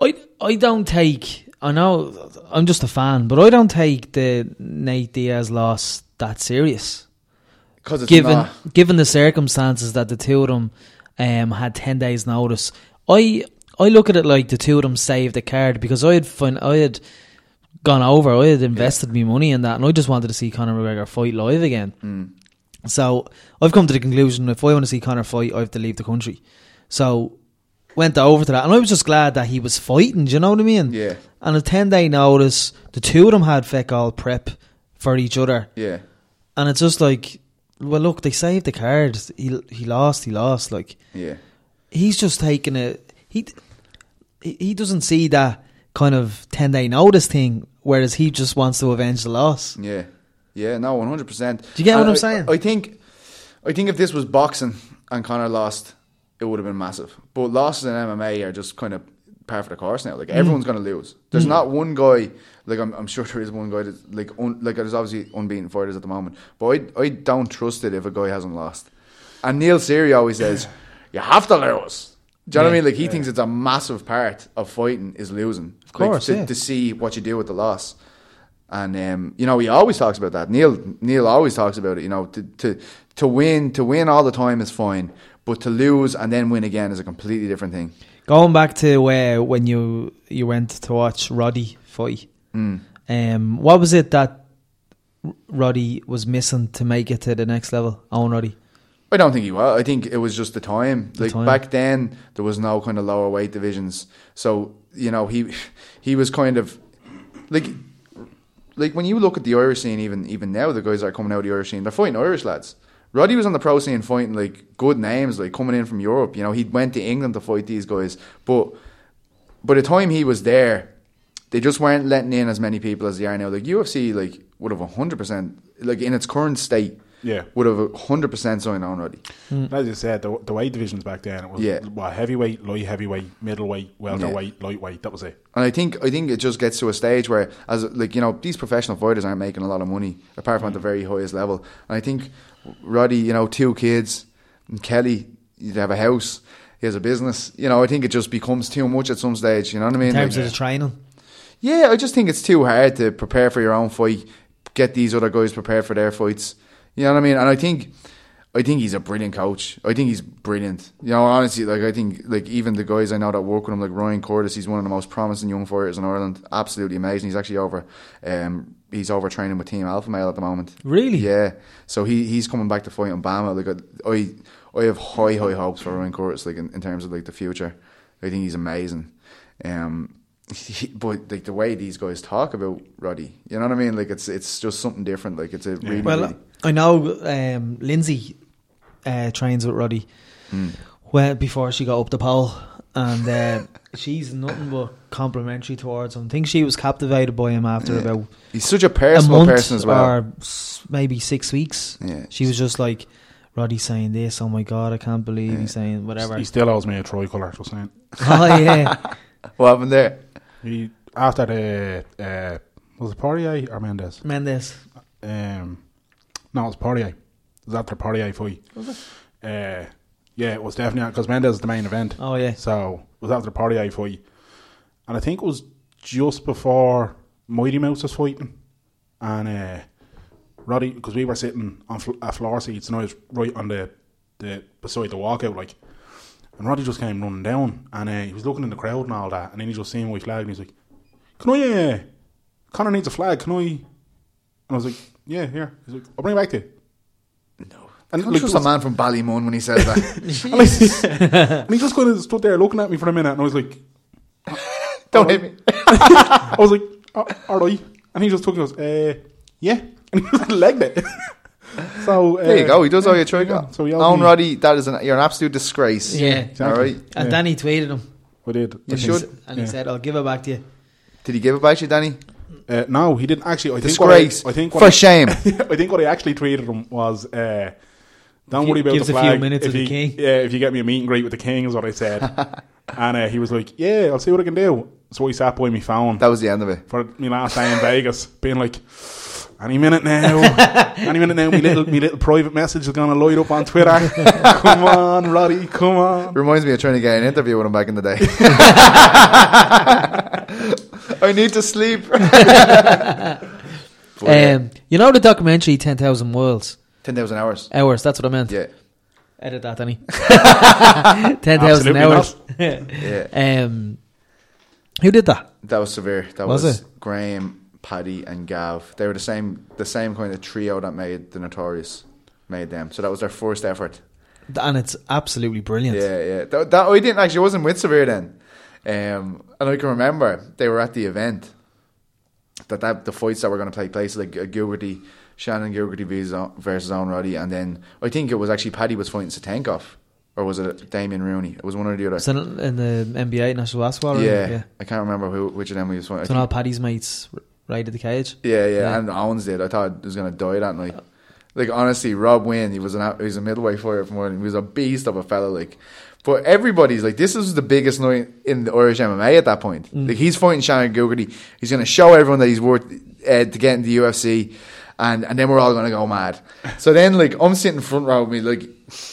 [SPEAKER 3] I I don't take I know I'm just a fan, but I don't take the Nate Diaz loss that serious.
[SPEAKER 4] Because it's
[SPEAKER 3] given
[SPEAKER 4] not.
[SPEAKER 3] given the circumstances that the two of them um, had ten days notice, I I look at it like the two of them saved the card because I had fin- I had gone over, I had invested me money in that, and I just wanted to see Conor McGregor fight live again.
[SPEAKER 4] Mm.
[SPEAKER 3] So I've come to the conclusion if I want to see Conor fight, I have to leave the country. So went over to that, and I was just glad that he was fighting. Do you know what I mean?
[SPEAKER 4] Yeah.
[SPEAKER 3] And a ten day notice, the two of them had feck all prep for each other.
[SPEAKER 4] Yeah.
[SPEAKER 3] And it's just like, well, look, they saved the card. He he lost. He lost. Like
[SPEAKER 4] Yeah.
[SPEAKER 3] he's just taking a he he he doesn't see that kind of ten day notice thing, whereas he just wants to avenge the loss.
[SPEAKER 4] Yeah, yeah, no, one hundred percent. Do
[SPEAKER 3] you get what I'm saying?
[SPEAKER 4] I, think, I think if this was boxing and Connor lost, it would have been massive. But losses in MMA are just kind of par for the course now. Like
[SPEAKER 3] Mm.
[SPEAKER 4] everyone's going to lose. There's not one guy. Like I'm, I'm sure there is one guy that's like, un, like there's obviously unbeaten fighters at the moment. But I, I don't trust it if a guy hasn't lost. And Neil Siri always says, "You have to lose." Do you know what I mean? Like he thinks it's a massive part of fighting is losing. Of
[SPEAKER 3] course,
[SPEAKER 4] like, to,
[SPEAKER 3] yeah.
[SPEAKER 4] to see what you do with the loss. And um, you know, he always talks about that. Neil Neil always talks about it. You know, to to to win to win all the time is fine, but to lose and then win again is a completely different thing.
[SPEAKER 3] Going back to where when you you went to watch Roddy fight, um, what was it that Roddy was missing to make it to the next level? Owen Roddy.
[SPEAKER 4] I don't think he was. I think it was just the time. like
[SPEAKER 3] time.
[SPEAKER 4] back then, there was no kind of lower weight divisions. So you know, he he was kind of like like when you look at the Irish scene, even even now, the guys that are coming out of the Irish scene, they're fighting Irish lads. Roddy was on the pro scene fighting like good names, like coming in from Europe. You know, he went to England to fight these guys, but by the time he was there, they just weren't letting in as many people as they are now. Like UFC, like would have hundred percent, like in its current state,
[SPEAKER 2] Yeah.
[SPEAKER 4] would have hundred percent signed on Roddy.
[SPEAKER 2] As you said, the, the weight divisions back then it was
[SPEAKER 4] Mm. Yeah.
[SPEAKER 2] well, heavyweight, light heavyweight, middleweight, welterweight, lightweight. That was it.
[SPEAKER 4] And I think I think it just gets to a stage where, as like you know, these professional fighters aren't making a lot of money apart from at the
[SPEAKER 3] Mm.
[SPEAKER 4] very highest level. And I think Roddy, you know, two kids, and Kelly, you have a house, he has a business. You know, I think it just becomes too much at some stage. You know what I mean?
[SPEAKER 3] In terms
[SPEAKER 4] Like-
[SPEAKER 3] of the training,
[SPEAKER 4] Yeah, I just think it's too hard to prepare for your own fight, get these other guys prepared for their fights. You know what I mean? And I think I think he's a brilliant coach. I think he's brilliant. You know, honestly, like I think like even the guys I know that work with him, like Ryan Curtis, he's one of the most promising young fighters in Ireland. Absolutely amazing. He's actually over um he's over training with Team Alpha Male at the moment.
[SPEAKER 3] Really?
[SPEAKER 4] Yeah. So he he's coming back to fight on Bama. Like uh, I I have high, high hopes for Ryan Curtis, like in, in terms of like the future. I think he's amazing. Um, *laughs* he- but like the way these guys talk about Roddy, you know what I mean? Like it's it's just something different. Like it's a really,
[SPEAKER 3] Well,
[SPEAKER 4] really-
[SPEAKER 3] I know um, Lindsay uh, trains with Roddy.
[SPEAKER 4] Hmm.
[SPEAKER 3] Well, before she got up the pole, and uh, *laughs* she's nothing but complimentary towards him. I think she was captivated by him after about
[SPEAKER 4] he's such a
[SPEAKER 3] a
[SPEAKER 4] personal
[SPEAKER 3] month
[SPEAKER 4] person as well.
[SPEAKER 3] or s- maybe six weeks.
[SPEAKER 4] Yeah.
[SPEAKER 3] She was just like, Roddy's saying this. Oh my god, I can't believe he's saying whatever.
[SPEAKER 2] He still owes me a tricolour. Just saying.
[SPEAKER 3] *laughs* oh
[SPEAKER 4] *laughs*
[SPEAKER 3] yeah,
[SPEAKER 4] what happened there?
[SPEAKER 2] He after the uh, was it Poirier or Mendes?
[SPEAKER 3] Mendes.
[SPEAKER 2] Um, no, it's Poirier. It was after Poirier fight. Uh, yeah, it was definitely because Mendes is the main event.
[SPEAKER 3] Oh, yeah.
[SPEAKER 2] So it was after the Poirier fight, and I think it was just before Mighty Mouse was fighting, and uh, Roddy because we were sitting on fl- a floor seats and I was right on the the beside the walkout like. And Roddy just came running down, and uh, he was looking in the crowd and all that, and then he just seen my flag, and he's like, "Can I? Uh, Connor needs a flag. Can I and I was like, yeah, here. He's like, I'll bring it back to you.
[SPEAKER 4] And
[SPEAKER 2] And,
[SPEAKER 4] not
[SPEAKER 2] like,
[SPEAKER 4] trust
[SPEAKER 2] it
[SPEAKER 4] a
[SPEAKER 2] was-
[SPEAKER 4] man from Ballymun when he
[SPEAKER 2] *laughs*
[SPEAKER 4] says that.
[SPEAKER 2] And, like, and he just kind of stood there looking at me for a minute. And I was
[SPEAKER 4] *laughs*
[SPEAKER 2] like,
[SPEAKER 4] Don't hit me.
[SPEAKER 2] *laughs* I was like, "Oh, all right. And he just took it and goes, uh, yeah. *laughs* And he just legged it. *laughs* so, uh,
[SPEAKER 4] There you go. He does all your
[SPEAKER 2] there you
[SPEAKER 4] trigger.
[SPEAKER 2] go.
[SPEAKER 4] So
[SPEAKER 2] he owes
[SPEAKER 4] Own
[SPEAKER 2] me-
[SPEAKER 4] Roddy, that is an you're an absolute disgrace.
[SPEAKER 3] Yeah.
[SPEAKER 4] All right.
[SPEAKER 2] Yeah.
[SPEAKER 3] And then he tweeted him.
[SPEAKER 2] We did. I
[SPEAKER 4] You
[SPEAKER 3] And he
[SPEAKER 2] think.
[SPEAKER 4] should.
[SPEAKER 3] s- And he
[SPEAKER 2] Yeah.
[SPEAKER 3] said, "I'll give it back to you."
[SPEAKER 4] Did he give it back to you, Danny?
[SPEAKER 2] Uh, no, he didn't actually. I think what I-
[SPEAKER 4] Disgrace.
[SPEAKER 2] I, think what
[SPEAKER 4] For
[SPEAKER 2] I-
[SPEAKER 4] shame.
[SPEAKER 2] *laughs* I think what I actually tweeted him was, uh, "Don't
[SPEAKER 3] Gi-
[SPEAKER 2] worry about
[SPEAKER 3] gives
[SPEAKER 2] the
[SPEAKER 3] a few
[SPEAKER 2] flag.
[SPEAKER 3] minutes
[SPEAKER 2] if
[SPEAKER 3] of the
[SPEAKER 2] you-
[SPEAKER 3] king."
[SPEAKER 2] Yeah, if you get me a meet and greet with the king is what I said."
[SPEAKER 3] *laughs*
[SPEAKER 2] and uh, he was like, "Yeah, I'll see what I can do." So he sat by my phone
[SPEAKER 4] That was the end of it.
[SPEAKER 2] for my last day in Vegas, being like, "Any minute now,
[SPEAKER 3] *laughs*
[SPEAKER 2] any minute now, my little my little private message is gonna light up on Twitter. *laughs* come on, Roddy, come on."
[SPEAKER 4] Reminds me of trying to get an interview with him back in *laughs* the day. I need to sleep.
[SPEAKER 3] Um, you know the documentary Ten Thousand Worlds
[SPEAKER 4] Ten thousand hours.
[SPEAKER 3] Hours. That's what I meant.
[SPEAKER 4] Yeah,
[SPEAKER 3] Edit that,
[SPEAKER 4] *laughs*
[SPEAKER 3] Danny. Ten thousand
[SPEAKER 2] Absolutely
[SPEAKER 3] hours. *laughs*
[SPEAKER 4] yeah.
[SPEAKER 3] um, who did that?
[SPEAKER 4] That was severe. That
[SPEAKER 3] Was
[SPEAKER 4] was,
[SPEAKER 3] it?
[SPEAKER 4] Graham, Paddy, and Gav. They were the same, the same kind of trio that made the Notorious. Made them. So that was their first effort.
[SPEAKER 3] And it's absolutely brilliant.
[SPEAKER 4] Yeah, yeah. That, that I didn't actually I wasn't with Severe then, um, and I can remember they were at the event. That, that the fights that were going to take place like uh, Gilberty, Shannon Gilberty versus O- versus Owen Roddy, and then I think it was actually Paddy was fighting Satenkov, or was it Damien Rooney? It was one or the other.
[SPEAKER 3] It's in, in the NBA National Basketball. League,
[SPEAKER 4] yeah,
[SPEAKER 3] yeah.
[SPEAKER 4] I can't remember who which of them he was fighting. I
[SPEAKER 3] So now
[SPEAKER 4] think-
[SPEAKER 3] Paddy's mates r- right at the cage.
[SPEAKER 4] yeah, yeah,
[SPEAKER 3] Yeah.
[SPEAKER 4] and Owens did. I thought he was going to die that night. Like honestly, Rob Wynn, he was an he was a middleweight fighter from Ireland. He was a beast of a fella. Like, but everybody's like, this is the biggest night in the Irish MMA at that point. Like he's fighting Shannon Gogarty. He's going to show everyone that he's worth uh, to get into the UFC, and and then we're all going to go mad. So then, like, I'm sitting front row with me, like,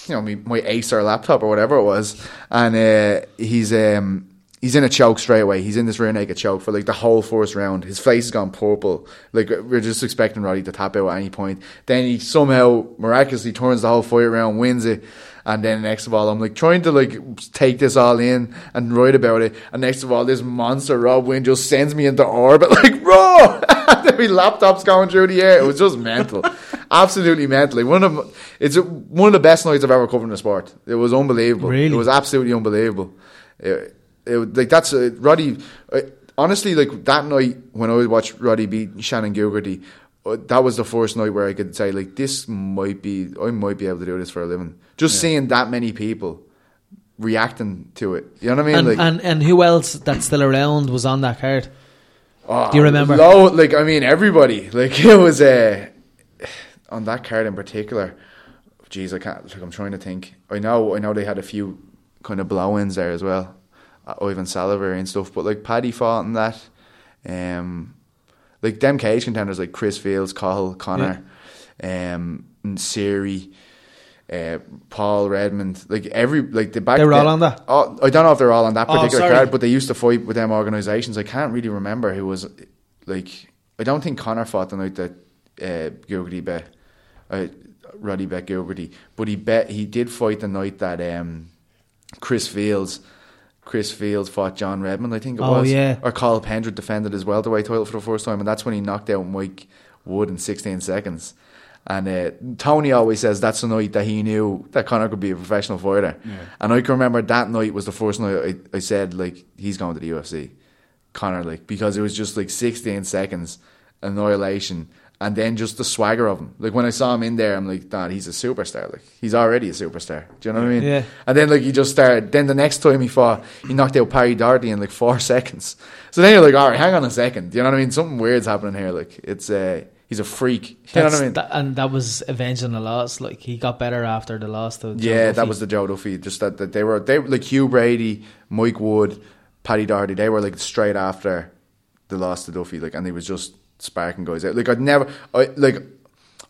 [SPEAKER 4] you know, me, my Acer laptop or whatever it was, and uh, he's um he's in a choke straight away. He's in this rear naked choke for like the whole first round. His face has gone purple. Like we're just expecting Roddy to tap out at any point. Then he somehow miraculously turns the whole fight around, wins it. And then next of all, I'm like trying to like take this all in and write about it. And next of all, this monster Rob Wynn just sends me into orbit *laughs* like raw. My laptop's going through the air. It was just mental, absolutely mental. Like, one of the- it's one of the best nights I've ever covered in the sport. It was unbelievable.
[SPEAKER 3] Really?
[SPEAKER 4] it was absolutely unbelievable. It, it, like that's uh, Roddy. Uh, honestly, like that night when I watched Roddy beat Shannon Gilberty, uh, that was the first night where I could say like this might be I might be able to do this for a living. Just seeing that many people reacting to it, you know what I mean?
[SPEAKER 3] And,
[SPEAKER 4] like,
[SPEAKER 3] and and who else that's still around was on that card?
[SPEAKER 4] oh,
[SPEAKER 3] do you remember?
[SPEAKER 4] Low, like I mean, everybody. Like *laughs* it was uh, on that card in particular. Jeez, I can't. Like I'm trying to think. I know, I know they had a few kind of blow-ins there as well, uh, Ivan Salivary and stuff. But like Paddy fought in that. Um, like them cage contenders like Chris Fields, Cahill, Connor, um, and Siri. Uh, Paul Redmond, like every like the back.
[SPEAKER 3] They were all
[SPEAKER 4] then-
[SPEAKER 3] on that?
[SPEAKER 4] Oh, I don't know if they're all on that
[SPEAKER 3] Oh,
[SPEAKER 4] particular
[SPEAKER 3] sorry.
[SPEAKER 4] card, but they used to fight with them organizations. I can't really remember who was like. I don't think Connor fought the night that uh, Gilberty bet uh, Roddy bet Gilberty, but he bet he did fight the night that um, Chris Fields. Chris Fields fought John Redmond, I think it
[SPEAKER 3] Oh,
[SPEAKER 4] was.
[SPEAKER 3] yeah.
[SPEAKER 4] Or Carl Pendred defended his welterweight title for the first time, and that's when he knocked out Mike Wood in 16 seconds. And uh, Tony always says that's the night that he knew that Connor could be a professional fighter. And I can remember that night was the first night I, I said, like, he's going to the UFC. Connor, like, because it was just like 16 seconds, annihilation, and then just the swagger of him. Like, when I saw him in there, I'm like, nah, he's a superstar. Like, he's already a superstar. Do you know what I mean?
[SPEAKER 3] Yeah.
[SPEAKER 4] And then like he just started. Then the next time he fought, he knocked out Parry Darty in like four *laughs* seconds. So then you're like, all right, hang on a second. You know what I mean? Something weird's happening here. Like it's uh, he's a freak. You know
[SPEAKER 3] That's-
[SPEAKER 4] what I mean?
[SPEAKER 3] that- and that was avenging the loss. Like he got better after the loss. To John
[SPEAKER 4] yeah, that
[SPEAKER 3] Duffy.
[SPEAKER 4] was the Joe Duffy. Just that, that they were they like Hugh Brady, Mike Wood, Paddy Doherty. They were like straight after the loss to Duffy. Like, and he was just sparking guys out. Like I'd never, I like.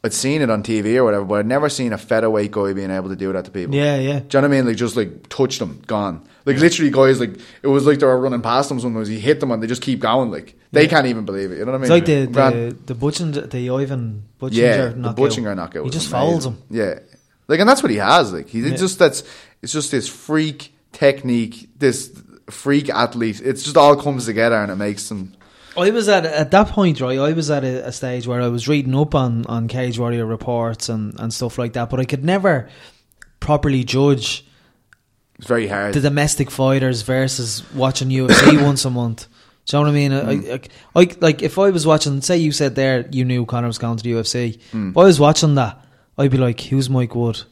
[SPEAKER 4] I'd seen it on TV or whatever, but I'd never seen a featherweight guy being able to do that to people.
[SPEAKER 3] Yeah, yeah.
[SPEAKER 4] Do you know what I mean? Like just like touched them, gone. Like literally, guys. Like it was like they were running past them sometimes. He hit them and they just keep going. Like they can't even believe it. You know what I
[SPEAKER 3] It's
[SPEAKER 4] mean?
[SPEAKER 3] like the
[SPEAKER 4] Grant-
[SPEAKER 3] the, the Butchinger, the Ivan Butchinger
[SPEAKER 4] yeah, the
[SPEAKER 3] knockout.
[SPEAKER 4] Butchinger knockout.
[SPEAKER 3] He
[SPEAKER 4] was
[SPEAKER 3] just
[SPEAKER 4] amazing.
[SPEAKER 3] fouls him.
[SPEAKER 4] Yeah, like and that's what he has. Like he it's just that's it's just this freak technique, this freak athlete. It's just all comes together and it makes him.
[SPEAKER 3] I was at at that point, right? I was at a, a stage where I was reading up on on Cage Warrior reports and and stuff like that, but I could never properly judge
[SPEAKER 4] It's very hard.
[SPEAKER 3] the domestic fighters versus watching *coughs* UFC once a month. Do you know what I mean? I- I, I, I, like if I was watching, say you said there you knew Connor was going to the UFC. If I was watching that, I'd be like, "Who's Mike Wood?"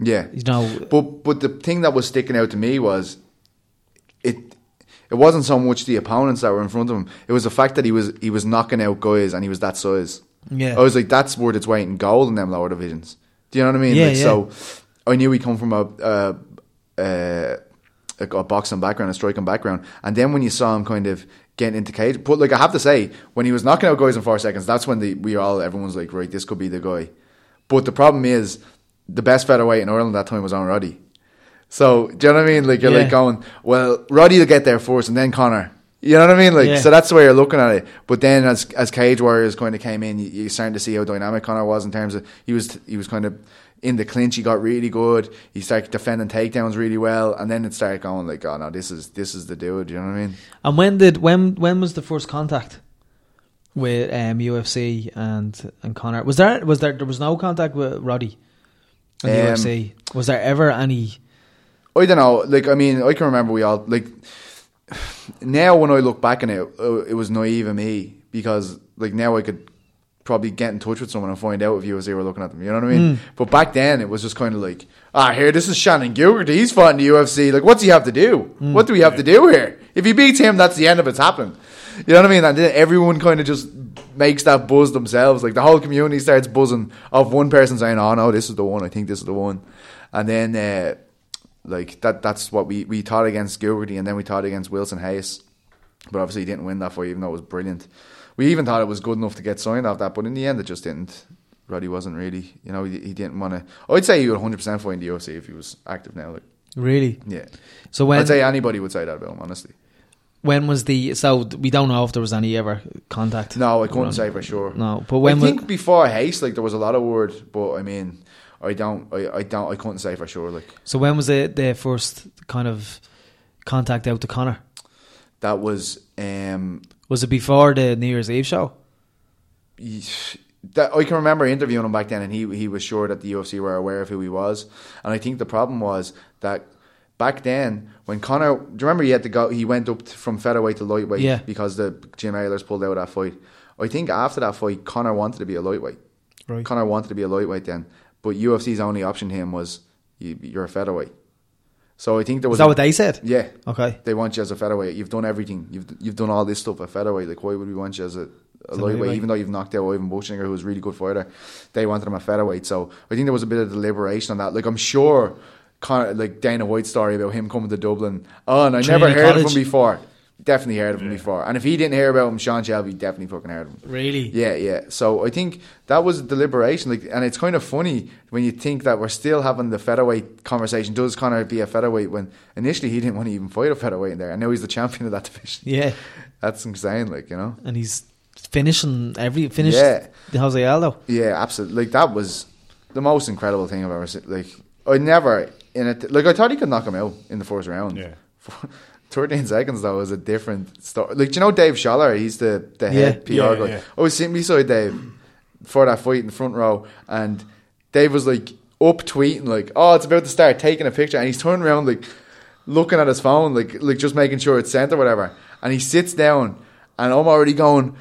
[SPEAKER 4] yeah,
[SPEAKER 3] You know,
[SPEAKER 4] But but the thing that was sticking out to me was it it wasn't so much the opponents that were in front of him. It was the fact that he was he was knocking out guys and he was that size.
[SPEAKER 3] Yeah.
[SPEAKER 4] I was like, that's worth its weight in gold in them lower divisions. Do you know what I mean?
[SPEAKER 3] Yeah,
[SPEAKER 4] Like,
[SPEAKER 3] yeah.
[SPEAKER 4] So I knew he come from a. Uh, uh, a, a boxing background, a striking background, and then when you saw him kind of getting into cage, but like I have to say, when he was knocking out guys in four seconds, that's when the we all everyone's like, right, this could be the guy. But the problem is, the best featherweight in Ireland at that time was on Roddy. So do you know what I mean? Like you're
[SPEAKER 3] Yeah.
[SPEAKER 4] like going, well, Roddy will get there first, and then Connor. You know what I mean? Like
[SPEAKER 3] Yeah.
[SPEAKER 4] so that's the way you're looking at it. But then as as Cage Warriors kind of came in, you, you're starting to see how dynamic Connor was in terms of he was he was kind of in the clinch. He got really good. He started defending takedowns really well, and then it started going like, oh no, this is this is the dude. You know what I mean?
[SPEAKER 3] And when did when when was the first contact with um, UFC and and Connor? Was there was there there was no contact with Roddy and
[SPEAKER 4] Um,
[SPEAKER 3] UFC? Was there ever any?
[SPEAKER 4] I don't know. Like, I mean, I can remember we all like. *sighs* Now, when I look back on it, uh, it was naive of me because, like, now I could probably get in touch with someone and find out if you was were looking at them. You know what I mean? But back then, it was just kind of like, ah, here, this is Shannon Gilbert. He's fighting the UFC. Like, what's he have to do? What do we have to do here? If he beats him, that's the end of it's happening. You know what I mean? And then everyone kind of just makes that buzz themselves. Like the whole community starts buzzing of one person saying, "Oh no, this is the one. I think this is the one," and then. Uh, like that that's what we we taught against Gilberty and then we taught against Wilson Hayes. But obviously he didn't win that fight even though it was brilliant. We even thought it was good enough to get signed off that, but in the end it just didn't. Roddy wasn't really, you know, he, he didn't want to. I'd say he would 100% fight in the UFC if he was active now. Like,
[SPEAKER 3] Really?
[SPEAKER 4] yeah,
[SPEAKER 3] So when
[SPEAKER 4] I'd say uh, anybody would say that about him, honestly.
[SPEAKER 3] when was the so we don't know if there was any ever contact.
[SPEAKER 4] No, I couldn't say for sure.
[SPEAKER 3] No, but when
[SPEAKER 4] I
[SPEAKER 3] wa-
[SPEAKER 4] think before Hayes, like there was a lot of word, but I mean, I don't, I, I don't, I couldn't say for sure. Like
[SPEAKER 3] So when was it the first kind of contact out to Connor?
[SPEAKER 4] that was, um,
[SPEAKER 3] Was it before the New Year's Eve show?
[SPEAKER 4] he- that I can remember interviewing him back then, and he he was sure that the UFC were aware of who he was. And I think the problem was that back then, when Connor, do you remember he had to go? He went up t- from featherweight to lightweight
[SPEAKER 3] Yeah.
[SPEAKER 4] because the Jim Ehlers pulled out of that fight. I think after that fight, Connor wanted to be a lightweight.
[SPEAKER 3] Right.
[SPEAKER 4] Connor wanted to be a lightweight then, but UFC's only option to him was you, you're a featherweight. So I think there was
[SPEAKER 3] Is that
[SPEAKER 4] a-
[SPEAKER 3] what they said?
[SPEAKER 4] yeah.
[SPEAKER 3] Okay.
[SPEAKER 4] They want you as a featherweight. You've done everything. You've you've done all this stuff at featherweight. Like why would we want you as a, a lightweight,
[SPEAKER 3] lightweight.
[SPEAKER 4] even though you've knocked out Ivan Bochinger, who was a really good fighter? They wanted him at featherweight. So I think there was a bit of deliberation on that. Like I'm sure, kind of like Dana White's story about him coming to Dublin. Oh, and I
[SPEAKER 3] Training
[SPEAKER 4] never
[SPEAKER 3] at
[SPEAKER 4] heard of
[SPEAKER 3] college.
[SPEAKER 4] him before. Definitely heard of him before. And if he didn't hear about him, Sean Shelby definitely fucking heard of him.
[SPEAKER 3] Really?
[SPEAKER 4] Yeah, yeah. So I think that was deliberation. Like, and it's kind of funny when you think that we're still having the featherweight conversation. Does Connor be a featherweight when initially he didn't want to even fight a featherweight in there, and now he's the champion of that *laughs* division.
[SPEAKER 3] Yeah.
[SPEAKER 4] That's insane. Like, you know.
[SPEAKER 3] And he's finishing every finished
[SPEAKER 4] Yeah.
[SPEAKER 3] the Jose Aldo.
[SPEAKER 4] Yeah, absolutely. Like that was the most incredible thing I've ever seen. Like I never in it. Like I thought he could knock him out in the first round.
[SPEAKER 2] Yeah.
[SPEAKER 4] *laughs* Thirteen seconds though is a different story. Like do you know Dave Schaller, he's the the
[SPEAKER 3] Yeah.
[SPEAKER 4] head PR
[SPEAKER 2] Yeah,
[SPEAKER 4] guy.
[SPEAKER 2] yeah.
[SPEAKER 4] I was sitting beside Dave for that fight in the front row, and Dave was like up tweeting like, "Oh, it's about to start taking a picture," and he's turning around like looking at his phone, like like just making sure it's sent or whatever. And he sits down, and I'm already going,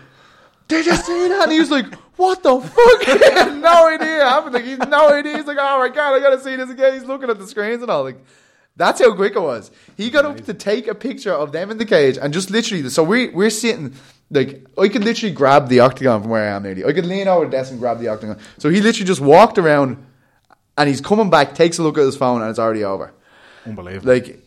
[SPEAKER 4] did you see that? And he was like, what the fuck? *laughs* he had no idea. I'm like, he's no idea. He's like, oh my God, I gotta see this again. He's looking at the screens and all. Like, that's how quick it was. He got up to take a picture of them in the cage and just literally, so we, we're sitting, like, I could literally grab the octagon from where I am nearly. I could lean over the desk and grab the octagon. So he literally just walked around and he's coming back, takes a look at his phone, and it's already over.
[SPEAKER 2] Unbelievable.
[SPEAKER 4] Like,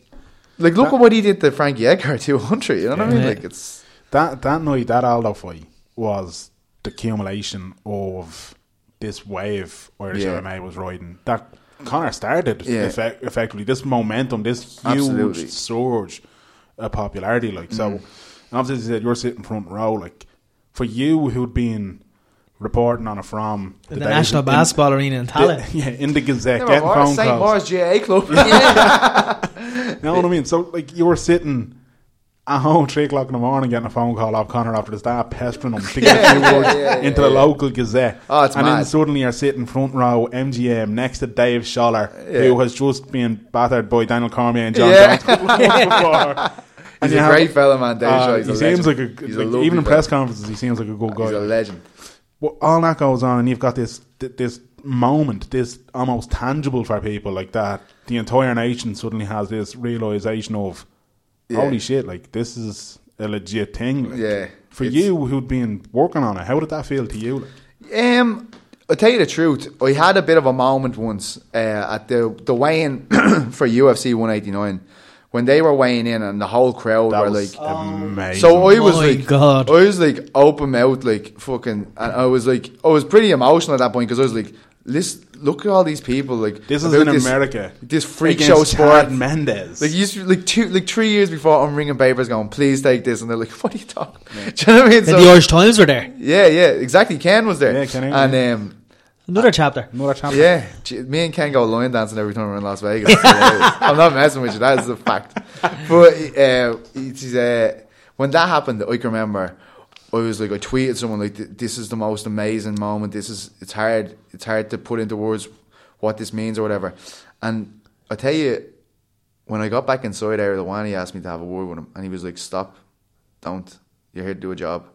[SPEAKER 4] like look at what he did to Frankie Edgar *laughs* 200. You know what I mean?
[SPEAKER 3] Yeah.
[SPEAKER 4] Like, it's.
[SPEAKER 2] That that night, that Aldo fight was the accumulation of this wave Irish
[SPEAKER 4] Yeah.
[SPEAKER 2] MMA was riding. That Connor started
[SPEAKER 4] Yeah.
[SPEAKER 2] effect, effectively this momentum, this huge
[SPEAKER 4] Absolutely. Mm.
[SPEAKER 2] surge of popularity. Like so, and obviously you said you're sitting front row. Like for you, who'd been reporting on it from
[SPEAKER 3] The,
[SPEAKER 2] days
[SPEAKER 3] National
[SPEAKER 2] in-
[SPEAKER 3] Basketball Arena in
[SPEAKER 2] the-
[SPEAKER 4] *laughs*
[SPEAKER 3] Tallinn.
[SPEAKER 2] *laughs* yeah, in the Gazette,
[SPEAKER 4] St.
[SPEAKER 2] getting phone calls.
[SPEAKER 4] Mars GA Club.
[SPEAKER 2] You know what I mean? So like you were sitting at home three o'clock in the morning getting a phone call off Connor after the start pestering him to get a few
[SPEAKER 4] *laughs* Yeah,
[SPEAKER 2] words
[SPEAKER 4] yeah, yeah,
[SPEAKER 2] into the local Gazette.
[SPEAKER 4] Oh, it's
[SPEAKER 2] and then
[SPEAKER 4] mad.
[SPEAKER 2] suddenly you're sitting front row MGM next to Dave Scholler, who has just been battered by Daniel Cormier and John
[SPEAKER 4] Yeah.
[SPEAKER 2] Jones a
[SPEAKER 4] *laughs*
[SPEAKER 2] couple of months before. And
[SPEAKER 4] He's
[SPEAKER 2] you
[SPEAKER 4] a
[SPEAKER 2] have-
[SPEAKER 4] great fella, man. Dave
[SPEAKER 2] Uh,
[SPEAKER 4] Shaw,
[SPEAKER 2] he
[SPEAKER 4] he's a
[SPEAKER 2] seems like a
[SPEAKER 4] legend. He's a
[SPEAKER 2] like,
[SPEAKER 4] lovely
[SPEAKER 2] even in
[SPEAKER 4] fella.
[SPEAKER 2] press conferences he seems like a good guy.
[SPEAKER 4] He's a legend.
[SPEAKER 2] Well, all that goes on, and you've got this th- this moment, this almost tangible for people like that. The entire nation suddenly has this realization of holy shit, like this is a legit thing. Like,
[SPEAKER 4] Yeah,
[SPEAKER 2] For
[SPEAKER 4] it's-
[SPEAKER 2] you who'd been working on it, how did that feel to you? Like,
[SPEAKER 4] Um, I'll tell you the truth. I had a bit of a moment once uh, at the the weighing *clears throat* for UFC 189 when they were weighing in, and the whole crowd
[SPEAKER 2] that
[SPEAKER 4] were
[SPEAKER 2] was
[SPEAKER 4] like.
[SPEAKER 2] amazing.
[SPEAKER 4] So uh, I was
[SPEAKER 3] my
[SPEAKER 4] like,
[SPEAKER 3] God.
[SPEAKER 4] I was like open mouth, like fucking, and I was like, I was pretty emotional at that point because I was like, listen, look at all these people, like
[SPEAKER 2] this is
[SPEAKER 4] about
[SPEAKER 2] in America.
[SPEAKER 4] this freak
[SPEAKER 2] against
[SPEAKER 4] show sport,
[SPEAKER 2] Chad Mendes.
[SPEAKER 4] like you used to- like two, like three years before, I'm ringing papers going, please take this, and they're like, *laughs* what are you talking? *laughs* Do you know what I mean?
[SPEAKER 3] And the Irish Times were there.
[SPEAKER 4] yeah, yeah, exactly. Ken was there,
[SPEAKER 2] Yeah, Ken Irwin,
[SPEAKER 4] and
[SPEAKER 2] yeah.
[SPEAKER 4] um,
[SPEAKER 3] Another chapter.
[SPEAKER 2] Another channel.
[SPEAKER 4] yeah, Gee, me and Ken go line dancing every time we're in Las Vegas. *laughs* It's hilarious. I'm not messing with you. That is a fact. But uh, it's, uh, when that happened, I can remember I was like, I tweeted someone like, "This is the most amazing moment. This is it's hard. It's hard to put into words what this means or whatever." And I tell you, when I got back inside, Erdogan he asked me to have a word with him, and he was like, "Stop, don't. You're here to do a job."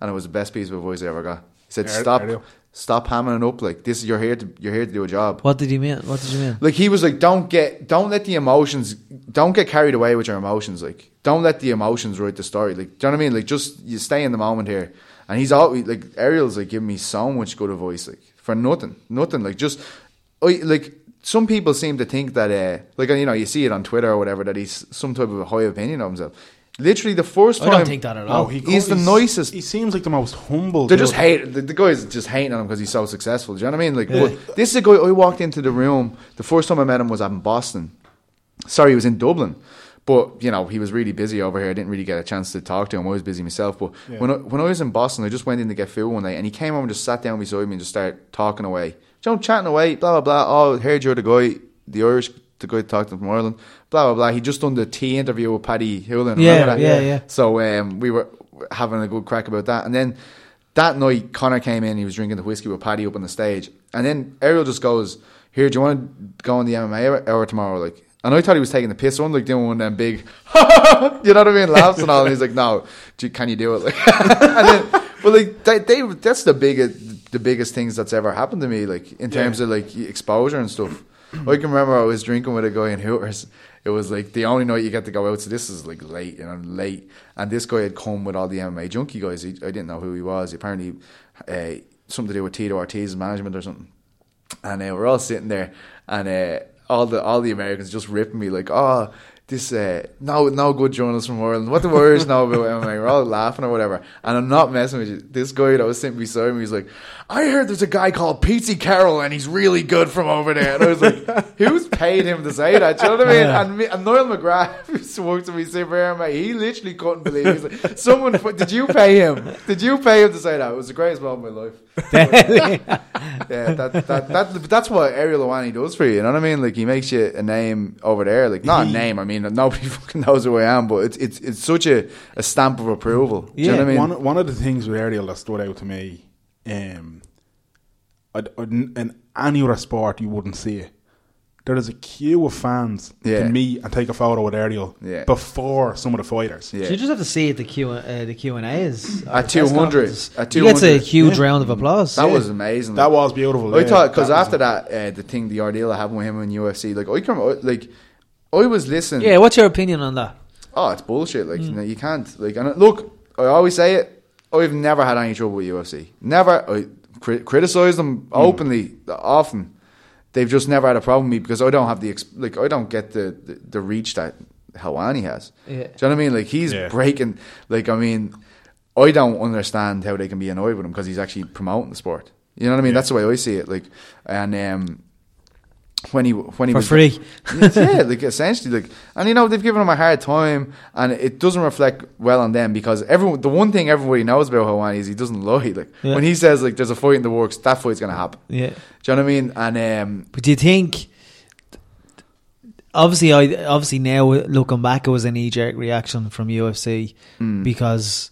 [SPEAKER 4] And it was the best piece of advice I ever got. He said,
[SPEAKER 2] Er-
[SPEAKER 4] "Stop,
[SPEAKER 2] Erdo.
[SPEAKER 4] stop hammering up like this. You're here to you're here to do a job."
[SPEAKER 3] What did you mean? What did you mean?
[SPEAKER 4] Like he was like, "Don't get, don't let the emotions, don't get carried away with your emotions. Like, don't let the emotions write the story. Like, do you know what I mean? Like, just you stay in the moment here." And he's always like, Ariel's like giving me so much good advice, like for nothing, nothing. Like just, I like some people seem to think that, uh, like you know, you see it on Twitter or whatever that he's some type of a high opinion of himself. Literally, the first
[SPEAKER 3] I
[SPEAKER 4] time
[SPEAKER 3] don't think that at all.
[SPEAKER 2] Oh, he
[SPEAKER 4] He's the
[SPEAKER 2] he's-
[SPEAKER 4] nicest.
[SPEAKER 2] He seems like the most humble.
[SPEAKER 4] They're just
[SPEAKER 2] dude.
[SPEAKER 4] hate. The, the guys just hating on him because he's so successful. Do you know what I mean? Like, but this is a guy. I walked into the room. The first time I met him was up in Boston. Sorry, he was in Dublin, but you know he was really busy over here. I didn't really get a chance to talk to him. I was busy myself. But when I, when I was in Boston, I just went in to get food one day, and he came over and just sat down beside me and just started talking away. John chatting away, blah blah blah. Oh, heard you're the guy, the Irish, the guy that talked to him from Ireland, blah blah blah. He just done the tea interview with Paddy Hewlin.
[SPEAKER 3] Yeah,
[SPEAKER 4] remember that?
[SPEAKER 3] yeah, yeah.
[SPEAKER 4] So um, we were having a good crack about that. And then that night, Connor came in. He was drinking the whiskey with Paddy up on the stage. And then Ariel just goes, "Here, do you want to go on the MMA hour tomorrow?" Like, and I thought he was taking the piss on, like doing one of them big, *laughs* you know what I mean, laughs and all. And he's like, "No, do, can you do it?" Like, and then, but like they, they, that's the biggest, the biggest things that's ever happened to me. Like in terms of like e, exposure and stuff. I can remember I was drinking with a guy in Hooters. It was like the only night you get to go out. So this is like late, and I'm late. And this guy had come with all the MMA junkie guys. He, I didn't know who he was. Apparently, uh, something to do with Tito Ortiz management or something. And uh, we're all sitting there, and uh, all the all the Americans just ripping me like, "Oh, this uh, no no good journalist from Ireland. What the Warriors know about MMA?" We're all laughing or whatever. And I'm not messing with you. This guy that was sitting beside me was like, "I heard there's a guy called Petey Carroll, and he's really good from over there." And I was like, "Who's paid him to say that?" Do you know what I mean?
[SPEAKER 3] Yeah.
[SPEAKER 4] And, me, and Noel McGrath *laughs* used to work to me super MMA. He literally couldn't believe. It. He was like, "Someone, fu- did you pay him? Did you pay him to say that?" It was the greatest moment of my life. Yeah, that, that, that, that's what Ariel Awani does for you. You know what I mean? Like he makes you a name over there. Like not a name. I mean, nobody *laughs* fucking knows who I am, but it's it's it's such a, a stamp of approval. Do you know what I mean?
[SPEAKER 2] one, one of the things with Ariel that stood out to me, um, I'd- I'd- in any other sport you wouldn't see it. There is a queue of fans
[SPEAKER 4] Yeah.
[SPEAKER 2] to meet and take a photo with Ariel
[SPEAKER 4] Yeah.
[SPEAKER 2] before some of the fighters.
[SPEAKER 4] Yeah.
[SPEAKER 3] So you just have to see the Q uh, the Q and A's
[SPEAKER 4] At 200, at
[SPEAKER 3] You get a
[SPEAKER 4] 200.
[SPEAKER 3] huge round of applause.
[SPEAKER 4] that was amazing.
[SPEAKER 2] That was beautiful.
[SPEAKER 4] I
[SPEAKER 2] yeah.
[SPEAKER 4] thought because
[SPEAKER 2] That was-
[SPEAKER 4] after that, uh, the thing, the ordeal I happened with him in UFC, like I come, like I was listening.
[SPEAKER 3] yeah. What's your opinion on that?
[SPEAKER 4] oh, it's bullshit. Like,
[SPEAKER 3] Hmm.
[SPEAKER 4] you, know, you can't. Like, and uh, look, I always say it. I've never had any trouble with UFC. Never. I cri- criticize
[SPEAKER 3] Hmm.
[SPEAKER 4] them openly often. They've just never had a problem with me because I don't have the ex- like. I don't get the the, the reach that Helwani has.
[SPEAKER 3] Yeah.
[SPEAKER 4] Do you know what I mean? Like he's
[SPEAKER 2] Yeah.
[SPEAKER 4] breaking. Like I mean, I don't understand how they can be annoyed with him because he's actually promoting the sport. You know what I mean? That's the way I see it. Like, and um, when he when he
[SPEAKER 3] For
[SPEAKER 4] was
[SPEAKER 3] free.
[SPEAKER 4] *laughs* yeah, like essentially, like, and you know they've given him a hard time, and it doesn't reflect well on them because everyone. The one thing everybody knows about Hawani is he doesn't lie. Like
[SPEAKER 3] Yeah.
[SPEAKER 4] when he says like there's a fight in the works, that fight's gonna happen.
[SPEAKER 3] Yeah.
[SPEAKER 4] Do you know what I mean? And um,
[SPEAKER 3] But do you think? Obviously, I obviously now looking back, it was an knee jerk reaction from UFC because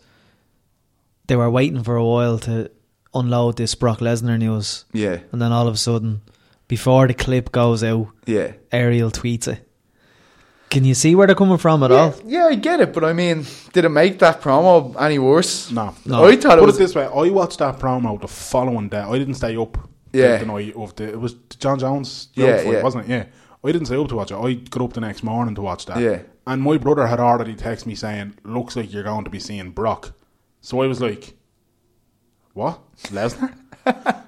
[SPEAKER 3] they were waiting for a while to unload this Brock Lesnar news,
[SPEAKER 4] yeah,
[SPEAKER 3] and then all of a sudden, before the clip goes out,
[SPEAKER 4] yeah,
[SPEAKER 3] Ariel tweets it. Can you see where they're coming from at
[SPEAKER 4] yeah,
[SPEAKER 3] all?
[SPEAKER 4] yeah, I get it, but I mean, did it make that promo any worse?
[SPEAKER 2] No.
[SPEAKER 3] No.
[SPEAKER 4] I thought it
[SPEAKER 2] Put
[SPEAKER 4] was.
[SPEAKER 2] it this way, I watched that promo the following day. I didn't stay up.
[SPEAKER 4] Yeah.
[SPEAKER 2] The night of the, it was John Jones. Jones
[SPEAKER 4] Yeah,
[SPEAKER 2] fight,
[SPEAKER 4] yeah.
[SPEAKER 2] wasn't it? Yeah. I didn't stay up to watch it. I got up the next morning to watch that.
[SPEAKER 4] Yeah.
[SPEAKER 2] And my brother had already texted me saying, "Looks like you're going to be seeing Brock." So I was like, "What,
[SPEAKER 4] *laughs*
[SPEAKER 2] Lesnar?"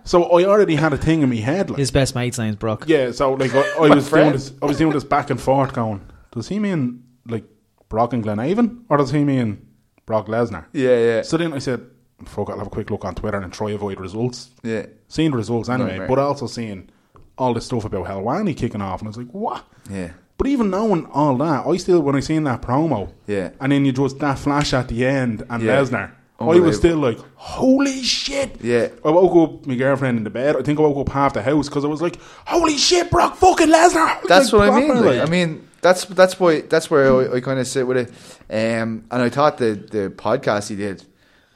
[SPEAKER 2] so I already had a thing in my head. Like,
[SPEAKER 3] His best mate's name's Brock.
[SPEAKER 2] yeah, so like I, I was doing
[SPEAKER 4] friend.
[SPEAKER 2] this, I was doing this back and forth, going, does he mean like Brock and Glenavon, or does he mean Brock Lesnar?
[SPEAKER 4] Yeah, yeah.
[SPEAKER 2] So then I said, fuck, I'll have a quick look on Twitter and try avoid results.
[SPEAKER 4] Yeah.
[SPEAKER 2] seeing the results anyway,
[SPEAKER 4] Right, right.
[SPEAKER 2] but also seeing all this stuff about Helwani kicking off, and I was like, what?
[SPEAKER 4] Yeah.
[SPEAKER 2] But even knowing all that, I still when I seen that promo,
[SPEAKER 4] Yeah.
[SPEAKER 2] and then you just that flash at the end and
[SPEAKER 4] Yeah.
[SPEAKER 2] Lesnar. I was
[SPEAKER 4] Unbelievable.
[SPEAKER 2] still like, holy shit!
[SPEAKER 4] Yeah.
[SPEAKER 2] I woke up my girlfriend in the bed. I think I woke up half the house because I was like, "Holy shit, Brock fucking Lesnar!" *laughs*
[SPEAKER 4] That's
[SPEAKER 2] Like,
[SPEAKER 4] what I mean.
[SPEAKER 2] proper,
[SPEAKER 4] like,
[SPEAKER 2] like.
[SPEAKER 4] I mean, that's that's why that's where I, I kind of sit with it. Um, and I thought the the podcast he did,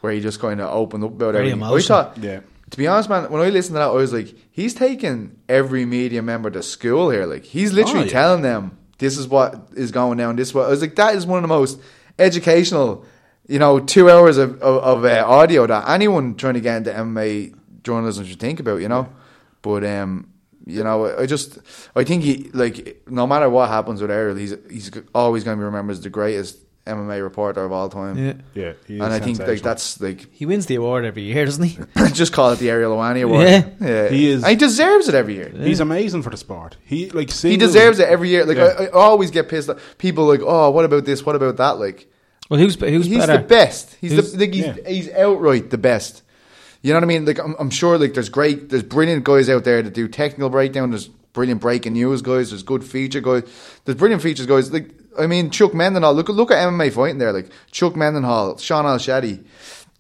[SPEAKER 4] where he just kind of opened up about
[SPEAKER 3] Very
[SPEAKER 4] everything. I
[SPEAKER 3] emotional.
[SPEAKER 4] thought,
[SPEAKER 2] Yeah.
[SPEAKER 4] To be honest, man, when I listened to that, I was like, he's taking every media member to school here. Like, he's literally
[SPEAKER 2] Oh, yeah.
[SPEAKER 4] telling them this is what is going down. This what I was like, that is one of the most educational, you know, two hours of of, of uh, audio that anyone trying to get into MMA journalism should think about. You know, but um, you know, I- I just I think he like no matter what happens with Errol, he's he's always going to be remembered as the greatest MMA reporter of all time.
[SPEAKER 3] Yeah.
[SPEAKER 2] yeah, he is
[SPEAKER 4] And I think like
[SPEAKER 2] sensational.
[SPEAKER 4] that's like *laughs*
[SPEAKER 3] He wins the award every year, doesn't he?
[SPEAKER 4] just call it the Ariel Awani Award.
[SPEAKER 3] Yeah.
[SPEAKER 2] He is-
[SPEAKER 4] And he deserves it every year.
[SPEAKER 2] he's amazing for the sport. He like
[SPEAKER 4] He
[SPEAKER 2] single-
[SPEAKER 4] deserves it every year. Like
[SPEAKER 2] Yeah.
[SPEAKER 4] I, I always get pissed. Off. People are like, oh, what about this? What about that? Like
[SPEAKER 3] Well, who's who's
[SPEAKER 4] he's
[SPEAKER 3] better?
[SPEAKER 4] the best. He's,
[SPEAKER 3] Who's-
[SPEAKER 4] the like, he's,
[SPEAKER 2] yeah.
[SPEAKER 4] he's outright the best. You know what I mean? Like I'm, I'm sure like there's great, there's brilliant guys out there that do technical breakdown. There's brilliant breaking news guys. There's good feature guys. There's brilliant features guys. Like I mean, Chuck Mendenhall. Look look at MMA fighting there. Like Chuck Mendenhall, Sean Alshadi,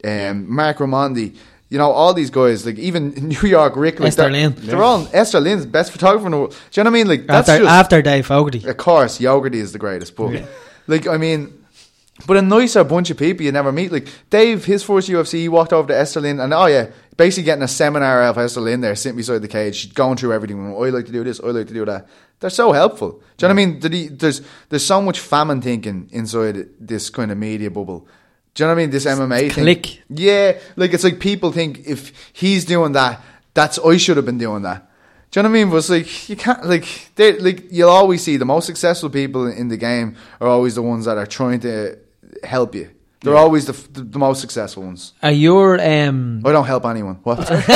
[SPEAKER 4] um, Mark Ramondi. You know all these guys, like even *laughs* New York Rick, like
[SPEAKER 3] Esther
[SPEAKER 4] they're,
[SPEAKER 3] Lynn.
[SPEAKER 4] they're all Esther Lynn's best photographer in the world. Do you know what I mean? Like that's
[SPEAKER 3] after,
[SPEAKER 4] just
[SPEAKER 3] after Dave Fogarty.
[SPEAKER 4] of course, Yogurty is the greatest book. Like, I mean, but a nicer bunch of people you never meet. Like, Dave, his first UFC, he walked over to Esther Lynn, and oh, yeah, basically getting a seminar out of Esther Lynn there, sitting beside the cage, she's going through everything. "Oh, I like to do this, I like to do that. They're so helpful. Do you know what I mean? Did he- There's, there's so much famine thinking inside this kind of media bubble. Do you know what I mean? This MMA thing.
[SPEAKER 3] click.
[SPEAKER 4] Yeah, like it's like people think if he's doing that, that's I should have been doing that. Do you know what I mean? But it's like you can't like they like you'll always see the most successful people in the game are always the ones that are trying to help you. They're always the, f- the the most successful ones.
[SPEAKER 3] Are your um
[SPEAKER 4] I don't help anyone. What? *laughs*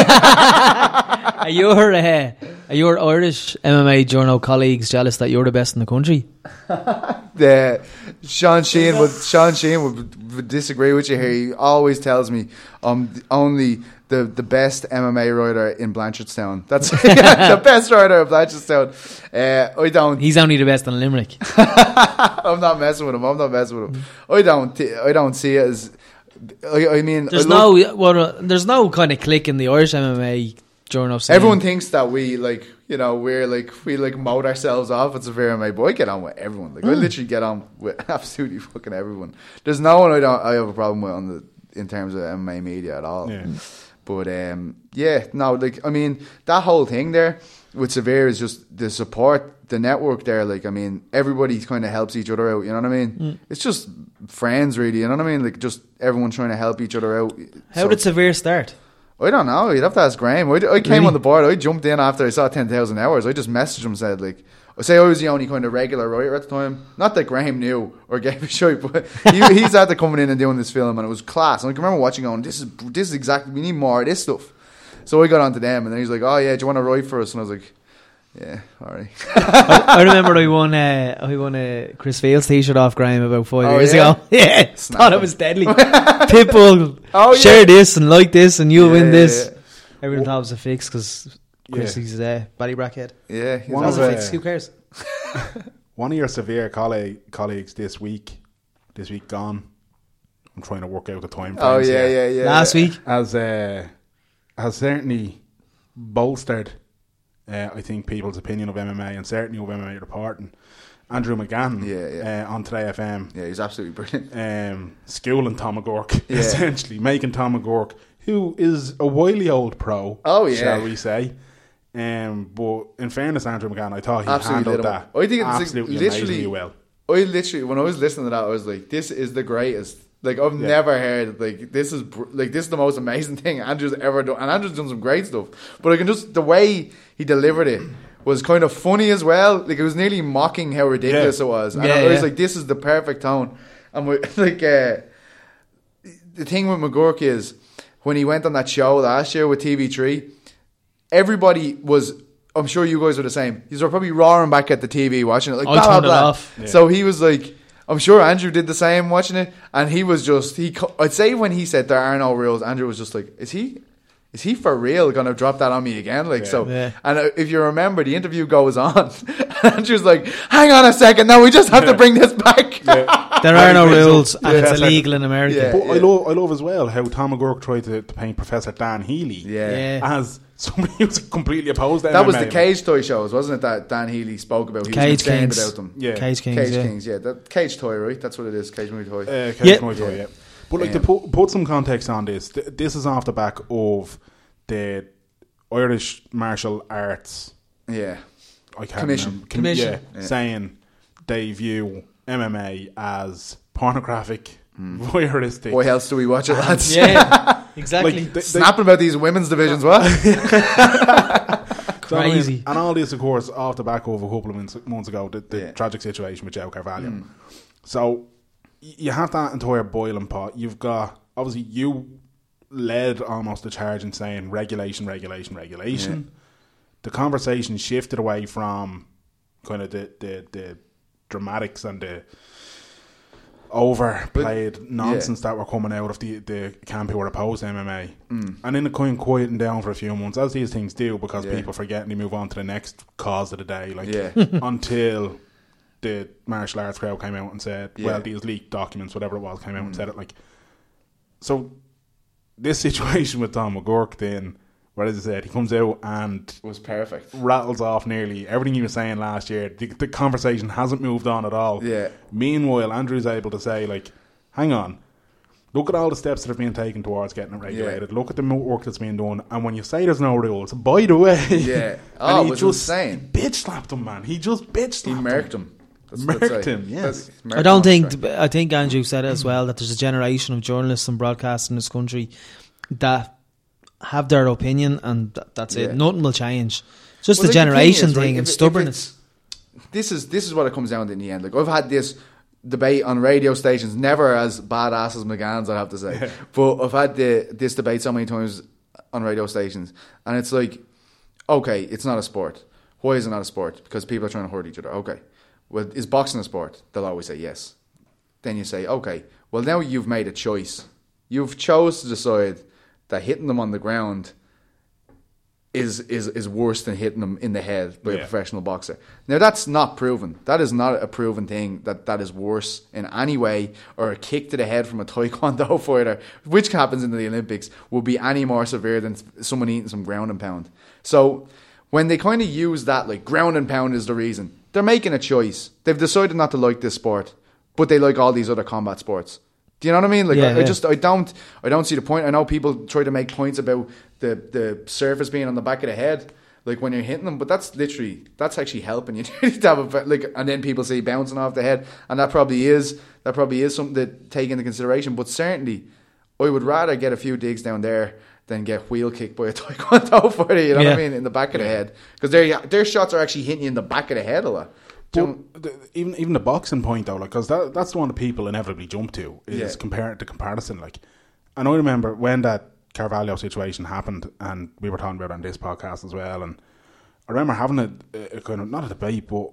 [SPEAKER 3] are your uh, are your Irish MMA journal colleagues jealous that you're the best in the country?
[SPEAKER 4] the Sean Sheen would Sean Sheen would, would disagree with you here. He always tells me I'm the- only the, the best MMA writer in Blanchardstown. That's *laughs* the best writer in Blanchardstown. Uh, I don't.
[SPEAKER 3] He's only the best in Limerick.
[SPEAKER 4] I'm not messing with him. I'm not messing with him. I don't. thi- I don't see it as. I, I mean, I
[SPEAKER 3] There's
[SPEAKER 4] love-
[SPEAKER 3] no well, uh, there's no kind of click in the Irish MMA journal. scene.
[SPEAKER 4] Everyone thinks that we like, you know, we're like we like mowed ourselves off at Severe MMA, but I get on with everyone. Like I
[SPEAKER 3] Mm.
[SPEAKER 4] literally get on with *laughs* absolutely fucking everyone. There's no one I don't I have a problem with on the in terms of MMA media at all.
[SPEAKER 2] Yeah.
[SPEAKER 4] But um, yeah, no, like I mean, that whole thing there with Severe is just the support, the network there. Like I mean, everybody kind of helps each other out. You know what I mean?
[SPEAKER 3] Mm.
[SPEAKER 4] It's just friends, really. You know what I mean? Like just everyone trying to help each other out.
[SPEAKER 3] How
[SPEAKER 4] So-
[SPEAKER 3] did Severe start?
[SPEAKER 4] I don't know. You'd have to ask Graham. I, I came
[SPEAKER 3] Really?
[SPEAKER 4] on the board. I jumped in after I saw 10,000 hours. I just messaged him said, like, I say I was the only kind of regular writer at the time. Not that Graham knew or *laughs* gave a shit, but he, he's after coming in and doing this film, and it was class. And I can remember watching going, this is, this is exactly, we need more of this stuff. So I got onto them, and then he's like, oh, yeah, do you want to write for us? And I was like, yeah, all right. *laughs*
[SPEAKER 3] I, I remember I won uh, I won a Chris Fields t-shirt off Graham about five
[SPEAKER 4] Oh,
[SPEAKER 3] years
[SPEAKER 4] yeah?
[SPEAKER 3] ago. *laughs* Yeah, thought it was
[SPEAKER 4] *laughs*
[SPEAKER 3] deadly. People
[SPEAKER 4] Oh, yeah.
[SPEAKER 3] share this and like this, and you'll win
[SPEAKER 4] Yeah,
[SPEAKER 3] this. Everyone thought it was a fix because Chris
[SPEAKER 2] Yeah.
[SPEAKER 3] is uh, Barry Brackhead.
[SPEAKER 4] Yeah. he's
[SPEAKER 2] One
[SPEAKER 3] That was
[SPEAKER 2] of,
[SPEAKER 3] a
[SPEAKER 2] uh,
[SPEAKER 3] fix. Who cares?
[SPEAKER 2] One of your severe colleague, colleagues this week, this week gone. I'm trying to work out the time.
[SPEAKER 4] Oh,
[SPEAKER 2] frames
[SPEAKER 4] yeah,
[SPEAKER 2] here.
[SPEAKER 4] yeah, yeah.
[SPEAKER 3] Last
[SPEAKER 4] yeah.
[SPEAKER 3] week,
[SPEAKER 2] has uh, has certainly bolstered, uh, I think, people's opinion of MMA and certainly of MMA reporting. Andrew McGann,
[SPEAKER 4] Yeah, yeah.
[SPEAKER 2] Uh, on Today FM,
[SPEAKER 4] Yeah, he's absolutely brilliant.
[SPEAKER 2] um, schooling Tom *laughs* McGork,
[SPEAKER 4] Yeah.
[SPEAKER 2] essentially making Tom McGork, who is a wily old pro,
[SPEAKER 4] Oh, yeah.
[SPEAKER 2] shall we say. Um, but in fairness, Andrew McGann, I thought he
[SPEAKER 4] Absolutely
[SPEAKER 2] handled
[SPEAKER 4] lit him
[SPEAKER 2] that
[SPEAKER 4] up. I think it's like
[SPEAKER 2] absolutely
[SPEAKER 4] literally
[SPEAKER 2] amazingly
[SPEAKER 4] *laughs*
[SPEAKER 2] well.
[SPEAKER 4] I literally, when I was listening to that, I was like, "This is the greatest." Like I've never heard like this is br- like this is the most *laughs* amazing thing Andrew's ever done, and Andrew's done some great stuff. But I can just the way he delivered it was kind of funny as well. Like it was nearly mocking how ridiculous
[SPEAKER 2] Yeah.
[SPEAKER 4] it was. And
[SPEAKER 3] Yeah,
[SPEAKER 4] I was
[SPEAKER 3] yeah.
[SPEAKER 4] like, this is the perfect tone. And we *laughs* like uh, the thing with McGurk is when he went on that show last year with TV Three, everybody was. I'm sure you guys were the same. You were probably roaring back at the TV watching it, like
[SPEAKER 3] I
[SPEAKER 4] blah blah
[SPEAKER 3] turned it
[SPEAKER 4] blah.
[SPEAKER 3] off.
[SPEAKER 4] So he was like, I'm sure Andrew did the same watching it, and he was just he. co- I'd say when he said there are no rules, Andrew was just like, is he? Is he for real going to drop that on me again? Like so,
[SPEAKER 3] Yeah.
[SPEAKER 4] and uh, if you remember, the interview goes on, *laughs* and Andrew's like, "Hang on a second, now we just have to bring this
[SPEAKER 2] *laughs*
[SPEAKER 4] back."
[SPEAKER 2] Uh,
[SPEAKER 3] There are no rules, and
[SPEAKER 4] Yeah.
[SPEAKER 3] it's illegal in America.
[SPEAKER 2] But I
[SPEAKER 4] Yeah.
[SPEAKER 2] love, I love as well how Tom McGurk tried to, to paint Professor Dan Healy
[SPEAKER 4] Yeah.
[SPEAKER 3] Yeah.
[SPEAKER 2] as somebody who was completely opposed to
[SPEAKER 4] *laughs* That was
[SPEAKER 2] MMA.
[SPEAKER 4] the Cage Toy shows, wasn't it? That Dan Healy spoke about. He
[SPEAKER 3] Cage
[SPEAKER 4] was insane
[SPEAKER 3] Kings.
[SPEAKER 4] about them.
[SPEAKER 2] Yeah.
[SPEAKER 3] Cage Kings.
[SPEAKER 4] Cage
[SPEAKER 3] yeah.
[SPEAKER 4] *laughs* Kings, yeah, that Cage Toy, right? That's what it is, Cage Movie Toy.
[SPEAKER 2] Uh, Cage
[SPEAKER 3] Yeah.
[SPEAKER 2] Muay Thai,
[SPEAKER 4] Yeah.
[SPEAKER 2] yeah. But like to
[SPEAKER 4] Um,
[SPEAKER 2] put, put some context on this, th- this is off the back of the Irish martial arts.
[SPEAKER 4] yeah,
[SPEAKER 2] I can't
[SPEAKER 4] Commission.
[SPEAKER 2] remember.
[SPEAKER 3] Commission.
[SPEAKER 2] Yeah, saying they view MMA as pornographic,
[SPEAKER 4] Hmm.
[SPEAKER 2] voyeuristic.
[SPEAKER 4] why else do we watch it, lads?
[SPEAKER 3] Um, Yeah, exactly.
[SPEAKER 2] Like, they- they-
[SPEAKER 4] *laughs* Snapping about these women's divisions, *laughs* what?
[SPEAKER 2] So I mean,
[SPEAKER 3] Crazy.
[SPEAKER 2] and all this, of course, off the back of a couple of months, months ago, the, the
[SPEAKER 4] Yeah.
[SPEAKER 2] tragic situation with Joe Carvalho. So y- you have that entire boiling pot. You've got, obviously, you led almost the charge in saying regulation, regulation, regulation. The conversation shifted away from kind of the, the, the dramatics and the overplayed nonsense that were coming out of the, the camp who were opposed to MMA. And then it kind of quieting down for a few months, as these things do, because
[SPEAKER 4] Mm. Yeah.
[SPEAKER 2] people forget and they move on to the next cause of the day. Like
[SPEAKER 4] Yeah.
[SPEAKER 2] *laughs* until the martial arts crowd came out and said,
[SPEAKER 4] Yeah. Mm.
[SPEAKER 2] well, these leaked documents, whatever it was, came out and said it. Like, so this *laughs* situation with Tom McGurk then, what is it said? He comes out and
[SPEAKER 4] was perfect.
[SPEAKER 2] rattles off nearly everything he was saying last year. The, the conversation hasn't moved on at all.
[SPEAKER 4] Yeah.
[SPEAKER 2] Meanwhile, Andrew's able to say, like, hang on, look at all the steps that have been taken towards getting it regulated. Look at the mo- work that's being done. And when you say there's no rules, by the way,
[SPEAKER 4] Yeah.
[SPEAKER 2] *laughs*
[SPEAKER 4] Oh,
[SPEAKER 2] and
[SPEAKER 4] it was insane.
[SPEAKER 2] bitch slapped him, man. He just bitch
[SPEAKER 4] He
[SPEAKER 2] slapped
[SPEAKER 4] merked him. That's what I'd
[SPEAKER 2] Merked
[SPEAKER 4] say.
[SPEAKER 2] him, yes.
[SPEAKER 4] That's- merked
[SPEAKER 3] I
[SPEAKER 4] him on
[SPEAKER 3] don't think.
[SPEAKER 4] track.
[SPEAKER 3] I think Andrew said it as well that there's a generation of journalists and broadcasts in this country that have their opinion, and th- that's it.
[SPEAKER 4] Yeah.
[SPEAKER 3] Nothing will change. It's just
[SPEAKER 4] Well,
[SPEAKER 3] the
[SPEAKER 4] like, thing
[SPEAKER 3] generation
[SPEAKER 4] is,
[SPEAKER 3] thing,
[SPEAKER 4] right, if
[SPEAKER 3] and
[SPEAKER 4] it- if
[SPEAKER 3] stubbornness.
[SPEAKER 4] it's- This is this is what it comes down to in the end. Like I've had this debate on radio stations, never as badass as McGann's, I have to say, but I've had the, this debate so many times on radio stations, and it's like, okay, it's not a sport. Why is it not a sport? Because people are trying to hurt each other. Okay, well, is boxing a sport? They'll always say yes. Then you say, okay, well now you've made a choice. You've chose to decide that hitting them on the ground is is is worse than hitting them in the head by a
[SPEAKER 2] Yeah.
[SPEAKER 4] professional boxer. Now that's not proven. That is not a proven thing that that is worse in any way or a kick to the head from a *laughs* taekwondo fighter, which happens in the Olympics, will be any more severe than someone eating some ground and pound. So when they kind of use that like ground and pound is the reason, they're making a choice. They've decided not to like this sport, but they like all these other combat sports. Do you know what I mean? Like
[SPEAKER 3] Yeah,
[SPEAKER 4] I, I
[SPEAKER 3] yeah.
[SPEAKER 4] just I don't I don't see the point. I know people try to make points about the the surface being on the back of the head, like when you're hitting them, but that's literally that's actually helping you *laughs* to have a ve- like. And then people say bouncing off the head, and that probably is that probably is something to take into consideration. But certainly, I would rather get a few digs down there than get wheel kicked by a *laughs* taekwondo fighter. You know what I
[SPEAKER 3] Yeah.
[SPEAKER 4] mean? In the back of the head, because their their shots are actually hitting you in the back of the head a lot. Do you know-
[SPEAKER 2] But the, even even the boxing point though, like, 'cause that that's the one that people inevitably jump to is
[SPEAKER 4] Yeah.
[SPEAKER 2] compare the comparison. Like, and I remember when that Carvalho situation happened, and we were talking about it on this podcast as well. And I remember having a, a kind of not a debate, but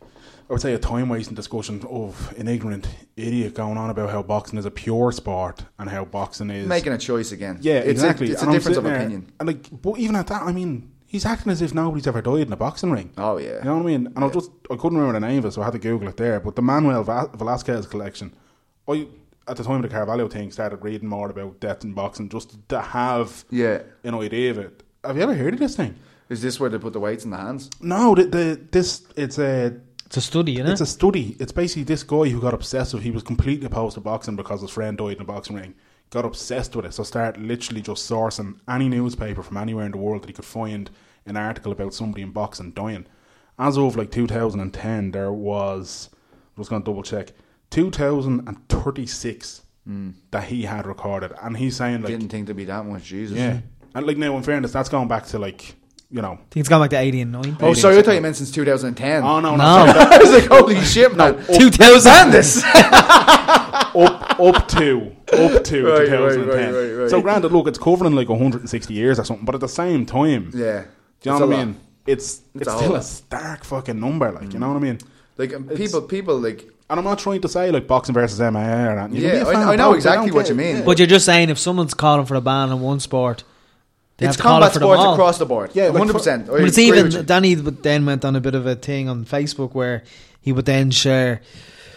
[SPEAKER 2] I would say a time wasting discussion of an ignorant idiot going on about how boxing is a pure sport and how boxing is
[SPEAKER 4] making a choice again.
[SPEAKER 2] yeah,
[SPEAKER 4] it's
[SPEAKER 2] exactly.
[SPEAKER 4] A, it's
[SPEAKER 2] And
[SPEAKER 4] a
[SPEAKER 2] I'm
[SPEAKER 4] difference of
[SPEAKER 2] sitting there,
[SPEAKER 4] opinion.
[SPEAKER 2] And like, but even at that, I mean, he's acting as if nobody's ever died in a boxing ring.
[SPEAKER 4] Oh, yeah.
[SPEAKER 2] you know what I mean. And I just I couldn't remember the name of it, so I had to Google it there. But the Manuel Va- Velasquez collection, I at the time of the Carvalho thing started reading more about death in boxing just to have
[SPEAKER 4] Yeah.
[SPEAKER 2] an idea of it. Have you ever heard of this thing?
[SPEAKER 4] Is this where they put the weights in the hands?
[SPEAKER 2] No, the, the this it's a
[SPEAKER 3] It's a study, you know.
[SPEAKER 2] it's a study. It's basically this guy who got obsessive. He was completely opposed to boxing because his friend died in a boxing ring. Got obsessed with it, so started literally just sourcing any newspaper from anywhere in the world that he could find an article about somebody in boxing dying. As of like 2010, there was. I was going to double check. 2036 that he had recorded, and he's saying like,
[SPEAKER 4] *laughs* Didn't think there'd be that much. Jesus.
[SPEAKER 2] yeah, and like now in fairness, that's going back to like you know.
[SPEAKER 3] think it's gone back to 80 and 90.
[SPEAKER 4] Oh, sorry, I thought you meant since 2010.
[SPEAKER 2] Oh no, no,
[SPEAKER 3] No.
[SPEAKER 2] sorry,
[SPEAKER 4] *laughs* I was like, holy shit, man.
[SPEAKER 3] 2000.
[SPEAKER 4] This.
[SPEAKER 2] up up to up to
[SPEAKER 4] Right, right,
[SPEAKER 2] 2010.
[SPEAKER 4] right, right, right.
[SPEAKER 2] So granted, look, it's covering like 160 years or something, but at the same time,
[SPEAKER 4] Yeah.
[SPEAKER 2] do you
[SPEAKER 4] It's
[SPEAKER 2] know
[SPEAKER 4] a
[SPEAKER 2] what
[SPEAKER 4] lot.
[SPEAKER 2] I mean? It's it's,
[SPEAKER 4] a
[SPEAKER 2] still
[SPEAKER 4] lot. Mm.
[SPEAKER 2] a stark fucking number, like you know what I mean?
[SPEAKER 4] Like, um, people, people, like,
[SPEAKER 2] And I'm not trying to say like boxing versus MMA or anything. You can
[SPEAKER 4] Yeah,
[SPEAKER 2] be a
[SPEAKER 4] I-
[SPEAKER 2] fan
[SPEAKER 4] I
[SPEAKER 2] of
[SPEAKER 4] know
[SPEAKER 2] both,
[SPEAKER 4] exactly
[SPEAKER 2] don't
[SPEAKER 4] what
[SPEAKER 2] get
[SPEAKER 4] you
[SPEAKER 2] it.
[SPEAKER 4] mean.
[SPEAKER 3] But you're just saying if someone's calling for a ban in one sport, they have
[SPEAKER 4] it's
[SPEAKER 3] to call it
[SPEAKER 4] combat
[SPEAKER 3] for them
[SPEAKER 4] sports
[SPEAKER 3] all.
[SPEAKER 4] across the board.
[SPEAKER 2] Yeah, like,
[SPEAKER 4] 100%. I
[SPEAKER 3] But it's
[SPEAKER 4] agree
[SPEAKER 3] even
[SPEAKER 4] with you.
[SPEAKER 3] Danny would then went on a bit of a thing on Facebook where he would then share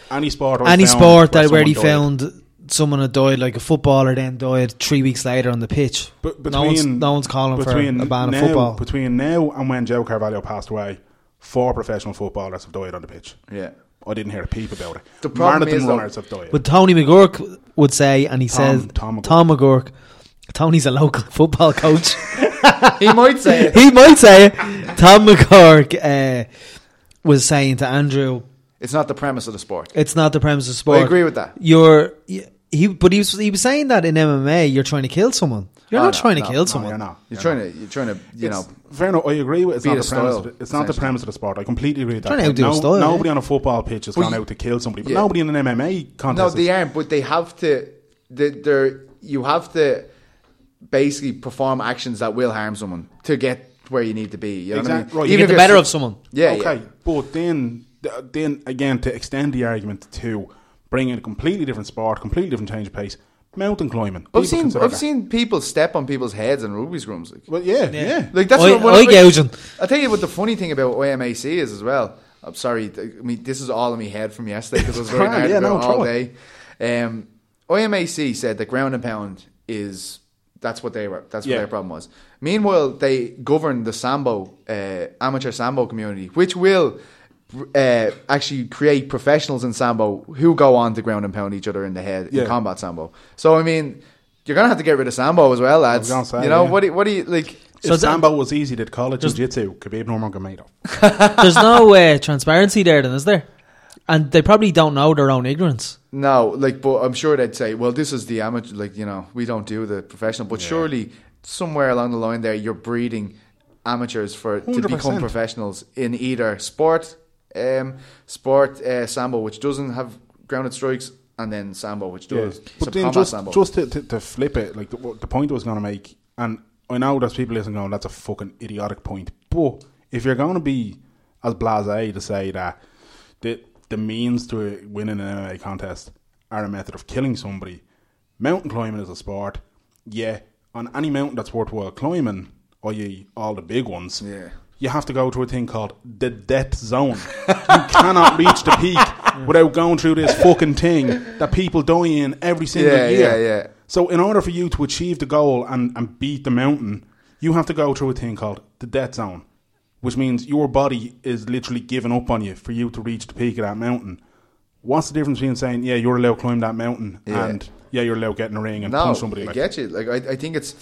[SPEAKER 2] Any sport, I
[SPEAKER 3] any
[SPEAKER 2] found
[SPEAKER 3] sport that where
[SPEAKER 2] someone
[SPEAKER 3] he
[SPEAKER 2] died.
[SPEAKER 3] found someone had died, like a footballer then died three weeks later on the pitch.
[SPEAKER 2] B-
[SPEAKER 3] no one's no one's calling for
[SPEAKER 2] between
[SPEAKER 3] a ban
[SPEAKER 2] now,
[SPEAKER 3] of football.
[SPEAKER 2] Between now and when Joe Carvalho passed away, four professional footballers have died on the pitch.
[SPEAKER 4] Yeah.
[SPEAKER 2] I didn't hear a peep about it.
[SPEAKER 4] The problem
[SPEAKER 2] Marathon
[SPEAKER 4] is, though-
[SPEAKER 2] runners have died.
[SPEAKER 3] But Tony McGurk would say, and he
[SPEAKER 2] Tom-
[SPEAKER 3] says,
[SPEAKER 2] Tom McGurk.
[SPEAKER 3] Tom McGurk, Tony's a local *laughs* football coach.
[SPEAKER 4] He might say it.
[SPEAKER 3] he might say it. Tom McGurk uh, was saying to Andrew,
[SPEAKER 4] It's not the premise of the sport.
[SPEAKER 3] "It's not the premise of
[SPEAKER 4] I
[SPEAKER 3] sport."
[SPEAKER 4] agree with that.
[SPEAKER 3] You're y- he, but he was he was saying that in MMA, you're trying to kill someone. You're
[SPEAKER 4] Oh,
[SPEAKER 3] not
[SPEAKER 4] no,
[SPEAKER 3] trying to
[SPEAKER 4] no,
[SPEAKER 3] kill
[SPEAKER 4] no,
[SPEAKER 3] someone.
[SPEAKER 2] you're not.
[SPEAKER 4] You're
[SPEAKER 2] You're
[SPEAKER 4] trying
[SPEAKER 2] not.
[SPEAKER 4] to, you're trying to, you know.
[SPEAKER 2] It's- fair enough. I agree with it's
[SPEAKER 4] be
[SPEAKER 2] not
[SPEAKER 4] the
[SPEAKER 2] the premise.
[SPEAKER 4] style,
[SPEAKER 2] of- It's not the
[SPEAKER 4] essentially.
[SPEAKER 2] premise of the sport. I completely agree with that.
[SPEAKER 3] Trying to
[SPEAKER 2] point.
[SPEAKER 3] outdo eh? a style,
[SPEAKER 2] nobody
[SPEAKER 3] yeah.
[SPEAKER 2] on a football pitch has
[SPEAKER 4] Well,
[SPEAKER 2] gone
[SPEAKER 4] you-
[SPEAKER 2] out to kill somebody. But
[SPEAKER 4] yeah.
[SPEAKER 2] nobody in an MMA
[SPEAKER 4] No,
[SPEAKER 2] contest.
[SPEAKER 4] they
[SPEAKER 2] is-
[SPEAKER 4] aren't, but they have to. They, they're you have to basically perform actions that will harm someone to get where you need to be. You know
[SPEAKER 2] Exact-
[SPEAKER 4] what I
[SPEAKER 2] right,
[SPEAKER 4] mean?
[SPEAKER 2] you
[SPEAKER 3] You
[SPEAKER 4] Even
[SPEAKER 3] get
[SPEAKER 4] if
[SPEAKER 3] the
[SPEAKER 4] you're
[SPEAKER 3] better
[SPEAKER 4] su-
[SPEAKER 3] of someone.
[SPEAKER 4] Yeah,
[SPEAKER 2] okay,
[SPEAKER 4] yeah.
[SPEAKER 2] but then th- then again to extend the argument to bring in a completely different sport, completely different change of pace, mountain climbing. People
[SPEAKER 4] I've seen
[SPEAKER 2] consider
[SPEAKER 4] I've
[SPEAKER 2] that.
[SPEAKER 4] seen people step on people's heads in rugby scrums. Like,
[SPEAKER 2] Well, yeah, yeah.
[SPEAKER 4] Like that's
[SPEAKER 3] Eye-
[SPEAKER 4] what, what
[SPEAKER 3] eye
[SPEAKER 4] I-
[SPEAKER 3] gouging.
[SPEAKER 4] I tell you what the funny thing about OMAC is as well. I'm sorry. th- I mean, this is all in my head from yesterday because I
[SPEAKER 2] *laughs*
[SPEAKER 4] was
[SPEAKER 2] It's
[SPEAKER 4] very
[SPEAKER 2] fine,
[SPEAKER 4] hard
[SPEAKER 2] yeah,
[SPEAKER 4] about
[SPEAKER 2] no,
[SPEAKER 4] it all
[SPEAKER 2] try
[SPEAKER 4] day. Um, OMAC said that ground and pound is that's what they were. That's what
[SPEAKER 2] Yeah.
[SPEAKER 4] their problem was. Meanwhile, they govern the sambo uh, amateur sambo community, which will. Uh, actually, create professionals in sambo who go on to ground and pound each other in the head
[SPEAKER 2] Yeah.
[SPEAKER 4] in combat sambo. So, I mean, you're gonna have to get rid of sambo as well, lads.
[SPEAKER 2] gonna say,
[SPEAKER 4] you know
[SPEAKER 2] yeah.
[SPEAKER 4] what? Do, you- what do you like?
[SPEAKER 2] if
[SPEAKER 3] So that-
[SPEAKER 2] sambo was easy, did college jiu-jitsu Khabib Nurmagomedov?
[SPEAKER 3] *laughs* There's no uh, transparency there, then is there? And they probably don't know their own ignorance.
[SPEAKER 4] No, like, but I'm sure they'd say, well, this is the amateur, like, you know, we don't do the professional. But surely, somewhere along the line there, you're breeding amateurs for to
[SPEAKER 2] 100%.
[SPEAKER 4] become professionals in either sport, um, sport uh, sambo, which doesn't have grounded strikes, and then sambo, which does. So
[SPEAKER 2] But then
[SPEAKER 4] combat
[SPEAKER 2] just,
[SPEAKER 4] sambo.
[SPEAKER 2] just to, to, to flip it, like the, what the point I was going to make, and I know there's people listening going, that's a fucking idiotic point. But if you're going to be as blasé to say that the, the means to winning an MMA contest are a method of killing somebody, mountain climbing is a sport. Yeah, on any mountain that's worthwhile climbing, i.e., all the big ones,
[SPEAKER 4] Yeah.
[SPEAKER 2] you have to go to a thing called the death zone. you cannot reach the peak without going through this fucking thing that people die in every single
[SPEAKER 4] Yeah,
[SPEAKER 2] year.
[SPEAKER 4] yeah, yeah.
[SPEAKER 2] So in order for you to achieve the goal and, and beat the mountain, you have to go through a thing called the death zone. Which means your body is literally giving up on you for you to reach the peak of that mountain. What's the difference between saying, Yeah, you're allowed to climb that mountain
[SPEAKER 4] Yeah.
[SPEAKER 2] and yeah, you're allowed to get in a ring and
[SPEAKER 4] no,
[SPEAKER 2] punch somebody
[SPEAKER 4] I
[SPEAKER 2] like
[SPEAKER 4] get you. Like, I, I think it's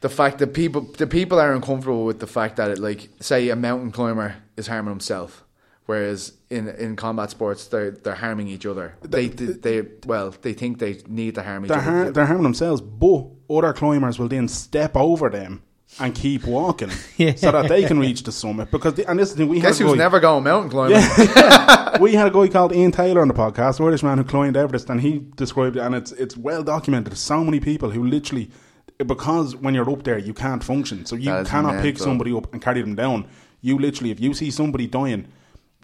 [SPEAKER 4] the fact that people, the people are uncomfortable with the fact that, it, like, say, a mountain climber is harming himself. Whereas in, in combat sports, they're they're harming each other. They, they they well, they think they need to harm each
[SPEAKER 2] they're,
[SPEAKER 4] other.
[SPEAKER 2] har- they're harming themselves, but other climbers will then step over them and keep
[SPEAKER 4] *laughs*
[SPEAKER 2] walking so that they can reach the summit. Because the, and this is the thing, we had,
[SPEAKER 4] Guess
[SPEAKER 2] a
[SPEAKER 4] who's
[SPEAKER 2] guy,
[SPEAKER 4] never going mountain climbing?
[SPEAKER 2] *laughs* we had a guy called Ian Taylor on the podcast, Irish man who climbed Everest, and he described it, and it's it's well documented. There's so many people who literally, because when you're up there, you can't function, so you
[SPEAKER 4] That is
[SPEAKER 2] cannot pick
[SPEAKER 4] mental.
[SPEAKER 2] somebody up and carry them down. You literally, if you see somebody dying,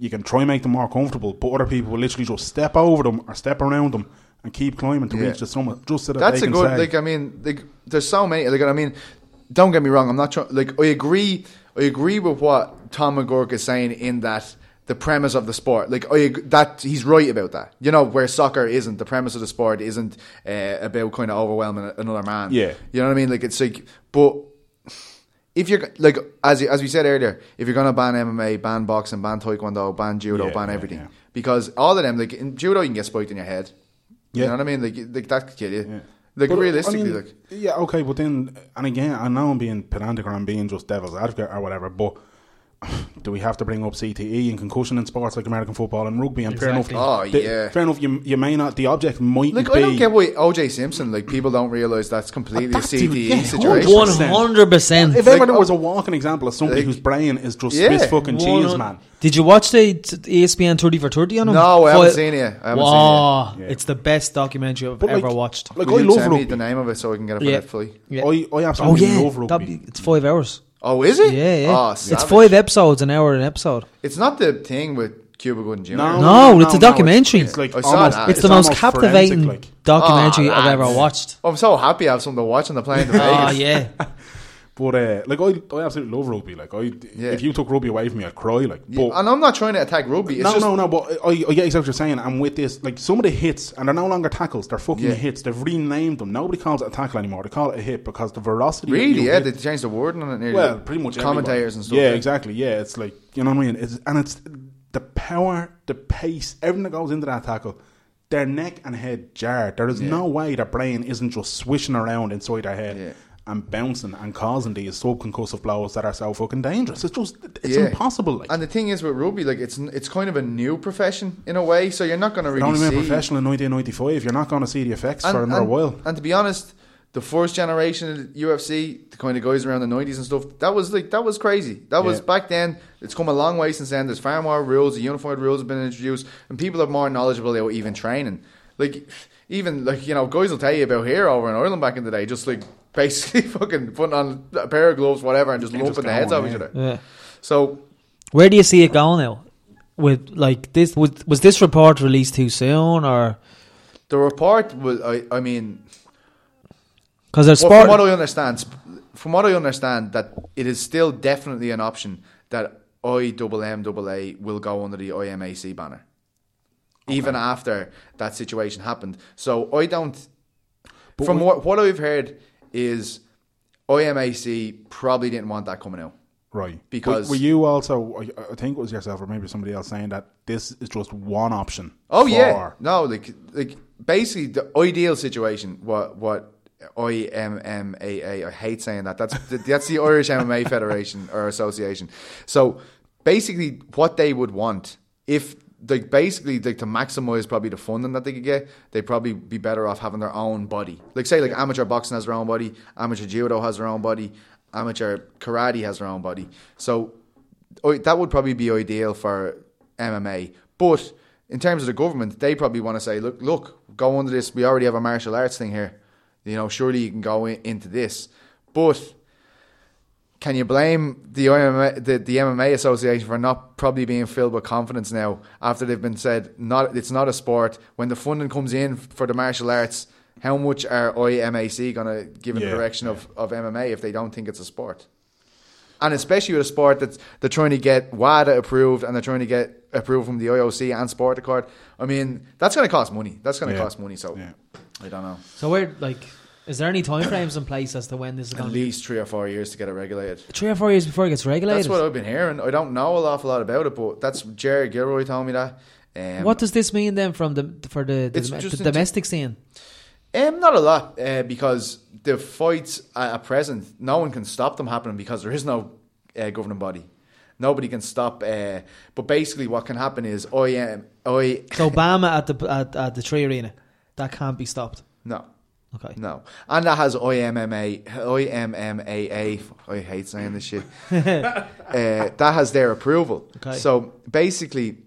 [SPEAKER 2] you can try and make them more comfortable, but other people will literally just step over them or step around them and keep climbing to
[SPEAKER 4] Yeah.
[SPEAKER 2] reach the summit, just so that
[SPEAKER 4] That's
[SPEAKER 2] they
[SPEAKER 4] a
[SPEAKER 2] can
[SPEAKER 4] good.
[SPEAKER 2] say,
[SPEAKER 4] Like I mean, like there's so many. Like I mean, don't get me wrong. I'm not trying. Like I agree. I agree with what Tom McGurk is saying in that the premise of the sport. Like I ag- that he's right about that. You know where soccer isn't the premise of the sport isn't uh, about kind of overwhelming another man.
[SPEAKER 2] Yeah.
[SPEAKER 4] you know what I mean. Like it's like, but if you're like as as we said earlier, if you're gonna ban MMA, ban boxing, ban taekwondo, ban judo,
[SPEAKER 2] Yeah,
[SPEAKER 4] ban
[SPEAKER 2] yeah,
[SPEAKER 4] everything,
[SPEAKER 2] yeah.
[SPEAKER 4] because all of them like in judo you can get spiked in your head.
[SPEAKER 2] Yeah.
[SPEAKER 4] You know what I mean? Like, you- like that could kill you.
[SPEAKER 2] Yeah.
[SPEAKER 4] Like
[SPEAKER 2] But, uh,
[SPEAKER 4] realistically,
[SPEAKER 2] I mean,
[SPEAKER 4] like
[SPEAKER 2] yeah, okay, but *sighs* then and again, I know I'm being pedantic or I'm being just devil's advocate or whatever, but do we have to bring up CTE and concussion in sports like American football and rugby? And fair
[SPEAKER 3] Exactly.
[SPEAKER 2] enough,
[SPEAKER 4] Oh,
[SPEAKER 2] the-
[SPEAKER 4] yeah.
[SPEAKER 2] fair enough. You, you may not. The object might
[SPEAKER 4] Like
[SPEAKER 2] be.
[SPEAKER 4] I don't get why OJ Simpson. Like people don't realize that's completely
[SPEAKER 2] But that's
[SPEAKER 4] a
[SPEAKER 2] even-
[SPEAKER 4] CTE
[SPEAKER 2] yeah,
[SPEAKER 4] situation.
[SPEAKER 3] oh, 100%.
[SPEAKER 2] if
[SPEAKER 4] Like,
[SPEAKER 2] ever there
[SPEAKER 4] oh,
[SPEAKER 2] was a walking example of somebody
[SPEAKER 4] like-
[SPEAKER 2] whose brain is just
[SPEAKER 4] Yeah.
[SPEAKER 2] Swiss fucking cheese, man.
[SPEAKER 3] Did you watch the E t- ESPN 30 for 30 on him?
[SPEAKER 4] No, I haven't
[SPEAKER 3] Fi-
[SPEAKER 4] seen it. I haven't
[SPEAKER 3] wow.
[SPEAKER 2] seen it. Yeah.
[SPEAKER 3] It's the best documentary I've
[SPEAKER 2] But, like-
[SPEAKER 3] ever watched.
[SPEAKER 2] Like
[SPEAKER 4] Will
[SPEAKER 2] I
[SPEAKER 4] you
[SPEAKER 2] love
[SPEAKER 4] send me
[SPEAKER 2] rugby.
[SPEAKER 4] the name of it so I can get it for
[SPEAKER 3] Yeah.
[SPEAKER 4] that fully.
[SPEAKER 3] Yeah.
[SPEAKER 2] I, I
[SPEAKER 3] Oh,
[SPEAKER 2] absolutely
[SPEAKER 3] yeah.
[SPEAKER 2] love rugby.
[SPEAKER 3] That'd be- it's five hours.
[SPEAKER 4] Oh, is it?
[SPEAKER 3] Yeah, yeah.
[SPEAKER 4] Oh,
[SPEAKER 3] it's
[SPEAKER 4] savage.
[SPEAKER 3] five episodes, an hour an episode.
[SPEAKER 4] It's not the thing with Cuba Gooding Jr.
[SPEAKER 3] No, it's a documentary.
[SPEAKER 2] It's, like
[SPEAKER 4] I saw
[SPEAKER 2] almost-
[SPEAKER 4] that.
[SPEAKER 3] It's, the most
[SPEAKER 2] almost
[SPEAKER 3] captivating
[SPEAKER 2] forensic, like.
[SPEAKER 3] documentary
[SPEAKER 4] Oh,
[SPEAKER 3] I've ever
[SPEAKER 4] lads.
[SPEAKER 3] watched.
[SPEAKER 4] I'm so happy I have something to watch on the plane to
[SPEAKER 3] Oh,
[SPEAKER 4] Vegas. *laughs*
[SPEAKER 3] yeah.
[SPEAKER 2] But uh, like I, I absolutely love rugby. Like I,
[SPEAKER 4] Yeah.
[SPEAKER 2] if you took rugby away from me, I'd cry. Like, but
[SPEAKER 4] And I'm not trying to attack rugby. It's
[SPEAKER 2] no,
[SPEAKER 4] just
[SPEAKER 2] no, no. But I, I get exactly what you're saying. And with this, like some of the hits, and they're no longer tackles. They're fucking
[SPEAKER 4] Yeah.
[SPEAKER 2] hits. They've renamed them. Nobody calls it a tackle anymore. They call it a hit because the velocity. that
[SPEAKER 4] really,
[SPEAKER 2] you
[SPEAKER 4] yeah.
[SPEAKER 2] hit-
[SPEAKER 4] They changed the wording on it. Nearly.
[SPEAKER 2] well, pretty much everybody.
[SPEAKER 4] commentators and stuff.
[SPEAKER 2] Yeah, exactly. Yeah, it's like you know what I mean. It's, and it's the power, the pace, everything that goes into that tackle. Their neck and head jarred. There is no way their brain isn't just swishing around inside their head
[SPEAKER 4] Yeah.
[SPEAKER 2] and bouncing and causing these subconcussive blows that are so fucking dangerous. It's just it's
[SPEAKER 4] Yeah.
[SPEAKER 2] impossible. Like.
[SPEAKER 4] And the thing is with rugby, like it's it's kind of a new profession in a way, so you're not going to
[SPEAKER 2] You're
[SPEAKER 4] really
[SPEAKER 2] only
[SPEAKER 4] see.
[SPEAKER 2] been professional in 1995. You're not going to see the effects for another
[SPEAKER 4] and,
[SPEAKER 2] while.
[SPEAKER 4] And to be honest, the first generation of the UFC, the kind of guys around the nineties and stuff, that was like that was crazy. That was
[SPEAKER 2] Yeah.
[SPEAKER 4] back then. It's come a long way since then. There's far more rules. The unified rules have been introduced, and people are more knowledgeable about even training. Like even like you know, guys will tell you about here over in Ireland back in the day, just like *laughs* basically fucking putting on a pair of gloves, whatever, and just
[SPEAKER 2] And
[SPEAKER 4] lumping
[SPEAKER 2] just
[SPEAKER 4] the heads
[SPEAKER 2] going,
[SPEAKER 4] off each
[SPEAKER 2] yeah.
[SPEAKER 4] other.
[SPEAKER 3] yeah.
[SPEAKER 4] So
[SPEAKER 3] Where do you see it going now? With like this, was, was this report released too soon, or
[SPEAKER 4] the report was, I, I mean,
[SPEAKER 3] because there's
[SPEAKER 4] Well,
[SPEAKER 3] sport?
[SPEAKER 4] from what I understand, sp- from what I understand, that it is still definitely an option that IMMAA will go under the IMAC banner, even after that situation happened. So I don't. from what, what I've heard is IMAC probably didn't want that coming out.
[SPEAKER 2] Right.
[SPEAKER 4] Because-
[SPEAKER 2] were, were you also? I- I think it was yourself, or maybe somebody else, saying that this is just one option.
[SPEAKER 4] Oh yeah,
[SPEAKER 2] for-
[SPEAKER 4] no, like like basically the ideal situation. What what IMMAA? I hate saying that. That's the, that's the Irish MMA Federation or Association. So basically, what they would want if like basically like to maximize probably the funding that they could get, they'd probably be better off having their own body. Like say like amateur boxing has their own body, amateur judo has their own body, amateur karate has their own body. So oh, that would probably be ideal for MMA. But in terms of the government, they probably want to say, look, look, go under this. We already have a martial arts thing here. You know, surely you can go in, into this. But can you blame the, IMA, the the MMA association for not probably being filled with confidence now after they've been said not it's not a sport when the funding comes in for the martial arts? How much are IMAC going to give in
[SPEAKER 2] Yeah,
[SPEAKER 4] the direction of, of MMA if they don't think it's a sport? and especially with a sport that's they're trying to get WADA approved and they're trying to get approved from the IOC and Sport Accord. I mean, that's going to cost money. That's going to
[SPEAKER 2] Yeah.
[SPEAKER 4] cost money. So
[SPEAKER 2] Yeah.
[SPEAKER 4] I don't know.
[SPEAKER 3] so where like, is there any timeframes in place as to when this is
[SPEAKER 4] At
[SPEAKER 3] going? to be?
[SPEAKER 4] least three or four years to get it regulated.
[SPEAKER 3] Three or four years before it gets regulated.
[SPEAKER 4] That's what I've been hearing. I don't know an awful lot about it, but that's Jerry Gilroy told me that. Um,
[SPEAKER 3] what does this mean then from the for the, the,
[SPEAKER 4] It's
[SPEAKER 3] dom-
[SPEAKER 4] just
[SPEAKER 3] the
[SPEAKER 4] in-
[SPEAKER 3] domestic scene?
[SPEAKER 4] Um, not a lot, uh, because the fights at at present, no one can stop them happening because there is no uh, governing body. Nobody can stop. Uh, but basically, what can happen is I am I *laughs*
[SPEAKER 3] So Obama at the at, at the tree arena, that can't be stopped.
[SPEAKER 4] no.
[SPEAKER 3] Okay.
[SPEAKER 4] No, and that has IMMA, IMMAA. I hate saying
[SPEAKER 3] *laughs*
[SPEAKER 4] this shit. uh, that has their approval.
[SPEAKER 3] Okay.
[SPEAKER 4] So basically,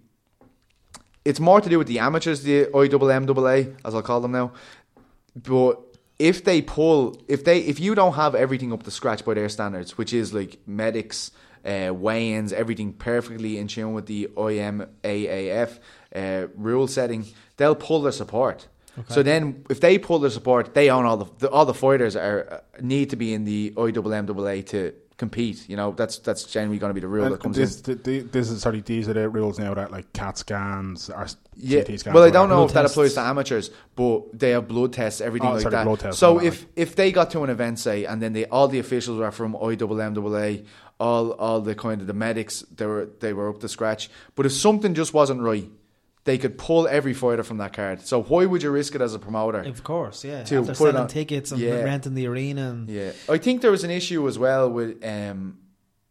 [SPEAKER 4] it's more to do with the amateurs, the IMMAA, as I'll call them now. But if they pull, if they, if you don't have everything up to scratch by their standards, which is like medics, uh, weigh-ins, everything perfectly in tune with the IMAAF uh, rule setting, they'll pull their support. So then, if they pull their support, they own all the, the all the fighters are uh, need to be in the IMMAA to compete. You know, that's that's generally going to be the rule
[SPEAKER 2] And
[SPEAKER 4] that comes in.
[SPEAKER 2] this, th- th- this is sorry. These are the rules now that like CAT scans or
[SPEAKER 4] Yeah.
[SPEAKER 2] CT scans.
[SPEAKER 4] Well, I
[SPEAKER 2] or
[SPEAKER 4] don't know
[SPEAKER 3] Blood
[SPEAKER 4] if that
[SPEAKER 3] tests.
[SPEAKER 4] applies to amateurs, but they have blood tests, everything
[SPEAKER 2] Oh,
[SPEAKER 4] like
[SPEAKER 2] sorry,
[SPEAKER 4] that.
[SPEAKER 2] blood tests,
[SPEAKER 4] so
[SPEAKER 2] not
[SPEAKER 4] if if they got to an event, say, and then they all the officials were from IWMWA, all all the kind of the medics, they were they were up to scratch. But if something just wasn't right, they could pull every fighter from that card. So why would you risk it as a promoter?
[SPEAKER 3] Of course, yeah. After
[SPEAKER 4] To put it
[SPEAKER 3] selling
[SPEAKER 4] on-
[SPEAKER 3] tickets and
[SPEAKER 4] Yeah.
[SPEAKER 3] renting the arena and
[SPEAKER 4] Yeah, I think there was an issue as well with um,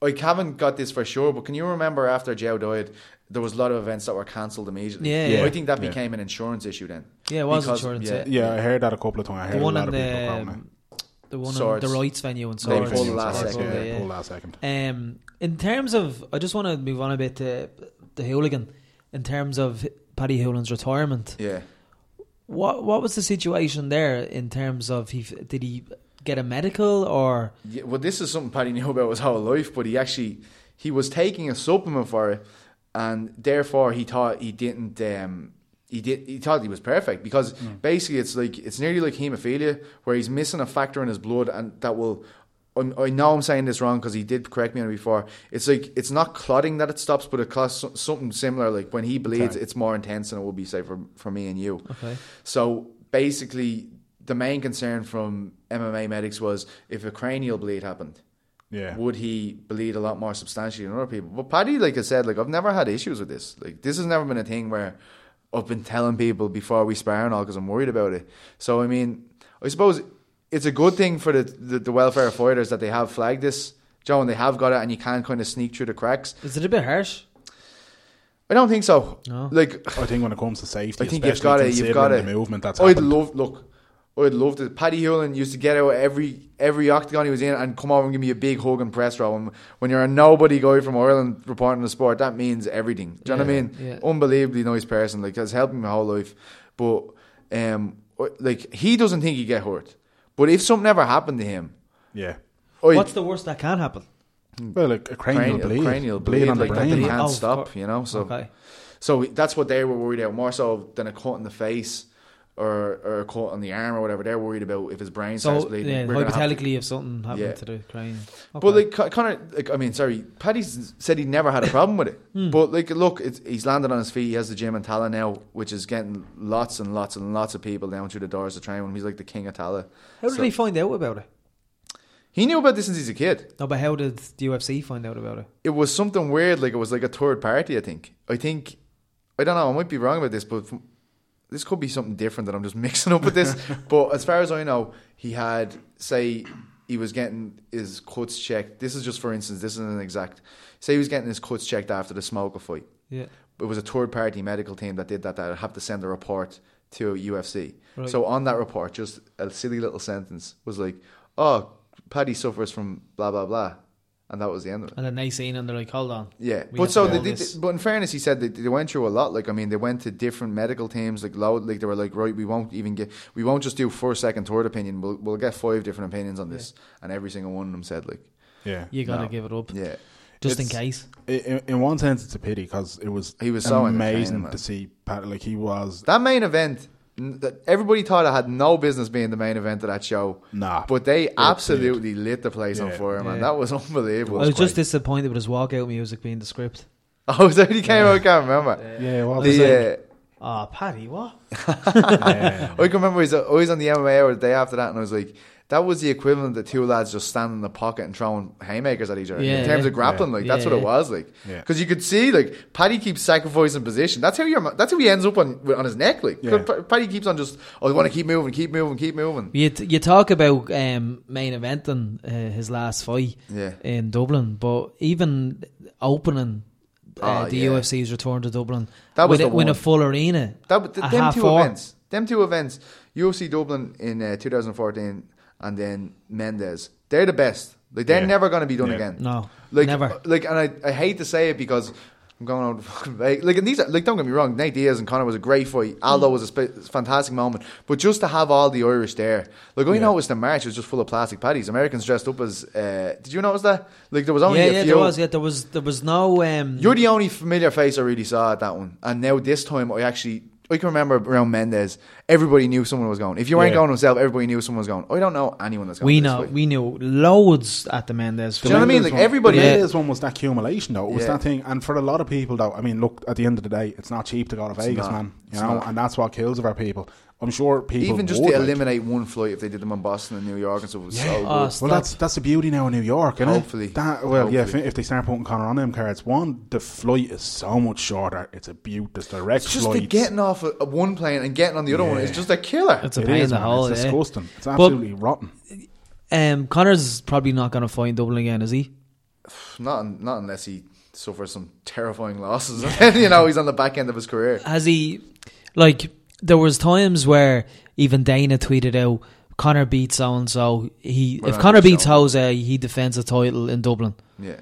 [SPEAKER 4] I haven't got this for sure, but can you remember after Joe died, there was a lot of events that were cancelled immediately.
[SPEAKER 3] Yeah, yeah.
[SPEAKER 4] I think that
[SPEAKER 2] Yeah.
[SPEAKER 4] became an insurance issue then.
[SPEAKER 3] Yeah, it was insurance, yeah.
[SPEAKER 2] Yeah, I heard that a couple of times. I heard
[SPEAKER 3] The one
[SPEAKER 2] a lot
[SPEAKER 3] in
[SPEAKER 2] of people
[SPEAKER 3] the
[SPEAKER 2] probably.
[SPEAKER 3] the one on
[SPEAKER 4] Swords.
[SPEAKER 3] the rights venue and
[SPEAKER 4] They
[SPEAKER 3] Swords.
[SPEAKER 4] pulled last
[SPEAKER 2] Sorry,
[SPEAKER 4] second,
[SPEAKER 2] yeah,
[SPEAKER 3] yeah.
[SPEAKER 2] pulled last second.
[SPEAKER 3] Um, in terms of, I just want to move on a bit to the hooligan. In terms of Paddy Hoolan's retirement,
[SPEAKER 4] Yeah.
[SPEAKER 3] what what was the situation there? In terms of he f- did he get a medical or
[SPEAKER 4] Yeah, well, this is something Paddy knew about his whole life, but he actually he was taking a supplement for it, and therefore he thought he didn't. Um, he did. He thought he was perfect because basically it's like it's nearly like hemophilia, where he's missing a factor in his blood, and that will. I'm- I know I'm saying this wrong because he did correct me on it before. It's like it's not clotting that it stops, but it clots so- something similar. Like when he bleeds,
[SPEAKER 2] Okay.
[SPEAKER 4] it's more intense than it would be, say, for for me and you.
[SPEAKER 3] Okay.
[SPEAKER 4] So basically, the main concern from MMA medics was if a cranial bleed happened,
[SPEAKER 2] Yeah.
[SPEAKER 4] would he bleed a lot more substantially than other people? But Paddy, like I said, like I've never had issues with this. Like this has never been a thing where I've been telling people before we spar and all because I'm worried about it. So I mean, I suppose it's a good thing for the the, the welfare of fighters that they have flagged this. Joe, and they have got it, and you can kind of sneak through the cracks.
[SPEAKER 3] is it a bit harsh?
[SPEAKER 4] I don't think so.
[SPEAKER 3] No.
[SPEAKER 4] Like
[SPEAKER 2] I think when it comes to safety,
[SPEAKER 4] I think
[SPEAKER 2] especially
[SPEAKER 4] you've got to,
[SPEAKER 2] considering
[SPEAKER 4] you've got to.
[SPEAKER 2] the movement that's
[SPEAKER 4] I'd
[SPEAKER 2] happened.
[SPEAKER 4] love look. oh, I'd love to. Paddy Hewlin used to get out every every octagon he was in and come over and give me a big hug and press row. And when you're a nobody guy from Ireland reporting the sport, that means everything. Do you know what I
[SPEAKER 3] Yeah,
[SPEAKER 4] mean?
[SPEAKER 3] yeah.
[SPEAKER 4] Unbelievably nice person. Like has helped me my whole life. But um, like he doesn't think he get hurt. But if something ever happened to him,
[SPEAKER 2] yeah.
[SPEAKER 4] I,
[SPEAKER 3] What's the worst that can happen?
[SPEAKER 2] Well, like a cranial,
[SPEAKER 4] cranial,
[SPEAKER 2] bleed,
[SPEAKER 4] cranial
[SPEAKER 2] bleed,
[SPEAKER 4] bleed,
[SPEAKER 2] on the
[SPEAKER 4] like that
[SPEAKER 2] brain.
[SPEAKER 4] they
[SPEAKER 3] Yeah.
[SPEAKER 4] can't
[SPEAKER 3] Oh, of
[SPEAKER 4] stop.
[SPEAKER 3] cour-
[SPEAKER 4] You know, so
[SPEAKER 3] okay,
[SPEAKER 4] so that's what they were worried about more so than a cut in the face or, or a cut on the arm or whatever. They're worried about if his brain starts
[SPEAKER 3] so
[SPEAKER 4] bleeding.
[SPEAKER 3] yeah,
[SPEAKER 4] we're gonna have to-
[SPEAKER 3] hypothetically, if something happened
[SPEAKER 4] Yeah.
[SPEAKER 3] to the crane, okay.
[SPEAKER 4] But like Con- Connor, like I mean, sorry, Paddy s- said he never had a
[SPEAKER 3] *laughs*
[SPEAKER 4] problem with it.
[SPEAKER 3] Hmm.
[SPEAKER 4] But like, look, it's, he's landed on his feet. He has the gym in Tala now, which is getting lots and lots and lots of people down through the doors to train with him. He's like the king of Tala.
[SPEAKER 3] how did
[SPEAKER 4] so-
[SPEAKER 3] he find out about it?
[SPEAKER 4] He knew about this since he's a kid.
[SPEAKER 3] No, but how did the UFC find out about it?
[SPEAKER 4] it was something weird. Like it was like a third party. I think. I think. I don't know. I might be wrong about this, but from, this could be something different that I'm just *laughs* mixing up with this. but as far as I know, he had say he was getting his cuts checked. This is just for instance. This isn't an exact. Say he was getting his cuts checked after the smoker fight.
[SPEAKER 3] Yeah,
[SPEAKER 4] It was a third party medical team that did that. That have to send a report to UFC.
[SPEAKER 3] Right.
[SPEAKER 4] So on that report, just a silly little sentence was like, "Oh, Paddy suffers from blah blah blah," and that was the end of it.
[SPEAKER 3] and then they seen and they're like, hold on,
[SPEAKER 4] Yeah,
[SPEAKER 3] We have
[SPEAKER 4] but so
[SPEAKER 3] to
[SPEAKER 4] they
[SPEAKER 3] do
[SPEAKER 4] did.
[SPEAKER 3] this.
[SPEAKER 4] But in fairness, he said they, they went through a lot. Like I mean, they went to different medical teams. Like loud, like they were like, right, we won't even get, we won't just do first, second, third opinion. We'll we'll get five different opinions on this, and every single one of them said like,
[SPEAKER 2] Yeah.
[SPEAKER 3] you gotta
[SPEAKER 4] No.
[SPEAKER 3] give it up,
[SPEAKER 4] yeah,
[SPEAKER 3] just in
[SPEAKER 2] It's-
[SPEAKER 3] case.
[SPEAKER 2] I- In, in one sense, it's a pity because it was
[SPEAKER 4] He was so entertaining,
[SPEAKER 2] amazing
[SPEAKER 4] man.
[SPEAKER 2] to see Pat. Like he was
[SPEAKER 4] that main event. n- That everybody thought it had no business being the main event of that show.
[SPEAKER 2] Nah.
[SPEAKER 4] but they
[SPEAKER 2] Absolute.
[SPEAKER 4] absolutely lit the place on
[SPEAKER 2] Yeah.
[SPEAKER 4] fire, man.
[SPEAKER 3] Yeah.
[SPEAKER 4] That was *laughs* unbelievable.
[SPEAKER 3] I was just disappointed with his walkout music being the script.
[SPEAKER 4] oh, so he came out. *laughs* I can't remember.
[SPEAKER 2] yeah. Well,
[SPEAKER 4] The, uh,
[SPEAKER 3] Ah, Paddy, what?
[SPEAKER 2] yeah.
[SPEAKER 4] I can remember I was always on the MMA hour the day after that, and I was like, that was the equivalent of two lads just standing in the pocket and throwing haymakers at each other.
[SPEAKER 3] Yeah,
[SPEAKER 4] in terms
[SPEAKER 3] yeah.
[SPEAKER 4] of grappling, like that's
[SPEAKER 3] Yeah,
[SPEAKER 4] what it
[SPEAKER 3] yeah.
[SPEAKER 4] was like.
[SPEAKER 2] Yeah.
[SPEAKER 4] Because you could see like Paddy keeps sacrificing position. That's how you're, that's how he ends up on on his neck. Like 'Cause
[SPEAKER 2] Yeah.
[SPEAKER 4] Pa- Paddy keeps on just I want to keep moving, keep moving, keep moving.
[SPEAKER 3] You t- you talk about um, main event and uh, his last fight
[SPEAKER 4] Yeah.
[SPEAKER 3] in Dublin, but even opening uh,
[SPEAKER 4] Oh,
[SPEAKER 3] the
[SPEAKER 4] yeah.
[SPEAKER 3] UFC's return to Dublin,
[SPEAKER 4] That was
[SPEAKER 3] with,
[SPEAKER 4] the
[SPEAKER 3] it- with a
[SPEAKER 4] one.
[SPEAKER 3] full arena.
[SPEAKER 4] That but
[SPEAKER 3] a
[SPEAKER 4] th- them
[SPEAKER 3] half
[SPEAKER 4] two
[SPEAKER 3] hour.
[SPEAKER 4] events, them two events, UFC Dublin in uh, 2014, and then Mendez. They're the best. Like they're
[SPEAKER 2] Yeah.
[SPEAKER 4] never going to be done
[SPEAKER 2] Yeah.
[SPEAKER 4] again.
[SPEAKER 3] No,
[SPEAKER 4] Like,
[SPEAKER 3] never.
[SPEAKER 4] Like, and I, I hate to say it because I'm going on fucking vague. Like, and these are, like, don't get me wrong, Nate Diaz and Connor was a great
[SPEAKER 3] Mm.
[SPEAKER 4] fight. Aldo was a spe- fantastic moment. But just to have all the Irish there, like, I noticed the march was just full of plastic patties. Americans dressed up as, uh, did you notice that? Like, there was only
[SPEAKER 3] Yeah,
[SPEAKER 4] a
[SPEAKER 3] yeah,
[SPEAKER 4] few.
[SPEAKER 3] there was, yeah, there was, there was no. Um,
[SPEAKER 4] You're the only familiar face I really saw at that one. And now this time, I actually. I can remember around Mendez, everybody knew someone was going. If you weren't
[SPEAKER 2] Yeah.
[SPEAKER 4] going himself, everybody knew someone was going. I don't know anyone that's going.
[SPEAKER 3] we
[SPEAKER 4] this
[SPEAKER 3] know,
[SPEAKER 4] way.
[SPEAKER 3] we knew loads at the Mendez.
[SPEAKER 4] *laughs* Do you know what I mean? Like everybody,
[SPEAKER 2] The
[SPEAKER 3] Yeah.
[SPEAKER 2] latest one was that accumulation, though. It was
[SPEAKER 4] Yeah.
[SPEAKER 2] that thing, and for a lot of people, though. I mean, look, at the end of the day, it's not cheap to go to Vegas,
[SPEAKER 4] not.
[SPEAKER 2] man. You
[SPEAKER 4] It's
[SPEAKER 2] know,
[SPEAKER 4] not.
[SPEAKER 2] and that's what kills of our people. I'm sure people
[SPEAKER 4] even just
[SPEAKER 2] would,
[SPEAKER 4] to
[SPEAKER 2] like-
[SPEAKER 4] eliminate one flight if they did them in Boston and New York and stuff was so good.
[SPEAKER 3] Oh, stop.
[SPEAKER 2] Well, that's that's the beauty now in New York, isn't
[SPEAKER 4] Hopefully.
[SPEAKER 2] it? That, well, yeah. If,
[SPEAKER 4] Hopefully.
[SPEAKER 2] if they start putting Connor on them cards, one, the flight is so much shorter. It's a beaut. This direct
[SPEAKER 4] It's just the
[SPEAKER 2] flight.
[SPEAKER 4] getting off of of one plane and getting on the other one is just a killer.
[SPEAKER 3] it's a
[SPEAKER 2] it
[SPEAKER 3] pain in
[SPEAKER 2] is,
[SPEAKER 3] the
[SPEAKER 2] man.
[SPEAKER 3] hole.
[SPEAKER 2] It's
[SPEAKER 3] yeah.
[SPEAKER 2] disgusting. It's absolutely rotten.
[SPEAKER 3] Um, Connor's probably not going to find Dublin again, is he?
[SPEAKER 4] not not unless he suffers some terrifying losses. *laughs* And you know, he's on the back end of his career.
[SPEAKER 3] Has he, like, there was times where even Dana tweeted out, Connor beats so and so. He
[SPEAKER 4] Well,
[SPEAKER 3] if
[SPEAKER 4] I
[SPEAKER 3] Connor
[SPEAKER 4] think so.
[SPEAKER 3] beats Jose, he defends the title in Dublin.
[SPEAKER 4] Yeah,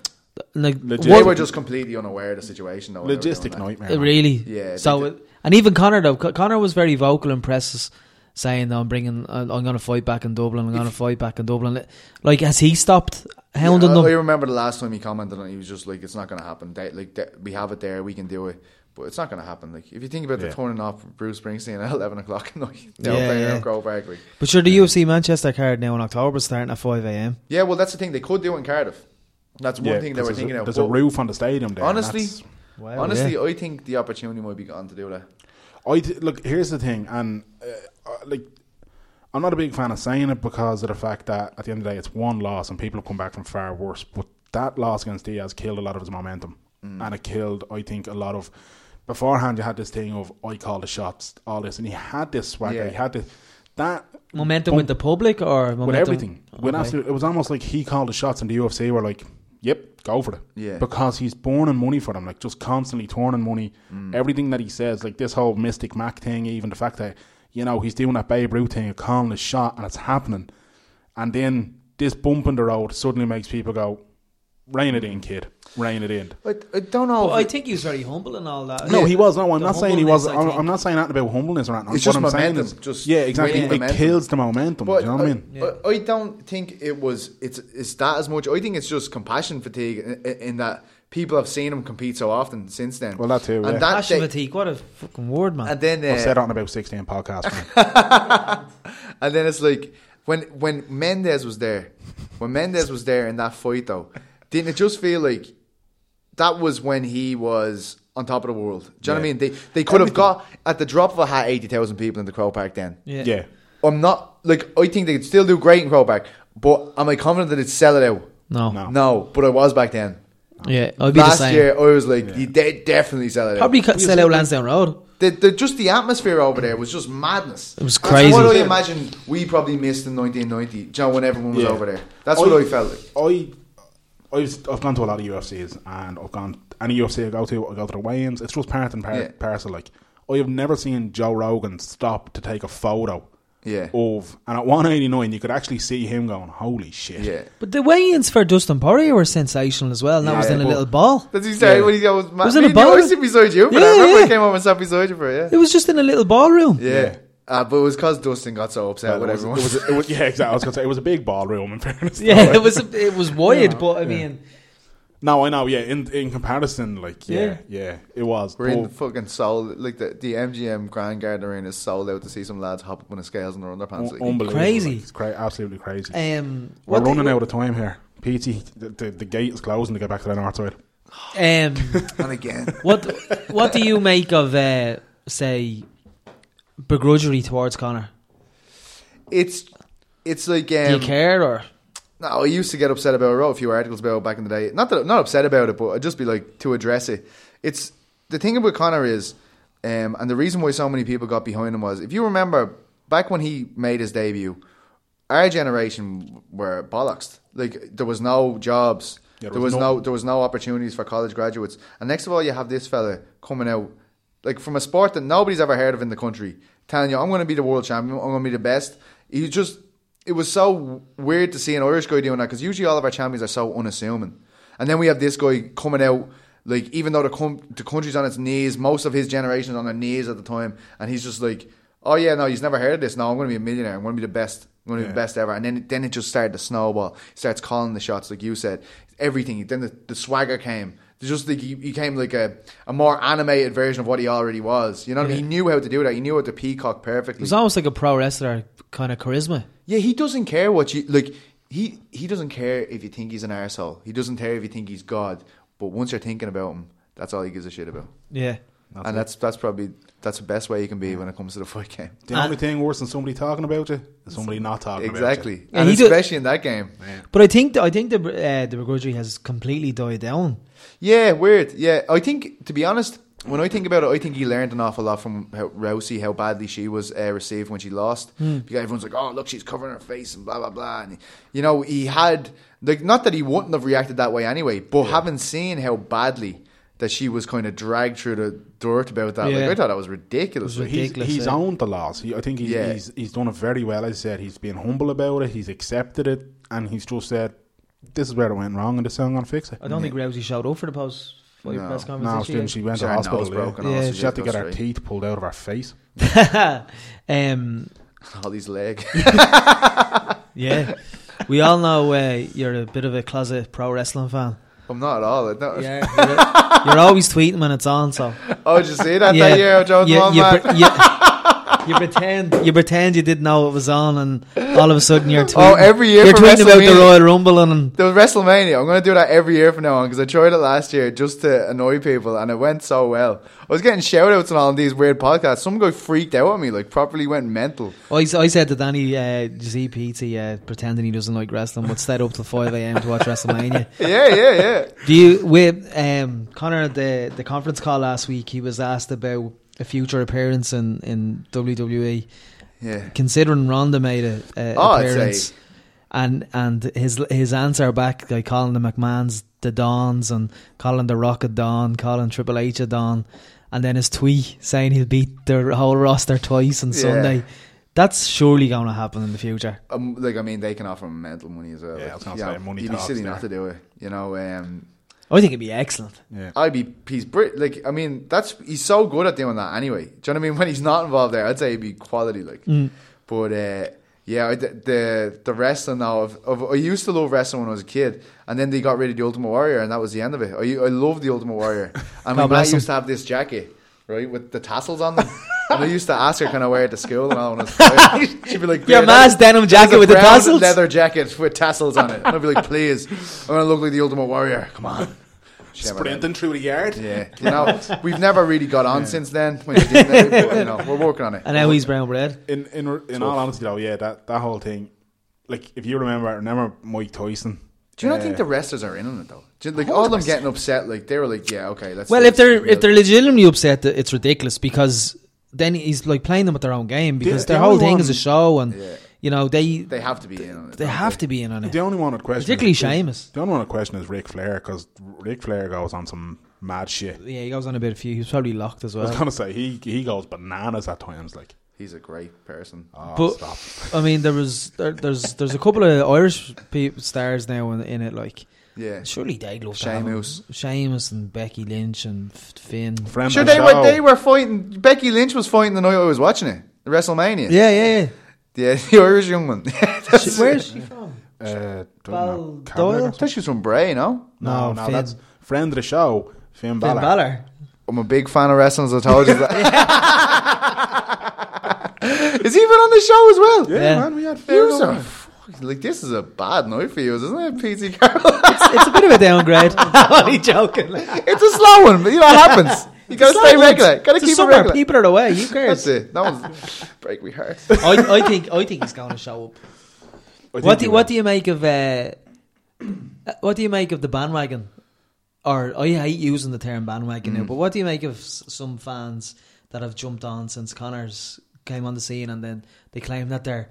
[SPEAKER 3] Like
[SPEAKER 2] Legit-
[SPEAKER 4] they
[SPEAKER 2] What-
[SPEAKER 4] were just completely unaware of the situation. Though, when they were doing
[SPEAKER 2] Logistic
[SPEAKER 4] that.
[SPEAKER 2] nightmare.
[SPEAKER 3] It
[SPEAKER 2] man.
[SPEAKER 3] uh, really.
[SPEAKER 4] Yeah, they
[SPEAKER 3] So,
[SPEAKER 4] did.
[SPEAKER 3] it- and even Connor though, Co- Connor was very vocal in presses, saying that I'm bringing, uh, I'm going to fight back in Dublin. I'm going to fight back in Dublin. Like, has he stopped hounding
[SPEAKER 4] Yeah, I, I
[SPEAKER 3] them?
[SPEAKER 4] remember the last time he commented on it, he was just like, it's not going to happen. They, like they, We have it there, we can do it. But it's not going to happen. Like if you think about
[SPEAKER 2] Yeah.
[SPEAKER 4] the turning off Bruce Springsteen at *laughs* eleven o'clock at night,
[SPEAKER 3] Yeah,
[SPEAKER 4] yeah,
[SPEAKER 3] yeah.
[SPEAKER 4] yeah. Grove Park, like.
[SPEAKER 3] But sure, the UFC Manchester card now in October is starting at five a.m.
[SPEAKER 4] yeah, well, that's the thing they could do it in Cardiff. That's one
[SPEAKER 2] Yeah,
[SPEAKER 4] thing
[SPEAKER 2] 'cause
[SPEAKER 4] they were
[SPEAKER 2] there's
[SPEAKER 4] thinking
[SPEAKER 2] a,
[SPEAKER 4] of.
[SPEAKER 2] There's a
[SPEAKER 4] but
[SPEAKER 2] roof on the stadium there. and
[SPEAKER 4] honestly,
[SPEAKER 2] that's-
[SPEAKER 3] Wow,
[SPEAKER 4] honestly,
[SPEAKER 3] yeah.
[SPEAKER 4] I think the opportunity might be gone to do that.
[SPEAKER 2] I th- look. Here's the thing, and uh, uh, like, I'm not a big fan of saying it because of the fact that at the end of the day, it's one loss, and people have come back from far worse. But that loss against Diaz killed a lot of his momentum,
[SPEAKER 4] Mm.
[SPEAKER 2] and it killed, I think, a lot of. Beforehand, you had this thing of I call the shots, all this, and he had this swagger.
[SPEAKER 4] Yeah.
[SPEAKER 2] He had this that
[SPEAKER 3] momentum with the public or momentum?
[SPEAKER 2] with everything. With
[SPEAKER 3] Okay.
[SPEAKER 2] absolute, it was almost like he called the shots, and the UFC were like, "Yep, go for it."
[SPEAKER 4] Yeah.
[SPEAKER 2] because he's burning money for them, like just constantly turning money.
[SPEAKER 4] Mm.
[SPEAKER 2] Everything that he says, like this whole Mystic Mac thing, even the fact that you know he's doing that Babe Ruth thing, of calling the shot, and it's happening. And then this bump in the road suddenly makes people go, "Rein it in, kid. Rein it in."
[SPEAKER 4] I, I don't know.
[SPEAKER 3] But I
[SPEAKER 4] if it-
[SPEAKER 3] think he was very humble and all that.
[SPEAKER 2] No, he was. No, I'm
[SPEAKER 3] The
[SPEAKER 2] not saying he
[SPEAKER 3] humbleness,
[SPEAKER 2] was.
[SPEAKER 3] I
[SPEAKER 2] I'm,
[SPEAKER 3] think.
[SPEAKER 2] I'm not saying that about humbleness or anything.
[SPEAKER 4] It's
[SPEAKER 2] what
[SPEAKER 4] just
[SPEAKER 2] I'm saying
[SPEAKER 4] momentum,
[SPEAKER 2] is,
[SPEAKER 4] just
[SPEAKER 2] yeah, exactly.
[SPEAKER 4] winning
[SPEAKER 2] It
[SPEAKER 4] momentum. uh,
[SPEAKER 2] kills the momentum. do you know what I mean?
[SPEAKER 4] I, I don't think it was it's it's that as much. I think it's just compassion fatigue in, in- in that people have seen him compete so often since then.
[SPEAKER 2] Well, that too,
[SPEAKER 4] And
[SPEAKER 2] yeah.
[SPEAKER 4] that
[SPEAKER 3] Passion
[SPEAKER 4] they-
[SPEAKER 3] fatigue. What a fucking word, man.
[SPEAKER 4] And then
[SPEAKER 2] I've said
[SPEAKER 4] uh,
[SPEAKER 2] it on about 16 podcasts.
[SPEAKER 4] *laughs*
[SPEAKER 2] man.
[SPEAKER 4] and then it's like when when Mendez was there, when Mendez was there in that fight though, didn't it just feel like that was when he was on top of the world? Do you know what I
[SPEAKER 2] Yeah.
[SPEAKER 4] mean? They they could have
[SPEAKER 2] Everything.
[SPEAKER 4] got at the drop of a hat eighty thousand people in the Crow Park then.
[SPEAKER 2] yeah.
[SPEAKER 4] I'm not like I think they could still do great in Crow Park, but am I confident that it'd sell it out?
[SPEAKER 3] No.
[SPEAKER 2] No.
[SPEAKER 4] No, but I was back then.
[SPEAKER 3] Yeah, I'd be the
[SPEAKER 4] Last
[SPEAKER 3] same.
[SPEAKER 4] year, I was like, they definitely sell it.
[SPEAKER 3] Probably cut,
[SPEAKER 4] Probably
[SPEAKER 3] sell out Lansdowne Road.
[SPEAKER 4] the, the, just the atmosphere over there was just madness.
[SPEAKER 3] It was
[SPEAKER 4] That's
[SPEAKER 3] crazy.
[SPEAKER 4] what I imagine we probably missed in 1990. Joe, when everyone was
[SPEAKER 2] Yeah.
[SPEAKER 4] over there, that's what I felt like.
[SPEAKER 2] I, I've, I've gone to a lot of UFCs and I've gone any UFC I go to, I go to the weigh-ins. It's just part and par-
[SPEAKER 4] Yeah.
[SPEAKER 2] parcel. Like I have never seen Joe Rogan stop to take a photo.
[SPEAKER 4] Yeah.
[SPEAKER 2] Of and at 189, you could actually see him going, "Holy shit!"
[SPEAKER 4] Yeah,
[SPEAKER 3] But the weigh-ins for Dustin Poirier were sensational as well. And that was
[SPEAKER 4] Yeah,
[SPEAKER 3] in a
[SPEAKER 4] but-
[SPEAKER 3] little ball.
[SPEAKER 4] that's exactly what he got. Was,
[SPEAKER 3] Was
[SPEAKER 4] was
[SPEAKER 3] it
[SPEAKER 4] me
[SPEAKER 3] a
[SPEAKER 4] and you, I
[SPEAKER 3] ball?
[SPEAKER 4] was sitting beside you, but
[SPEAKER 3] Yeah,
[SPEAKER 4] I remember
[SPEAKER 3] yeah.
[SPEAKER 4] I came over and sat beside you for it.
[SPEAKER 3] It was just in a little ballroom.
[SPEAKER 4] Yeah, yeah. Uh, but it was because Dustin got so upset
[SPEAKER 2] Well,
[SPEAKER 4] with
[SPEAKER 2] it was, it
[SPEAKER 4] everyone.
[SPEAKER 2] was, it was- yeah, exactly. I was gonna say it was a big ballroom. In fairness,
[SPEAKER 3] *laughs* *laughs* Yeah,
[SPEAKER 2] though.
[SPEAKER 3] it was
[SPEAKER 2] *laughs*
[SPEAKER 3] it was wired, but I mean,
[SPEAKER 2] No, I know. Yeah, in in comparison, like yeah, yeah, it was.
[SPEAKER 4] *laughs* We're in
[SPEAKER 2] But-
[SPEAKER 4] the fucking sold like the, the MGM Grand Garden Arena is sold out to see some lads hop up on the scales in their
[SPEAKER 2] Un-
[SPEAKER 4] underpants. Like,
[SPEAKER 2] unbelievable.
[SPEAKER 3] Crazy.
[SPEAKER 2] Like, it's cra- absolutely crazy.
[SPEAKER 3] um,
[SPEAKER 2] We're
[SPEAKER 3] what the-
[SPEAKER 2] running out of time here. PT, the, the, the gate is closing to get back to the north side.
[SPEAKER 3] Um,
[SPEAKER 4] and again,
[SPEAKER 3] what what do you make of uh, say begrudgery towards Connor?
[SPEAKER 4] it's it's like
[SPEAKER 3] Do you
[SPEAKER 4] um,
[SPEAKER 3] care or
[SPEAKER 4] No, I used to get upset about. it. I wrote a few articles about it back in the day. Not that not upset about it, but I'd just be like to address it. It's the thing about Connor is, um, and the reason why so many people got behind him was, if you remember back when he made his debut, our generation were bollocks. Like there was no jobs,
[SPEAKER 2] Yeah,
[SPEAKER 4] there, was, no, there was no opportunities for college graduates. And next of all, you have this fella coming out like from a sport that nobody's ever heard of in the country, telling you, "I'm going to be the world champion. I'm going to be the best." You just it was so weird to see an Irish guy doing that because usually all of our champions are so unassuming, and then we have this guy coming out. Like even though the com- the country's on its knees, most of his generation's on their knees at the time, and he's just like, "Oh yeah, no, he's never heard of this. No, I'm going to be a millionaire. I'm going to be the best. I'm going to be the
[SPEAKER 2] Yeah.
[SPEAKER 4] best." best ever. And then then it just started to snowball. He starts calling the shots, like you said. Everything. Then the, the swagger came. It's Just like he, he came like a, a more animated version of what he already was. You know what I mean? He knew how to do that. He knew how to peacock
[SPEAKER 3] it
[SPEAKER 4] perfectly.
[SPEAKER 3] was almost like a pro wrestler kind of charisma?
[SPEAKER 4] yeah, he doesn't care what you like. He he doesn't care if you think he's an arsehole. He doesn't care if you think he's God. But once you're thinking about him, that's all he gives a shit about.
[SPEAKER 3] Yeah,
[SPEAKER 4] and that's that's probably that's the best way you can be when it comes to the fight game.
[SPEAKER 2] The only thing worse than somebody talking about you is somebody not talking about
[SPEAKER 4] Exactly.
[SPEAKER 3] Yeah,
[SPEAKER 4] and
[SPEAKER 3] he do-
[SPEAKER 4] especially in that game.
[SPEAKER 3] but I think I think the uh, the begrudgery has completely died down.
[SPEAKER 4] Yeah, weird. Yeah, I think to be honest, when I think about it, I think he learned an awful lot from how, Rousey, how badly she was uh, received when she lost.
[SPEAKER 3] Hmm.
[SPEAKER 4] Because everyone's like, "Oh, look, she's covering her face and blah blah blah." And you know, he had like not that he wouldn't have reacted that way anyway, but having seen how badly that she was kind of dragged through the dirt about that,
[SPEAKER 3] Yeah.
[SPEAKER 4] like I thought that was ridiculous. Like,
[SPEAKER 2] He's,
[SPEAKER 3] ridiculous,
[SPEAKER 2] he's
[SPEAKER 3] eh?
[SPEAKER 2] owned the loss. He, I think he's,
[SPEAKER 4] Yeah.
[SPEAKER 2] he's he's done it very well. As I said, he's been humble about it. He's accepted it, and he's just said, "This is where it went wrong, and this is how I'm gonna fix it."
[SPEAKER 3] I don't think Rousey showed up for the post fight
[SPEAKER 4] No.
[SPEAKER 3] press
[SPEAKER 2] No,
[SPEAKER 3] conference.
[SPEAKER 2] she,
[SPEAKER 3] did
[SPEAKER 2] didn't. she went
[SPEAKER 4] She
[SPEAKER 2] to
[SPEAKER 4] had her nose
[SPEAKER 2] hospital. yeah.
[SPEAKER 4] broken
[SPEAKER 3] and all, so
[SPEAKER 2] she
[SPEAKER 4] she
[SPEAKER 2] had
[SPEAKER 4] had
[SPEAKER 2] to
[SPEAKER 4] to
[SPEAKER 2] get
[SPEAKER 4] go
[SPEAKER 2] her
[SPEAKER 4] straight.
[SPEAKER 2] teeth pulled out of her face.
[SPEAKER 3] *laughs* um,
[SPEAKER 4] Holly's leg. *laughs*
[SPEAKER 3] yeah, we all know uh, you're a bit of a closet pro wrestling fan.
[SPEAKER 4] I'm not at all. I don't-
[SPEAKER 3] Yeah, you're, you're always tweeting when it's on. So
[SPEAKER 4] *laughs* Oh, did you see *laughs* that
[SPEAKER 3] yeah,
[SPEAKER 4] that year? Jones
[SPEAKER 3] you,
[SPEAKER 4] won
[SPEAKER 3] you,
[SPEAKER 4] that?
[SPEAKER 3] pre-
[SPEAKER 4] *laughs*
[SPEAKER 3] you- you pretend you pretend you didn't know it was on, and all of a sudden you're tweeting.
[SPEAKER 4] Oh, every year
[SPEAKER 3] you're
[SPEAKER 4] for
[SPEAKER 3] tweeting about the
[SPEAKER 4] WrestleMania.
[SPEAKER 3] Royal Rumble, and
[SPEAKER 4] There was WrestleMania. I'm going to do that every year from now on because I tried it last year just to annoy people and it went so well. I was getting shout outs on all these weird podcasts. Some guy freaked out at me, like properly went
[SPEAKER 2] *laughs*
[SPEAKER 4] mental.
[SPEAKER 3] I, s- I said to Danny uh, ZPT, uh, pretending he doesn't like wrestling, but stayed up till five a.m. to watch WrestleMania.
[SPEAKER 4] Yeah, yeah, yeah.
[SPEAKER 3] Do you with um, Connor at the the conference call last week? He was asked about a future appearance in in WWE,
[SPEAKER 4] Yeah.
[SPEAKER 3] considering Ronda made a, a
[SPEAKER 4] Oh, I'd
[SPEAKER 3] appearance,
[SPEAKER 4] say-
[SPEAKER 3] and and his his answer back like calling the McMahon's the Dons and calling the Rock a Don, calling Triple H a Don, and then his tweet saying he'll beat their whole roster twice on
[SPEAKER 4] Yeah.
[SPEAKER 3] Sunday. That's surely going to happen in the future.
[SPEAKER 4] Um, like, I mean, they can offer him mental money as well.
[SPEAKER 2] Yeah, I
[SPEAKER 4] Like,
[SPEAKER 2] was gonna
[SPEAKER 4] you
[SPEAKER 2] say,
[SPEAKER 4] know,
[SPEAKER 2] money
[SPEAKER 4] You'd be
[SPEAKER 2] talks
[SPEAKER 4] silly
[SPEAKER 2] there.
[SPEAKER 4] not to do it. You know, um,
[SPEAKER 3] I think it'd be excellent.
[SPEAKER 2] Yeah.
[SPEAKER 4] I'd be he's Brit. Like I mean, that's he's so good at doing that anyway. Do you know what I mean? When he's not involved there, I'd say he'd be quality. Like,
[SPEAKER 3] Mm.
[SPEAKER 4] but uh, yeah, I- the, the the wrestling now. Of, of I used to love wrestling when I was a kid, and then they got rid of the Ultimate Warrior, and that was the end of it. I I love the
[SPEAKER 3] *laughs*
[SPEAKER 4] Ultimate Warrior, and my mom
[SPEAKER 3] bless him.
[SPEAKER 4] used to have this jacket. Right with the tassels on them, and I used to ask her, "Can I wear it to school?" And all when I
[SPEAKER 3] *laughs*
[SPEAKER 4] was five. she'd be like,
[SPEAKER 3] Your
[SPEAKER 4] "Beard,
[SPEAKER 3] ma's
[SPEAKER 4] that-
[SPEAKER 3] denim jacket
[SPEAKER 4] a
[SPEAKER 3] with the
[SPEAKER 4] brown
[SPEAKER 3] tassels.
[SPEAKER 4] leather jacket with tassels on it." And I'd be like, "Please, I want to look like the Ultimate Warrior.
[SPEAKER 3] *laughs*
[SPEAKER 4] Come on." She never did.
[SPEAKER 2] Sprinting through the yard.
[SPEAKER 4] Yeah, *laughs* you know, we've never really got on since then. We didn't, but, you know, we're working on it.
[SPEAKER 3] *laughs* And now he's brown bread.
[SPEAKER 2] In in in all honesty, though, yeah, that that whole thing. Like, if you remember, remember Mike Tyson.
[SPEAKER 4] Do you not
[SPEAKER 2] Uh,
[SPEAKER 4] think the wrestlers are in on it though? Do you- like all them getting upset, like they were like, "Yeah, okay, let's."
[SPEAKER 3] Well,
[SPEAKER 4] let's
[SPEAKER 3] if they're
[SPEAKER 4] real-
[SPEAKER 3] if they're legitimately upset, th- it's ridiculous because then he's like playing them at their own game because
[SPEAKER 2] The-
[SPEAKER 3] their
[SPEAKER 2] the
[SPEAKER 3] whole
[SPEAKER 2] only
[SPEAKER 3] thing is a
[SPEAKER 2] one-
[SPEAKER 3] show, and
[SPEAKER 4] Yeah.
[SPEAKER 3] you know they
[SPEAKER 4] they
[SPEAKER 3] they,
[SPEAKER 4] have to be in on it. don't
[SPEAKER 3] have to be in on it.
[SPEAKER 2] The only one at question,
[SPEAKER 3] Particularly
[SPEAKER 2] is,
[SPEAKER 3] Sheamus.
[SPEAKER 2] The only one at question is Ric Flair because Ric Flair goes on some mad shit.
[SPEAKER 3] Yeah, he goes on a bit of few. He's probably locked as
[SPEAKER 2] I was
[SPEAKER 3] well.
[SPEAKER 2] gonna say he he goes bananas at times. Like,
[SPEAKER 4] He's a great person.
[SPEAKER 2] oh,
[SPEAKER 3] But-
[SPEAKER 2] stop.
[SPEAKER 3] I mean, there was there, there's there's a couple of Irish peop stars now in, in it. Like,
[SPEAKER 4] Yeah,
[SPEAKER 3] surely they'd love to have him.
[SPEAKER 4] Sheamus.
[SPEAKER 3] Sheamus and Becky Lynch and F- Finn.
[SPEAKER 2] Friend
[SPEAKER 4] Sure,
[SPEAKER 2] of
[SPEAKER 4] they
[SPEAKER 2] the
[SPEAKER 4] were
[SPEAKER 2] show.
[SPEAKER 4] they were fighting. Becky Lynch was fighting the night I was watching it, the WrestleMania.
[SPEAKER 3] Yeah, yeah. yeah.
[SPEAKER 4] yeah, *laughs* the Irish young one.
[SPEAKER 3] She, where is she from?
[SPEAKER 2] Uh, don't
[SPEAKER 3] Val
[SPEAKER 2] know, Cabinet
[SPEAKER 3] Doyle?
[SPEAKER 2] or something?
[SPEAKER 4] Thought she was from Bray, no?
[SPEAKER 2] No, no,
[SPEAKER 3] Finn.
[SPEAKER 2] that's friend of the show, Finn
[SPEAKER 3] Finn
[SPEAKER 2] Balor.
[SPEAKER 3] Balor.
[SPEAKER 4] I'm a big fan of wrestling, as I told
[SPEAKER 3] *laughs*
[SPEAKER 4] you. That. *laughs* Is he even on the show as well?
[SPEAKER 2] Yeah,
[SPEAKER 3] Yeah.
[SPEAKER 2] man, we had Finn
[SPEAKER 4] Yous are
[SPEAKER 2] Balor.
[SPEAKER 4] fucking- like this is a bad night for you, isn't it, PT Carroll?
[SPEAKER 3] It's a bit of a downgrade. I'm only joking.
[SPEAKER 4] *laughs*
[SPEAKER 3] *laughs*
[SPEAKER 4] it's a slow one, but you know it happens. You gotta stay regular.
[SPEAKER 3] It's
[SPEAKER 4] Gotta
[SPEAKER 3] a
[SPEAKER 4] keep it
[SPEAKER 3] summer.
[SPEAKER 4] regular.
[SPEAKER 3] People are away. Who cares?
[SPEAKER 4] That's it. That one's *laughs* break me heart.
[SPEAKER 3] I, I think I think he's going to show up.
[SPEAKER 2] I think
[SPEAKER 3] What do
[SPEAKER 2] he
[SPEAKER 3] you,
[SPEAKER 2] won.
[SPEAKER 3] what do you make of uh, what do you make of the bandwagon? Or I hate using the term bandwagon
[SPEAKER 4] Mm.
[SPEAKER 3] now, but what do you make of s- some fans that have jumped on since Connors came on the scene and then they claim that they're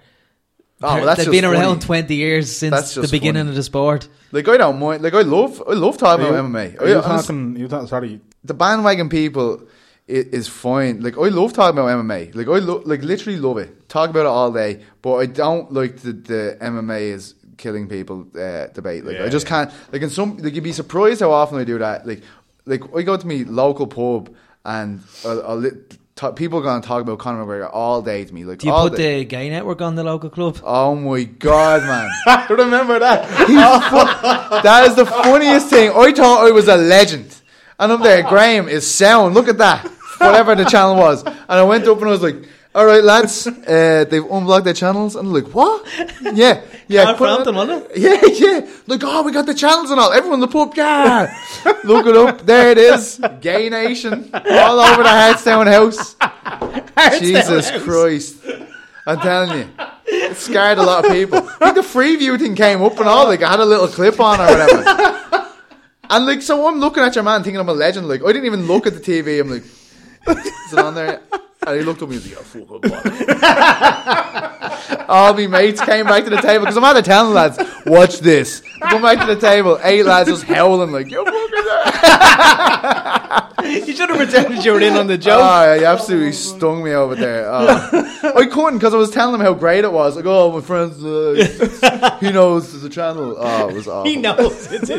[SPEAKER 4] Oh, well,
[SPEAKER 3] they're-
[SPEAKER 4] that's
[SPEAKER 3] they've
[SPEAKER 4] just
[SPEAKER 3] been
[SPEAKER 4] funny.
[SPEAKER 3] around twenty years since
[SPEAKER 4] That's
[SPEAKER 3] the
[SPEAKER 4] just
[SPEAKER 3] beginning
[SPEAKER 4] funny.
[SPEAKER 3] of the sport.
[SPEAKER 4] Like I don't mind. Like I love. I love talking
[SPEAKER 2] Are you-
[SPEAKER 4] about MMA.
[SPEAKER 2] Are you
[SPEAKER 4] I- I'm s-
[SPEAKER 2] talking? You talking? Sorry,
[SPEAKER 4] the bandwagon people is, is fine. Like I love talking about MMA. Like I lo- like literally love it. Talk about it all day. But I don't like the, the MMA is killing people uh, debate. Like
[SPEAKER 2] Yeah,
[SPEAKER 4] I just
[SPEAKER 2] yeah.
[SPEAKER 4] can't. Like in some like you'd be surprised how often I do that. Like like I go to me local pub and I'll, I'll li- ta people going to talk about Conor McGregor all day to me. Like
[SPEAKER 3] Do you
[SPEAKER 4] all
[SPEAKER 3] put
[SPEAKER 4] day.
[SPEAKER 3] the gay network on the local club?
[SPEAKER 4] Oh my god,
[SPEAKER 2] *laughs*
[SPEAKER 4] man!
[SPEAKER 2] remember that?
[SPEAKER 4] that is the funniest thing. I thought I was a legend. And up there, Graham is sound. Look at that. Whatever the channel was. And I went up and I was like, all right, lads, uh, they've unblocked their channels. And like, what? Yeah. Yeah.
[SPEAKER 3] Carl
[SPEAKER 4] put it-
[SPEAKER 3] Frampton, wasn't
[SPEAKER 4] Yeah, yeah. Like, oh, we got the channels and all. Everyone in the pub, yeah. Look it up. There it is. Gay Nation. All over the Hearthstone
[SPEAKER 2] *laughs*
[SPEAKER 4] house. Jesus Christ. I'm telling you. It scared a lot of people. I think the Freeview thing came up and all. Like, I had a little clip on or whatever. And like, so I'm looking at your man thinking I'm a legend. Like, I didn't even look at the TV. I'm like, is it on there? And he looked at me and was like, oh, fuck, I'm *laughs* All my mates came back to the table because I'm out of town, lads. Watch this. I come back to the table. Eight lads just howling like, you're fucking there.
[SPEAKER 3] *laughs* you should have pretended you were in on the joke.
[SPEAKER 4] Oh, he absolutely stung me over there. Oh. I couldn't because I was telling him how great it was. Like, oh, my friends,
[SPEAKER 3] *laughs*
[SPEAKER 4] uh, he knows there's a channel. Oh, it was awful.
[SPEAKER 3] he knows. It's a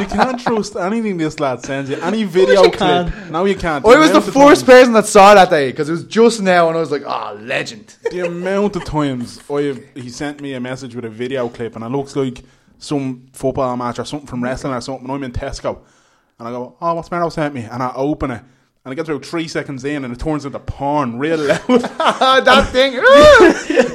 [SPEAKER 2] You can't trust anything this lad sends you. Any video
[SPEAKER 3] you
[SPEAKER 2] clip.
[SPEAKER 3] can.
[SPEAKER 2] Now you can't.
[SPEAKER 4] I was the
[SPEAKER 2] amount of
[SPEAKER 4] first
[SPEAKER 2] times-
[SPEAKER 4] person that saw that day because it was just now, and I was like,
[SPEAKER 2] *laughs*
[SPEAKER 4] ah, legend. *laughs*
[SPEAKER 2] The amount of times I have, he sent me a message with a video clip and it looks like some football match or something from wrestling or something. I'm in Tesco and I go, oh, what's Mero sent me? And I open it and it gets about three seconds in and it turns into porn real *laughs* loud.
[SPEAKER 4] that thing. *laughs* Ugh.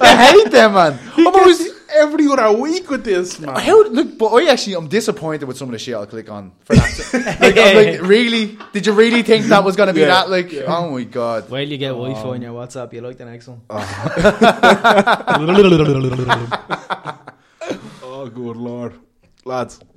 [SPEAKER 4] I hate
[SPEAKER 2] *laughs*
[SPEAKER 4] them, man. Oh, I'm always.
[SPEAKER 2] Every other week with this, man.
[SPEAKER 4] How, look, but I actually I'm disappointed with some of the shit I'll click on
[SPEAKER 2] *laughs*
[SPEAKER 4] for that. like, I'm like, really? Did you really think that was going to be
[SPEAKER 2] Yeah.
[SPEAKER 4] that? Like, oh my god!
[SPEAKER 3] Well, you get Wi-Fi
[SPEAKER 4] Um,
[SPEAKER 3] on your WhatsApp. You like the next one.
[SPEAKER 4] Uh-huh.
[SPEAKER 2] Oh, good lord. Lads. *sighs*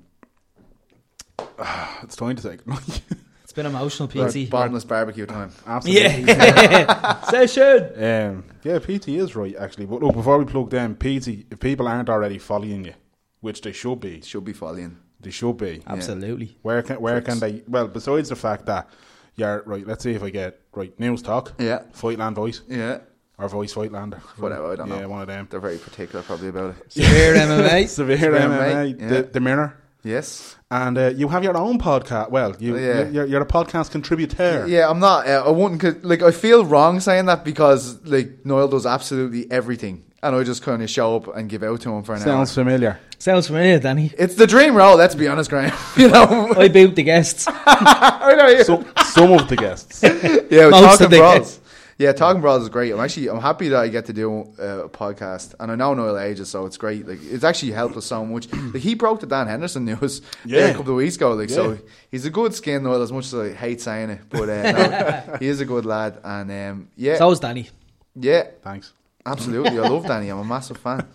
[SPEAKER 2] Ah, It's time to take.
[SPEAKER 3] *laughs*
[SPEAKER 2] *laughs*
[SPEAKER 3] It's been emotional,
[SPEAKER 4] Right,
[SPEAKER 3] PT.
[SPEAKER 4] bottomless barbecue time.
[SPEAKER 2] Absolutely.
[SPEAKER 4] *laughs*
[SPEAKER 3] Yeah. Session.
[SPEAKER 2] Um, yeah, PT is right, actually. But look, before we plug them, PT, if people aren't already following you, which they should be,
[SPEAKER 4] Should be following.
[SPEAKER 2] they should be.
[SPEAKER 3] Absolutely.
[SPEAKER 2] Where can where can they? Well, besides the fact that you're right, let's see if I get right. News talk,
[SPEAKER 4] Yeah.
[SPEAKER 2] Fightland voice
[SPEAKER 4] Yeah.
[SPEAKER 2] or voice Fightlander,
[SPEAKER 4] Whatever, I don't
[SPEAKER 2] yeah,
[SPEAKER 4] know.
[SPEAKER 2] one of them.
[SPEAKER 4] *laughs* They're very particular probably about it.
[SPEAKER 3] Severe
[SPEAKER 4] *laughs*
[SPEAKER 2] *laughs*
[SPEAKER 3] MMA.
[SPEAKER 2] Severe
[SPEAKER 4] Severe
[SPEAKER 2] MMA,
[SPEAKER 4] MMA, yeah.
[SPEAKER 2] the, the Mirror,
[SPEAKER 4] Yes.
[SPEAKER 2] and uh, you have your own podcast. Well, you
[SPEAKER 4] Yeah.
[SPEAKER 2] you're, you're a podcast contributor.
[SPEAKER 4] Yeah, I'm not. Uh, I wouldn't. co- Like, I feel wrong saying that because like Noel does absolutely everything, and I just kind of show up and give out to him for an
[SPEAKER 2] sounds
[SPEAKER 4] hour.
[SPEAKER 2] familiar.
[SPEAKER 3] Sounds familiar, Danny.
[SPEAKER 4] It's the dream role. Let's be honest, Graham. *laughs* you know.
[SPEAKER 3] I boot the guests.
[SPEAKER 4] I know you-
[SPEAKER 2] Some some of the guests.
[SPEAKER 4] yeah, we're
[SPEAKER 3] Most
[SPEAKER 4] talking
[SPEAKER 3] of the
[SPEAKER 4] brawls.
[SPEAKER 3] guests.
[SPEAKER 4] Yeah, talking brawls is great. I'm actually I'm happy that I get to do uh, a podcast, and I know Noel ages, so it's great. Like it's actually helped us so
[SPEAKER 3] *clears throat*
[SPEAKER 4] much. Like he broke the Dan Henderson news yeah.
[SPEAKER 2] Yeah.
[SPEAKER 4] a couple of weeks ago. Like so,
[SPEAKER 2] Yeah.
[SPEAKER 4] he's a good skin Noel. As much as I hate saying it, but uh,
[SPEAKER 3] *laughs*
[SPEAKER 4] no, he is a good lad, and um, yeah,
[SPEAKER 3] So is Danny.
[SPEAKER 4] yeah,
[SPEAKER 2] Thanks.
[SPEAKER 4] Absolutely, I love Danny. I'm a massive fan.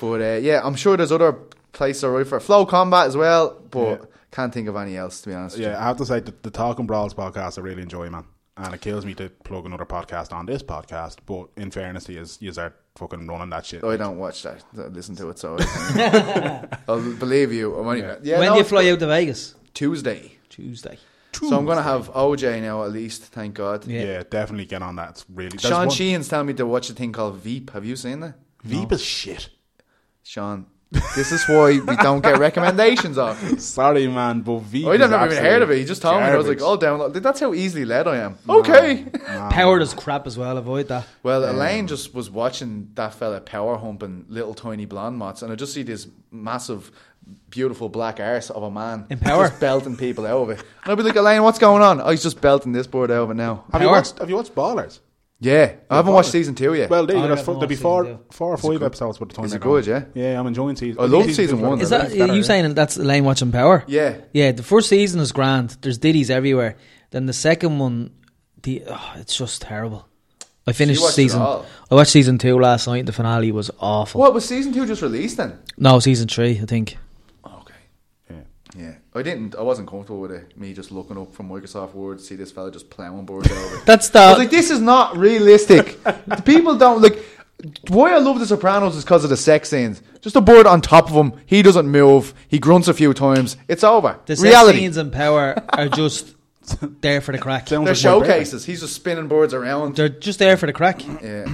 [SPEAKER 4] But uh, yeah, I'm sure there's other places right for it. Flow Combat as well, but
[SPEAKER 2] Yeah.
[SPEAKER 4] can't think of any else to be honest. with
[SPEAKER 2] Yeah, I have to say the, the Talking Brawls podcast I really enjoy, man. And it kills me to plug another podcast on this podcast, but in fairness, he is you are fucking running that shit.
[SPEAKER 4] you. I don't watch that. I listen to it, so
[SPEAKER 3] *laughs*
[SPEAKER 4] *laughs* I'll believe you. I'm only, yeah.
[SPEAKER 3] when
[SPEAKER 4] no,
[SPEAKER 3] do you
[SPEAKER 4] it's
[SPEAKER 3] fly out to Vegas?
[SPEAKER 4] Tuesday.
[SPEAKER 3] Tuesday.
[SPEAKER 4] So I'm gonna have OJ now at least. Thank God.
[SPEAKER 3] Yeah.
[SPEAKER 2] yeah. definitely get on that. It's really there's
[SPEAKER 4] Sean
[SPEAKER 2] one-
[SPEAKER 4] Sheehan's telling me to watch a thing called Veep. Have you seen that?
[SPEAKER 2] Veep is shit.
[SPEAKER 4] Sean, this is why we don't get
[SPEAKER 2] *laughs*
[SPEAKER 4] recommendations off.
[SPEAKER 2] Sorry, man, but Veep.
[SPEAKER 4] I'd
[SPEAKER 2] is
[SPEAKER 4] never even
[SPEAKER 2] absolute
[SPEAKER 4] heard of it. Oh, He just told me. I was like,
[SPEAKER 2] garbage.
[SPEAKER 4] oh, download. That's how easily led I am. Okay. Um,
[SPEAKER 3] Power does crap as well. Avoid that.
[SPEAKER 4] Well, Elaine just was watching that fella power humping little tiny blonde mots, and I just see this massive, beautiful black arse of a man
[SPEAKER 3] In power.
[SPEAKER 4] just belting people out of it. And I'll be like, Elaine, what's going on? Oh, he's just belting this board out of it now.
[SPEAKER 2] Have you
[SPEAKER 3] Power.
[SPEAKER 2] watched? Have you watched Ballers?
[SPEAKER 4] Yeah, I haven't watched season two yet.
[SPEAKER 2] Well, there you
[SPEAKER 3] I
[SPEAKER 2] go. There's
[SPEAKER 3] haven't
[SPEAKER 2] fu- There'll be
[SPEAKER 3] watched
[SPEAKER 2] four,
[SPEAKER 3] season two.
[SPEAKER 2] four or five episodes by the time.
[SPEAKER 4] Is
[SPEAKER 2] they're
[SPEAKER 4] it good,
[SPEAKER 2] done. Yeah, I'm enjoying season.
[SPEAKER 4] I
[SPEAKER 2] think
[SPEAKER 4] love season
[SPEAKER 2] two's
[SPEAKER 4] one.
[SPEAKER 2] better.
[SPEAKER 3] Is
[SPEAKER 4] I
[SPEAKER 3] that
[SPEAKER 4] think it's better,
[SPEAKER 3] you
[SPEAKER 4] yeah.
[SPEAKER 3] saying that's Elaine watching Power?
[SPEAKER 4] yeah,
[SPEAKER 3] Yeah, the first season is grand. There's ditties everywhere. Then the second one, the oh, it's just terrible. I finished
[SPEAKER 4] watched it
[SPEAKER 3] season.
[SPEAKER 4] all?
[SPEAKER 3] I watched season two last night. The finale was awful.
[SPEAKER 4] what was season two just released then?
[SPEAKER 3] No, season three, I think.
[SPEAKER 4] Okay,
[SPEAKER 2] Yeah.
[SPEAKER 4] yeah, I didn't. I wasn't comfortable with it. Me just looking up from Microsoft Word, see this fella just plowing boards over.
[SPEAKER 3] That's
[SPEAKER 4] I was
[SPEAKER 3] the
[SPEAKER 4] like, this is not realistic. The people don't like. Why I love The Sopranos is because of the sex scenes. Just a bird on top of him. He doesn't move. He grunts a few times. It's over.
[SPEAKER 3] the sex
[SPEAKER 4] Reality.
[SPEAKER 3] scenes and Power are
[SPEAKER 4] *laughs*
[SPEAKER 3] just there for the crack.
[SPEAKER 2] Sounds
[SPEAKER 4] They're
[SPEAKER 2] like one better.
[SPEAKER 4] showcases. He's just spinning boards around.
[SPEAKER 3] They're just there for the crack.
[SPEAKER 4] Yeah,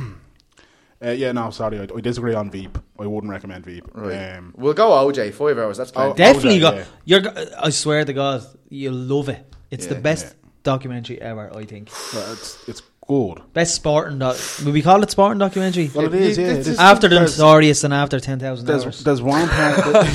[SPEAKER 2] Uh, yeah, no, sorry, I, I disagree on Veep. I wouldn't recommend Veep.
[SPEAKER 4] right.
[SPEAKER 2] Um,
[SPEAKER 4] we'll go OJ five hours. That's
[SPEAKER 2] Oh,
[SPEAKER 4] plenty.
[SPEAKER 3] Definitely
[SPEAKER 2] OJ,
[SPEAKER 3] got.
[SPEAKER 2] yeah.
[SPEAKER 3] You're. go- I swear to God, you'll love it. It's the
[SPEAKER 4] Yeah,
[SPEAKER 3] best
[SPEAKER 2] yeah.
[SPEAKER 3] documentary ever. I think
[SPEAKER 2] but it's it's good.
[SPEAKER 3] best sporting. Doc- Would we call it sporting documentary?
[SPEAKER 2] Well, it is.
[SPEAKER 4] It-
[SPEAKER 2] Yeah, it
[SPEAKER 4] it's
[SPEAKER 2] is.
[SPEAKER 4] just-
[SPEAKER 3] after the
[SPEAKER 2] There's-
[SPEAKER 3] Notorious and after Ten Thousand
[SPEAKER 2] There's,
[SPEAKER 3] Hours.
[SPEAKER 2] there's one part. *laughs* That,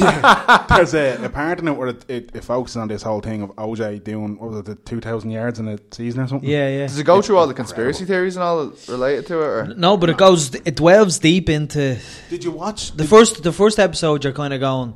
[SPEAKER 2] yeah, there's a, a part in it where it, it, it focuses on this whole thing of OJ doing what was it, the two thousand yards in a season or something.
[SPEAKER 3] yeah, yeah.
[SPEAKER 4] Does it go through all the conspiracy theories and all related to it? Or?
[SPEAKER 3] No, but it goes. It delves deep into
[SPEAKER 2] Did you watch?
[SPEAKER 3] the first. The first episode, you're kind of going,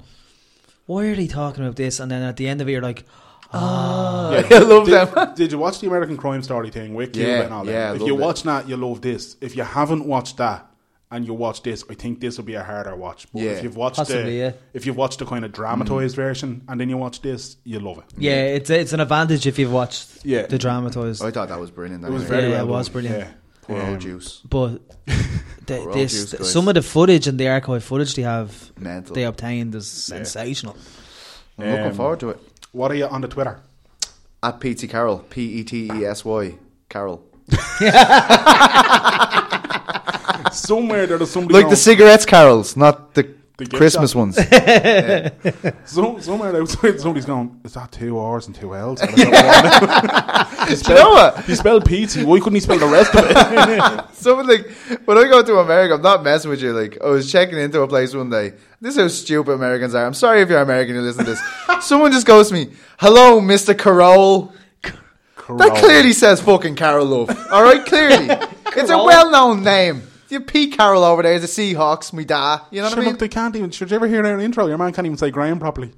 [SPEAKER 3] "Why are they talking about this?" And then at the end of it, you're like,
[SPEAKER 4] *laughs* I love
[SPEAKER 2] did,
[SPEAKER 4] them.
[SPEAKER 2] did you watch the American Crime Story thing with Cuba
[SPEAKER 4] Yeah,
[SPEAKER 2] and all
[SPEAKER 4] yeah, I
[SPEAKER 2] that? If
[SPEAKER 4] loved
[SPEAKER 2] you
[SPEAKER 4] it.
[SPEAKER 2] watch that, you love this. If you haven't watched that, and you watch this, I think this will be a harder watch. But
[SPEAKER 4] Yeah. Mm.
[SPEAKER 2] if you've watched the,
[SPEAKER 3] Possibly, yeah.
[SPEAKER 2] if you've watched the kind of dramatized version and then you watch this, you love it.
[SPEAKER 3] Yeah, it's it's an advantage if you've watched
[SPEAKER 2] Yeah.
[SPEAKER 3] the dramatized.
[SPEAKER 4] *laughs* I thought that was brilliant.
[SPEAKER 2] It was
[SPEAKER 4] anyway.
[SPEAKER 2] very
[SPEAKER 3] Yeah,
[SPEAKER 2] well
[SPEAKER 3] it was
[SPEAKER 2] done.
[SPEAKER 3] brilliant.
[SPEAKER 2] Yeah.
[SPEAKER 4] Poor
[SPEAKER 2] Um,
[SPEAKER 4] old juice. *laughs*
[SPEAKER 3] but the,
[SPEAKER 4] We're all
[SPEAKER 3] this
[SPEAKER 4] Jews, guys.
[SPEAKER 3] some of the footage and the archive footage they have
[SPEAKER 4] Mental.
[SPEAKER 3] they obtained is sensational.
[SPEAKER 4] I'm looking
[SPEAKER 2] Um,
[SPEAKER 4] forward to it.
[SPEAKER 2] What are you on the
[SPEAKER 4] *laughs*
[SPEAKER 2] Twitter?
[SPEAKER 4] At PT Carroll, P E T E S Y, Carroll.
[SPEAKER 2] Somewhere there's somebody
[SPEAKER 4] Like
[SPEAKER 2] out,
[SPEAKER 4] the cigarettes, Carrols, not the,
[SPEAKER 2] The gift
[SPEAKER 4] Christmas
[SPEAKER 2] shop.
[SPEAKER 4] ones. *laughs*
[SPEAKER 2] some, somewhere outside somebody's going. Is that two R's and two
[SPEAKER 4] *laughs*
[SPEAKER 2] L's? And I don't know what it is.
[SPEAKER 4] Do you know *laughs* what?
[SPEAKER 2] He spelled PT. Why couldn't he spell the rest of it?
[SPEAKER 4] Someone like when I go to America, I'm not messing with you. Like I was checking into a place one day. This is how stupid Americans are. I'm sorry if you're American and listen to this. *laughs* Someone just goes to me, "Hello, Mister Carroll." *laughs* That clearly says fucking Carol Love. All right, *laughs* clearly, it's a well-known name. You Pete Carroll over there is a Seahawks, me da. You know what
[SPEAKER 2] Sure,
[SPEAKER 4] I mean?
[SPEAKER 2] look, they can't even. Should you ever hear their intro? Your man can't even say Graham
[SPEAKER 4] *laughs*
[SPEAKER 2] properly.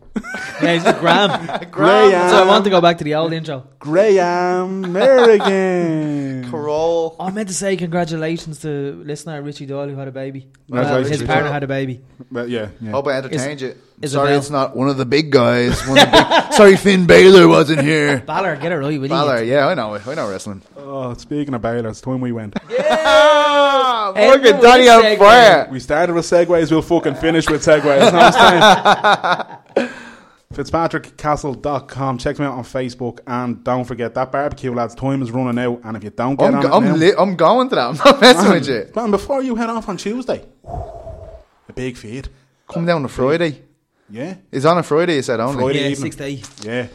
[SPEAKER 3] Yeah, it's Graham.
[SPEAKER 2] Graham.
[SPEAKER 3] So I want to go back to the old intro.
[SPEAKER 2] Graham
[SPEAKER 4] *laughs*
[SPEAKER 2] American.
[SPEAKER 4] Carroll.
[SPEAKER 3] I meant to say congratulations to listener Richie Doyle who had a baby. Well,
[SPEAKER 2] Congratulations,
[SPEAKER 3] his
[SPEAKER 2] Richie
[SPEAKER 3] partner
[SPEAKER 4] Doyle.
[SPEAKER 3] had a baby.
[SPEAKER 2] But yeah, yeah.
[SPEAKER 4] Hope I entertained you.
[SPEAKER 3] is
[SPEAKER 4] sorry,
[SPEAKER 3] Abel-
[SPEAKER 4] it's not one of the big guys. One of the *laughs* big, sorry, Finn Baylor wasn't *laughs* here.
[SPEAKER 3] Balor, get it right, will you?
[SPEAKER 4] Balor, yeah, I know, it. I know wrestling.
[SPEAKER 2] Oh, speaking of Baylor, it's time we went.
[SPEAKER 4] Ah,
[SPEAKER 3] End
[SPEAKER 4] fucking
[SPEAKER 3] with
[SPEAKER 4] Danny
[SPEAKER 3] a
[SPEAKER 4] on
[SPEAKER 3] segue.
[SPEAKER 4] fire.
[SPEAKER 2] We started with segues, we'll fucking finish with segues. Now it's time.
[SPEAKER 4] *laughs*
[SPEAKER 2] FitzpatrickCastle.com. Check me out on Facebook and don't forget that barbecue, lads. Time is running out, and if you don't get
[SPEAKER 4] I'm,
[SPEAKER 2] on
[SPEAKER 4] go-
[SPEAKER 2] it now,
[SPEAKER 4] I'm, li- I'm going to that. *laughs* I'm not
[SPEAKER 2] *clears throat*
[SPEAKER 4] messing with you.
[SPEAKER 2] Man, before you head off on Tuesday, a big feed.
[SPEAKER 4] Come down on Friday.
[SPEAKER 2] Yeah,
[SPEAKER 4] It's on a Friday, you said only.
[SPEAKER 2] Friday
[SPEAKER 3] Yeah,
[SPEAKER 2] evening.
[SPEAKER 3] six to eight.
[SPEAKER 2] Yeah.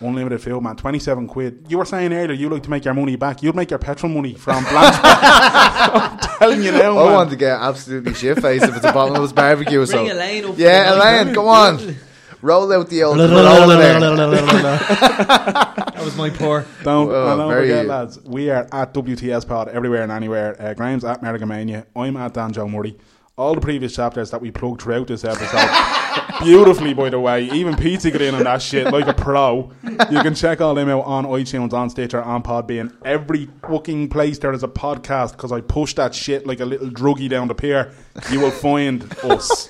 [SPEAKER 2] Unlimited fuel, man. 27 quid. You were saying earlier you like to make your money back. You'd make your petrol money from Blanche. *laughs* I'm telling you now,
[SPEAKER 4] I
[SPEAKER 2] man.
[SPEAKER 4] want to get absolutely shit faced if it's
[SPEAKER 3] *laughs*
[SPEAKER 4] a bottomless barbecue or
[SPEAKER 3] Bring
[SPEAKER 4] something.
[SPEAKER 3] Elaine up.
[SPEAKER 4] Yeah, Elaine, come on. Roll out the
[SPEAKER 3] *laughs*
[SPEAKER 4] old roll in there.
[SPEAKER 3] that was my poor.
[SPEAKER 2] Don't,
[SPEAKER 4] Oh,
[SPEAKER 2] and don't
[SPEAKER 4] very-
[SPEAKER 2] forget, lads, we are at WTS Pod everywhere and anywhere. Uh, Graham's at Merrigamania. I'm at Dan Joe Murray. All the previous chapters that we plugged throughout this episode, beautifully, by the way, even Pete got in on that shit like a pro. You can check all them out on iTunes, on Stitcher, on Podbean, every fucking place there is a podcast because I push that shit like a little druggie down the pier. You will find us.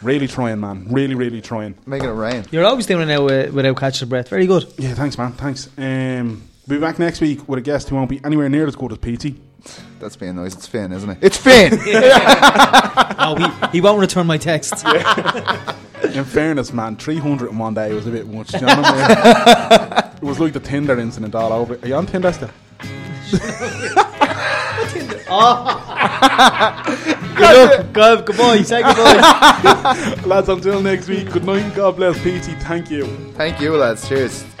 [SPEAKER 2] Really trying, man. Really, really trying.
[SPEAKER 4] Making it rain.
[SPEAKER 3] You're always doing it now uh, without catching a breath. Very good.
[SPEAKER 2] Yeah, thanks, man. Thanks. Um, we'll be back next week with a guest who won't be anywhere near as good as PT.
[SPEAKER 4] That's being nice. It's Finn, isn't it? It's Finn!
[SPEAKER 3] *laughs* No, Oh, he, he won't return my *laughs* text.
[SPEAKER 2] In fairness, man, 300 in one day was a bit much. do You know what I mean? it was like the Tinder incident all over. Are you on Tinder still?
[SPEAKER 3] good, good, good boy. Say good boy.
[SPEAKER 2] Lads, until next week, good night. God bless PT. Thank you.
[SPEAKER 4] Thank you, lads. Cheers.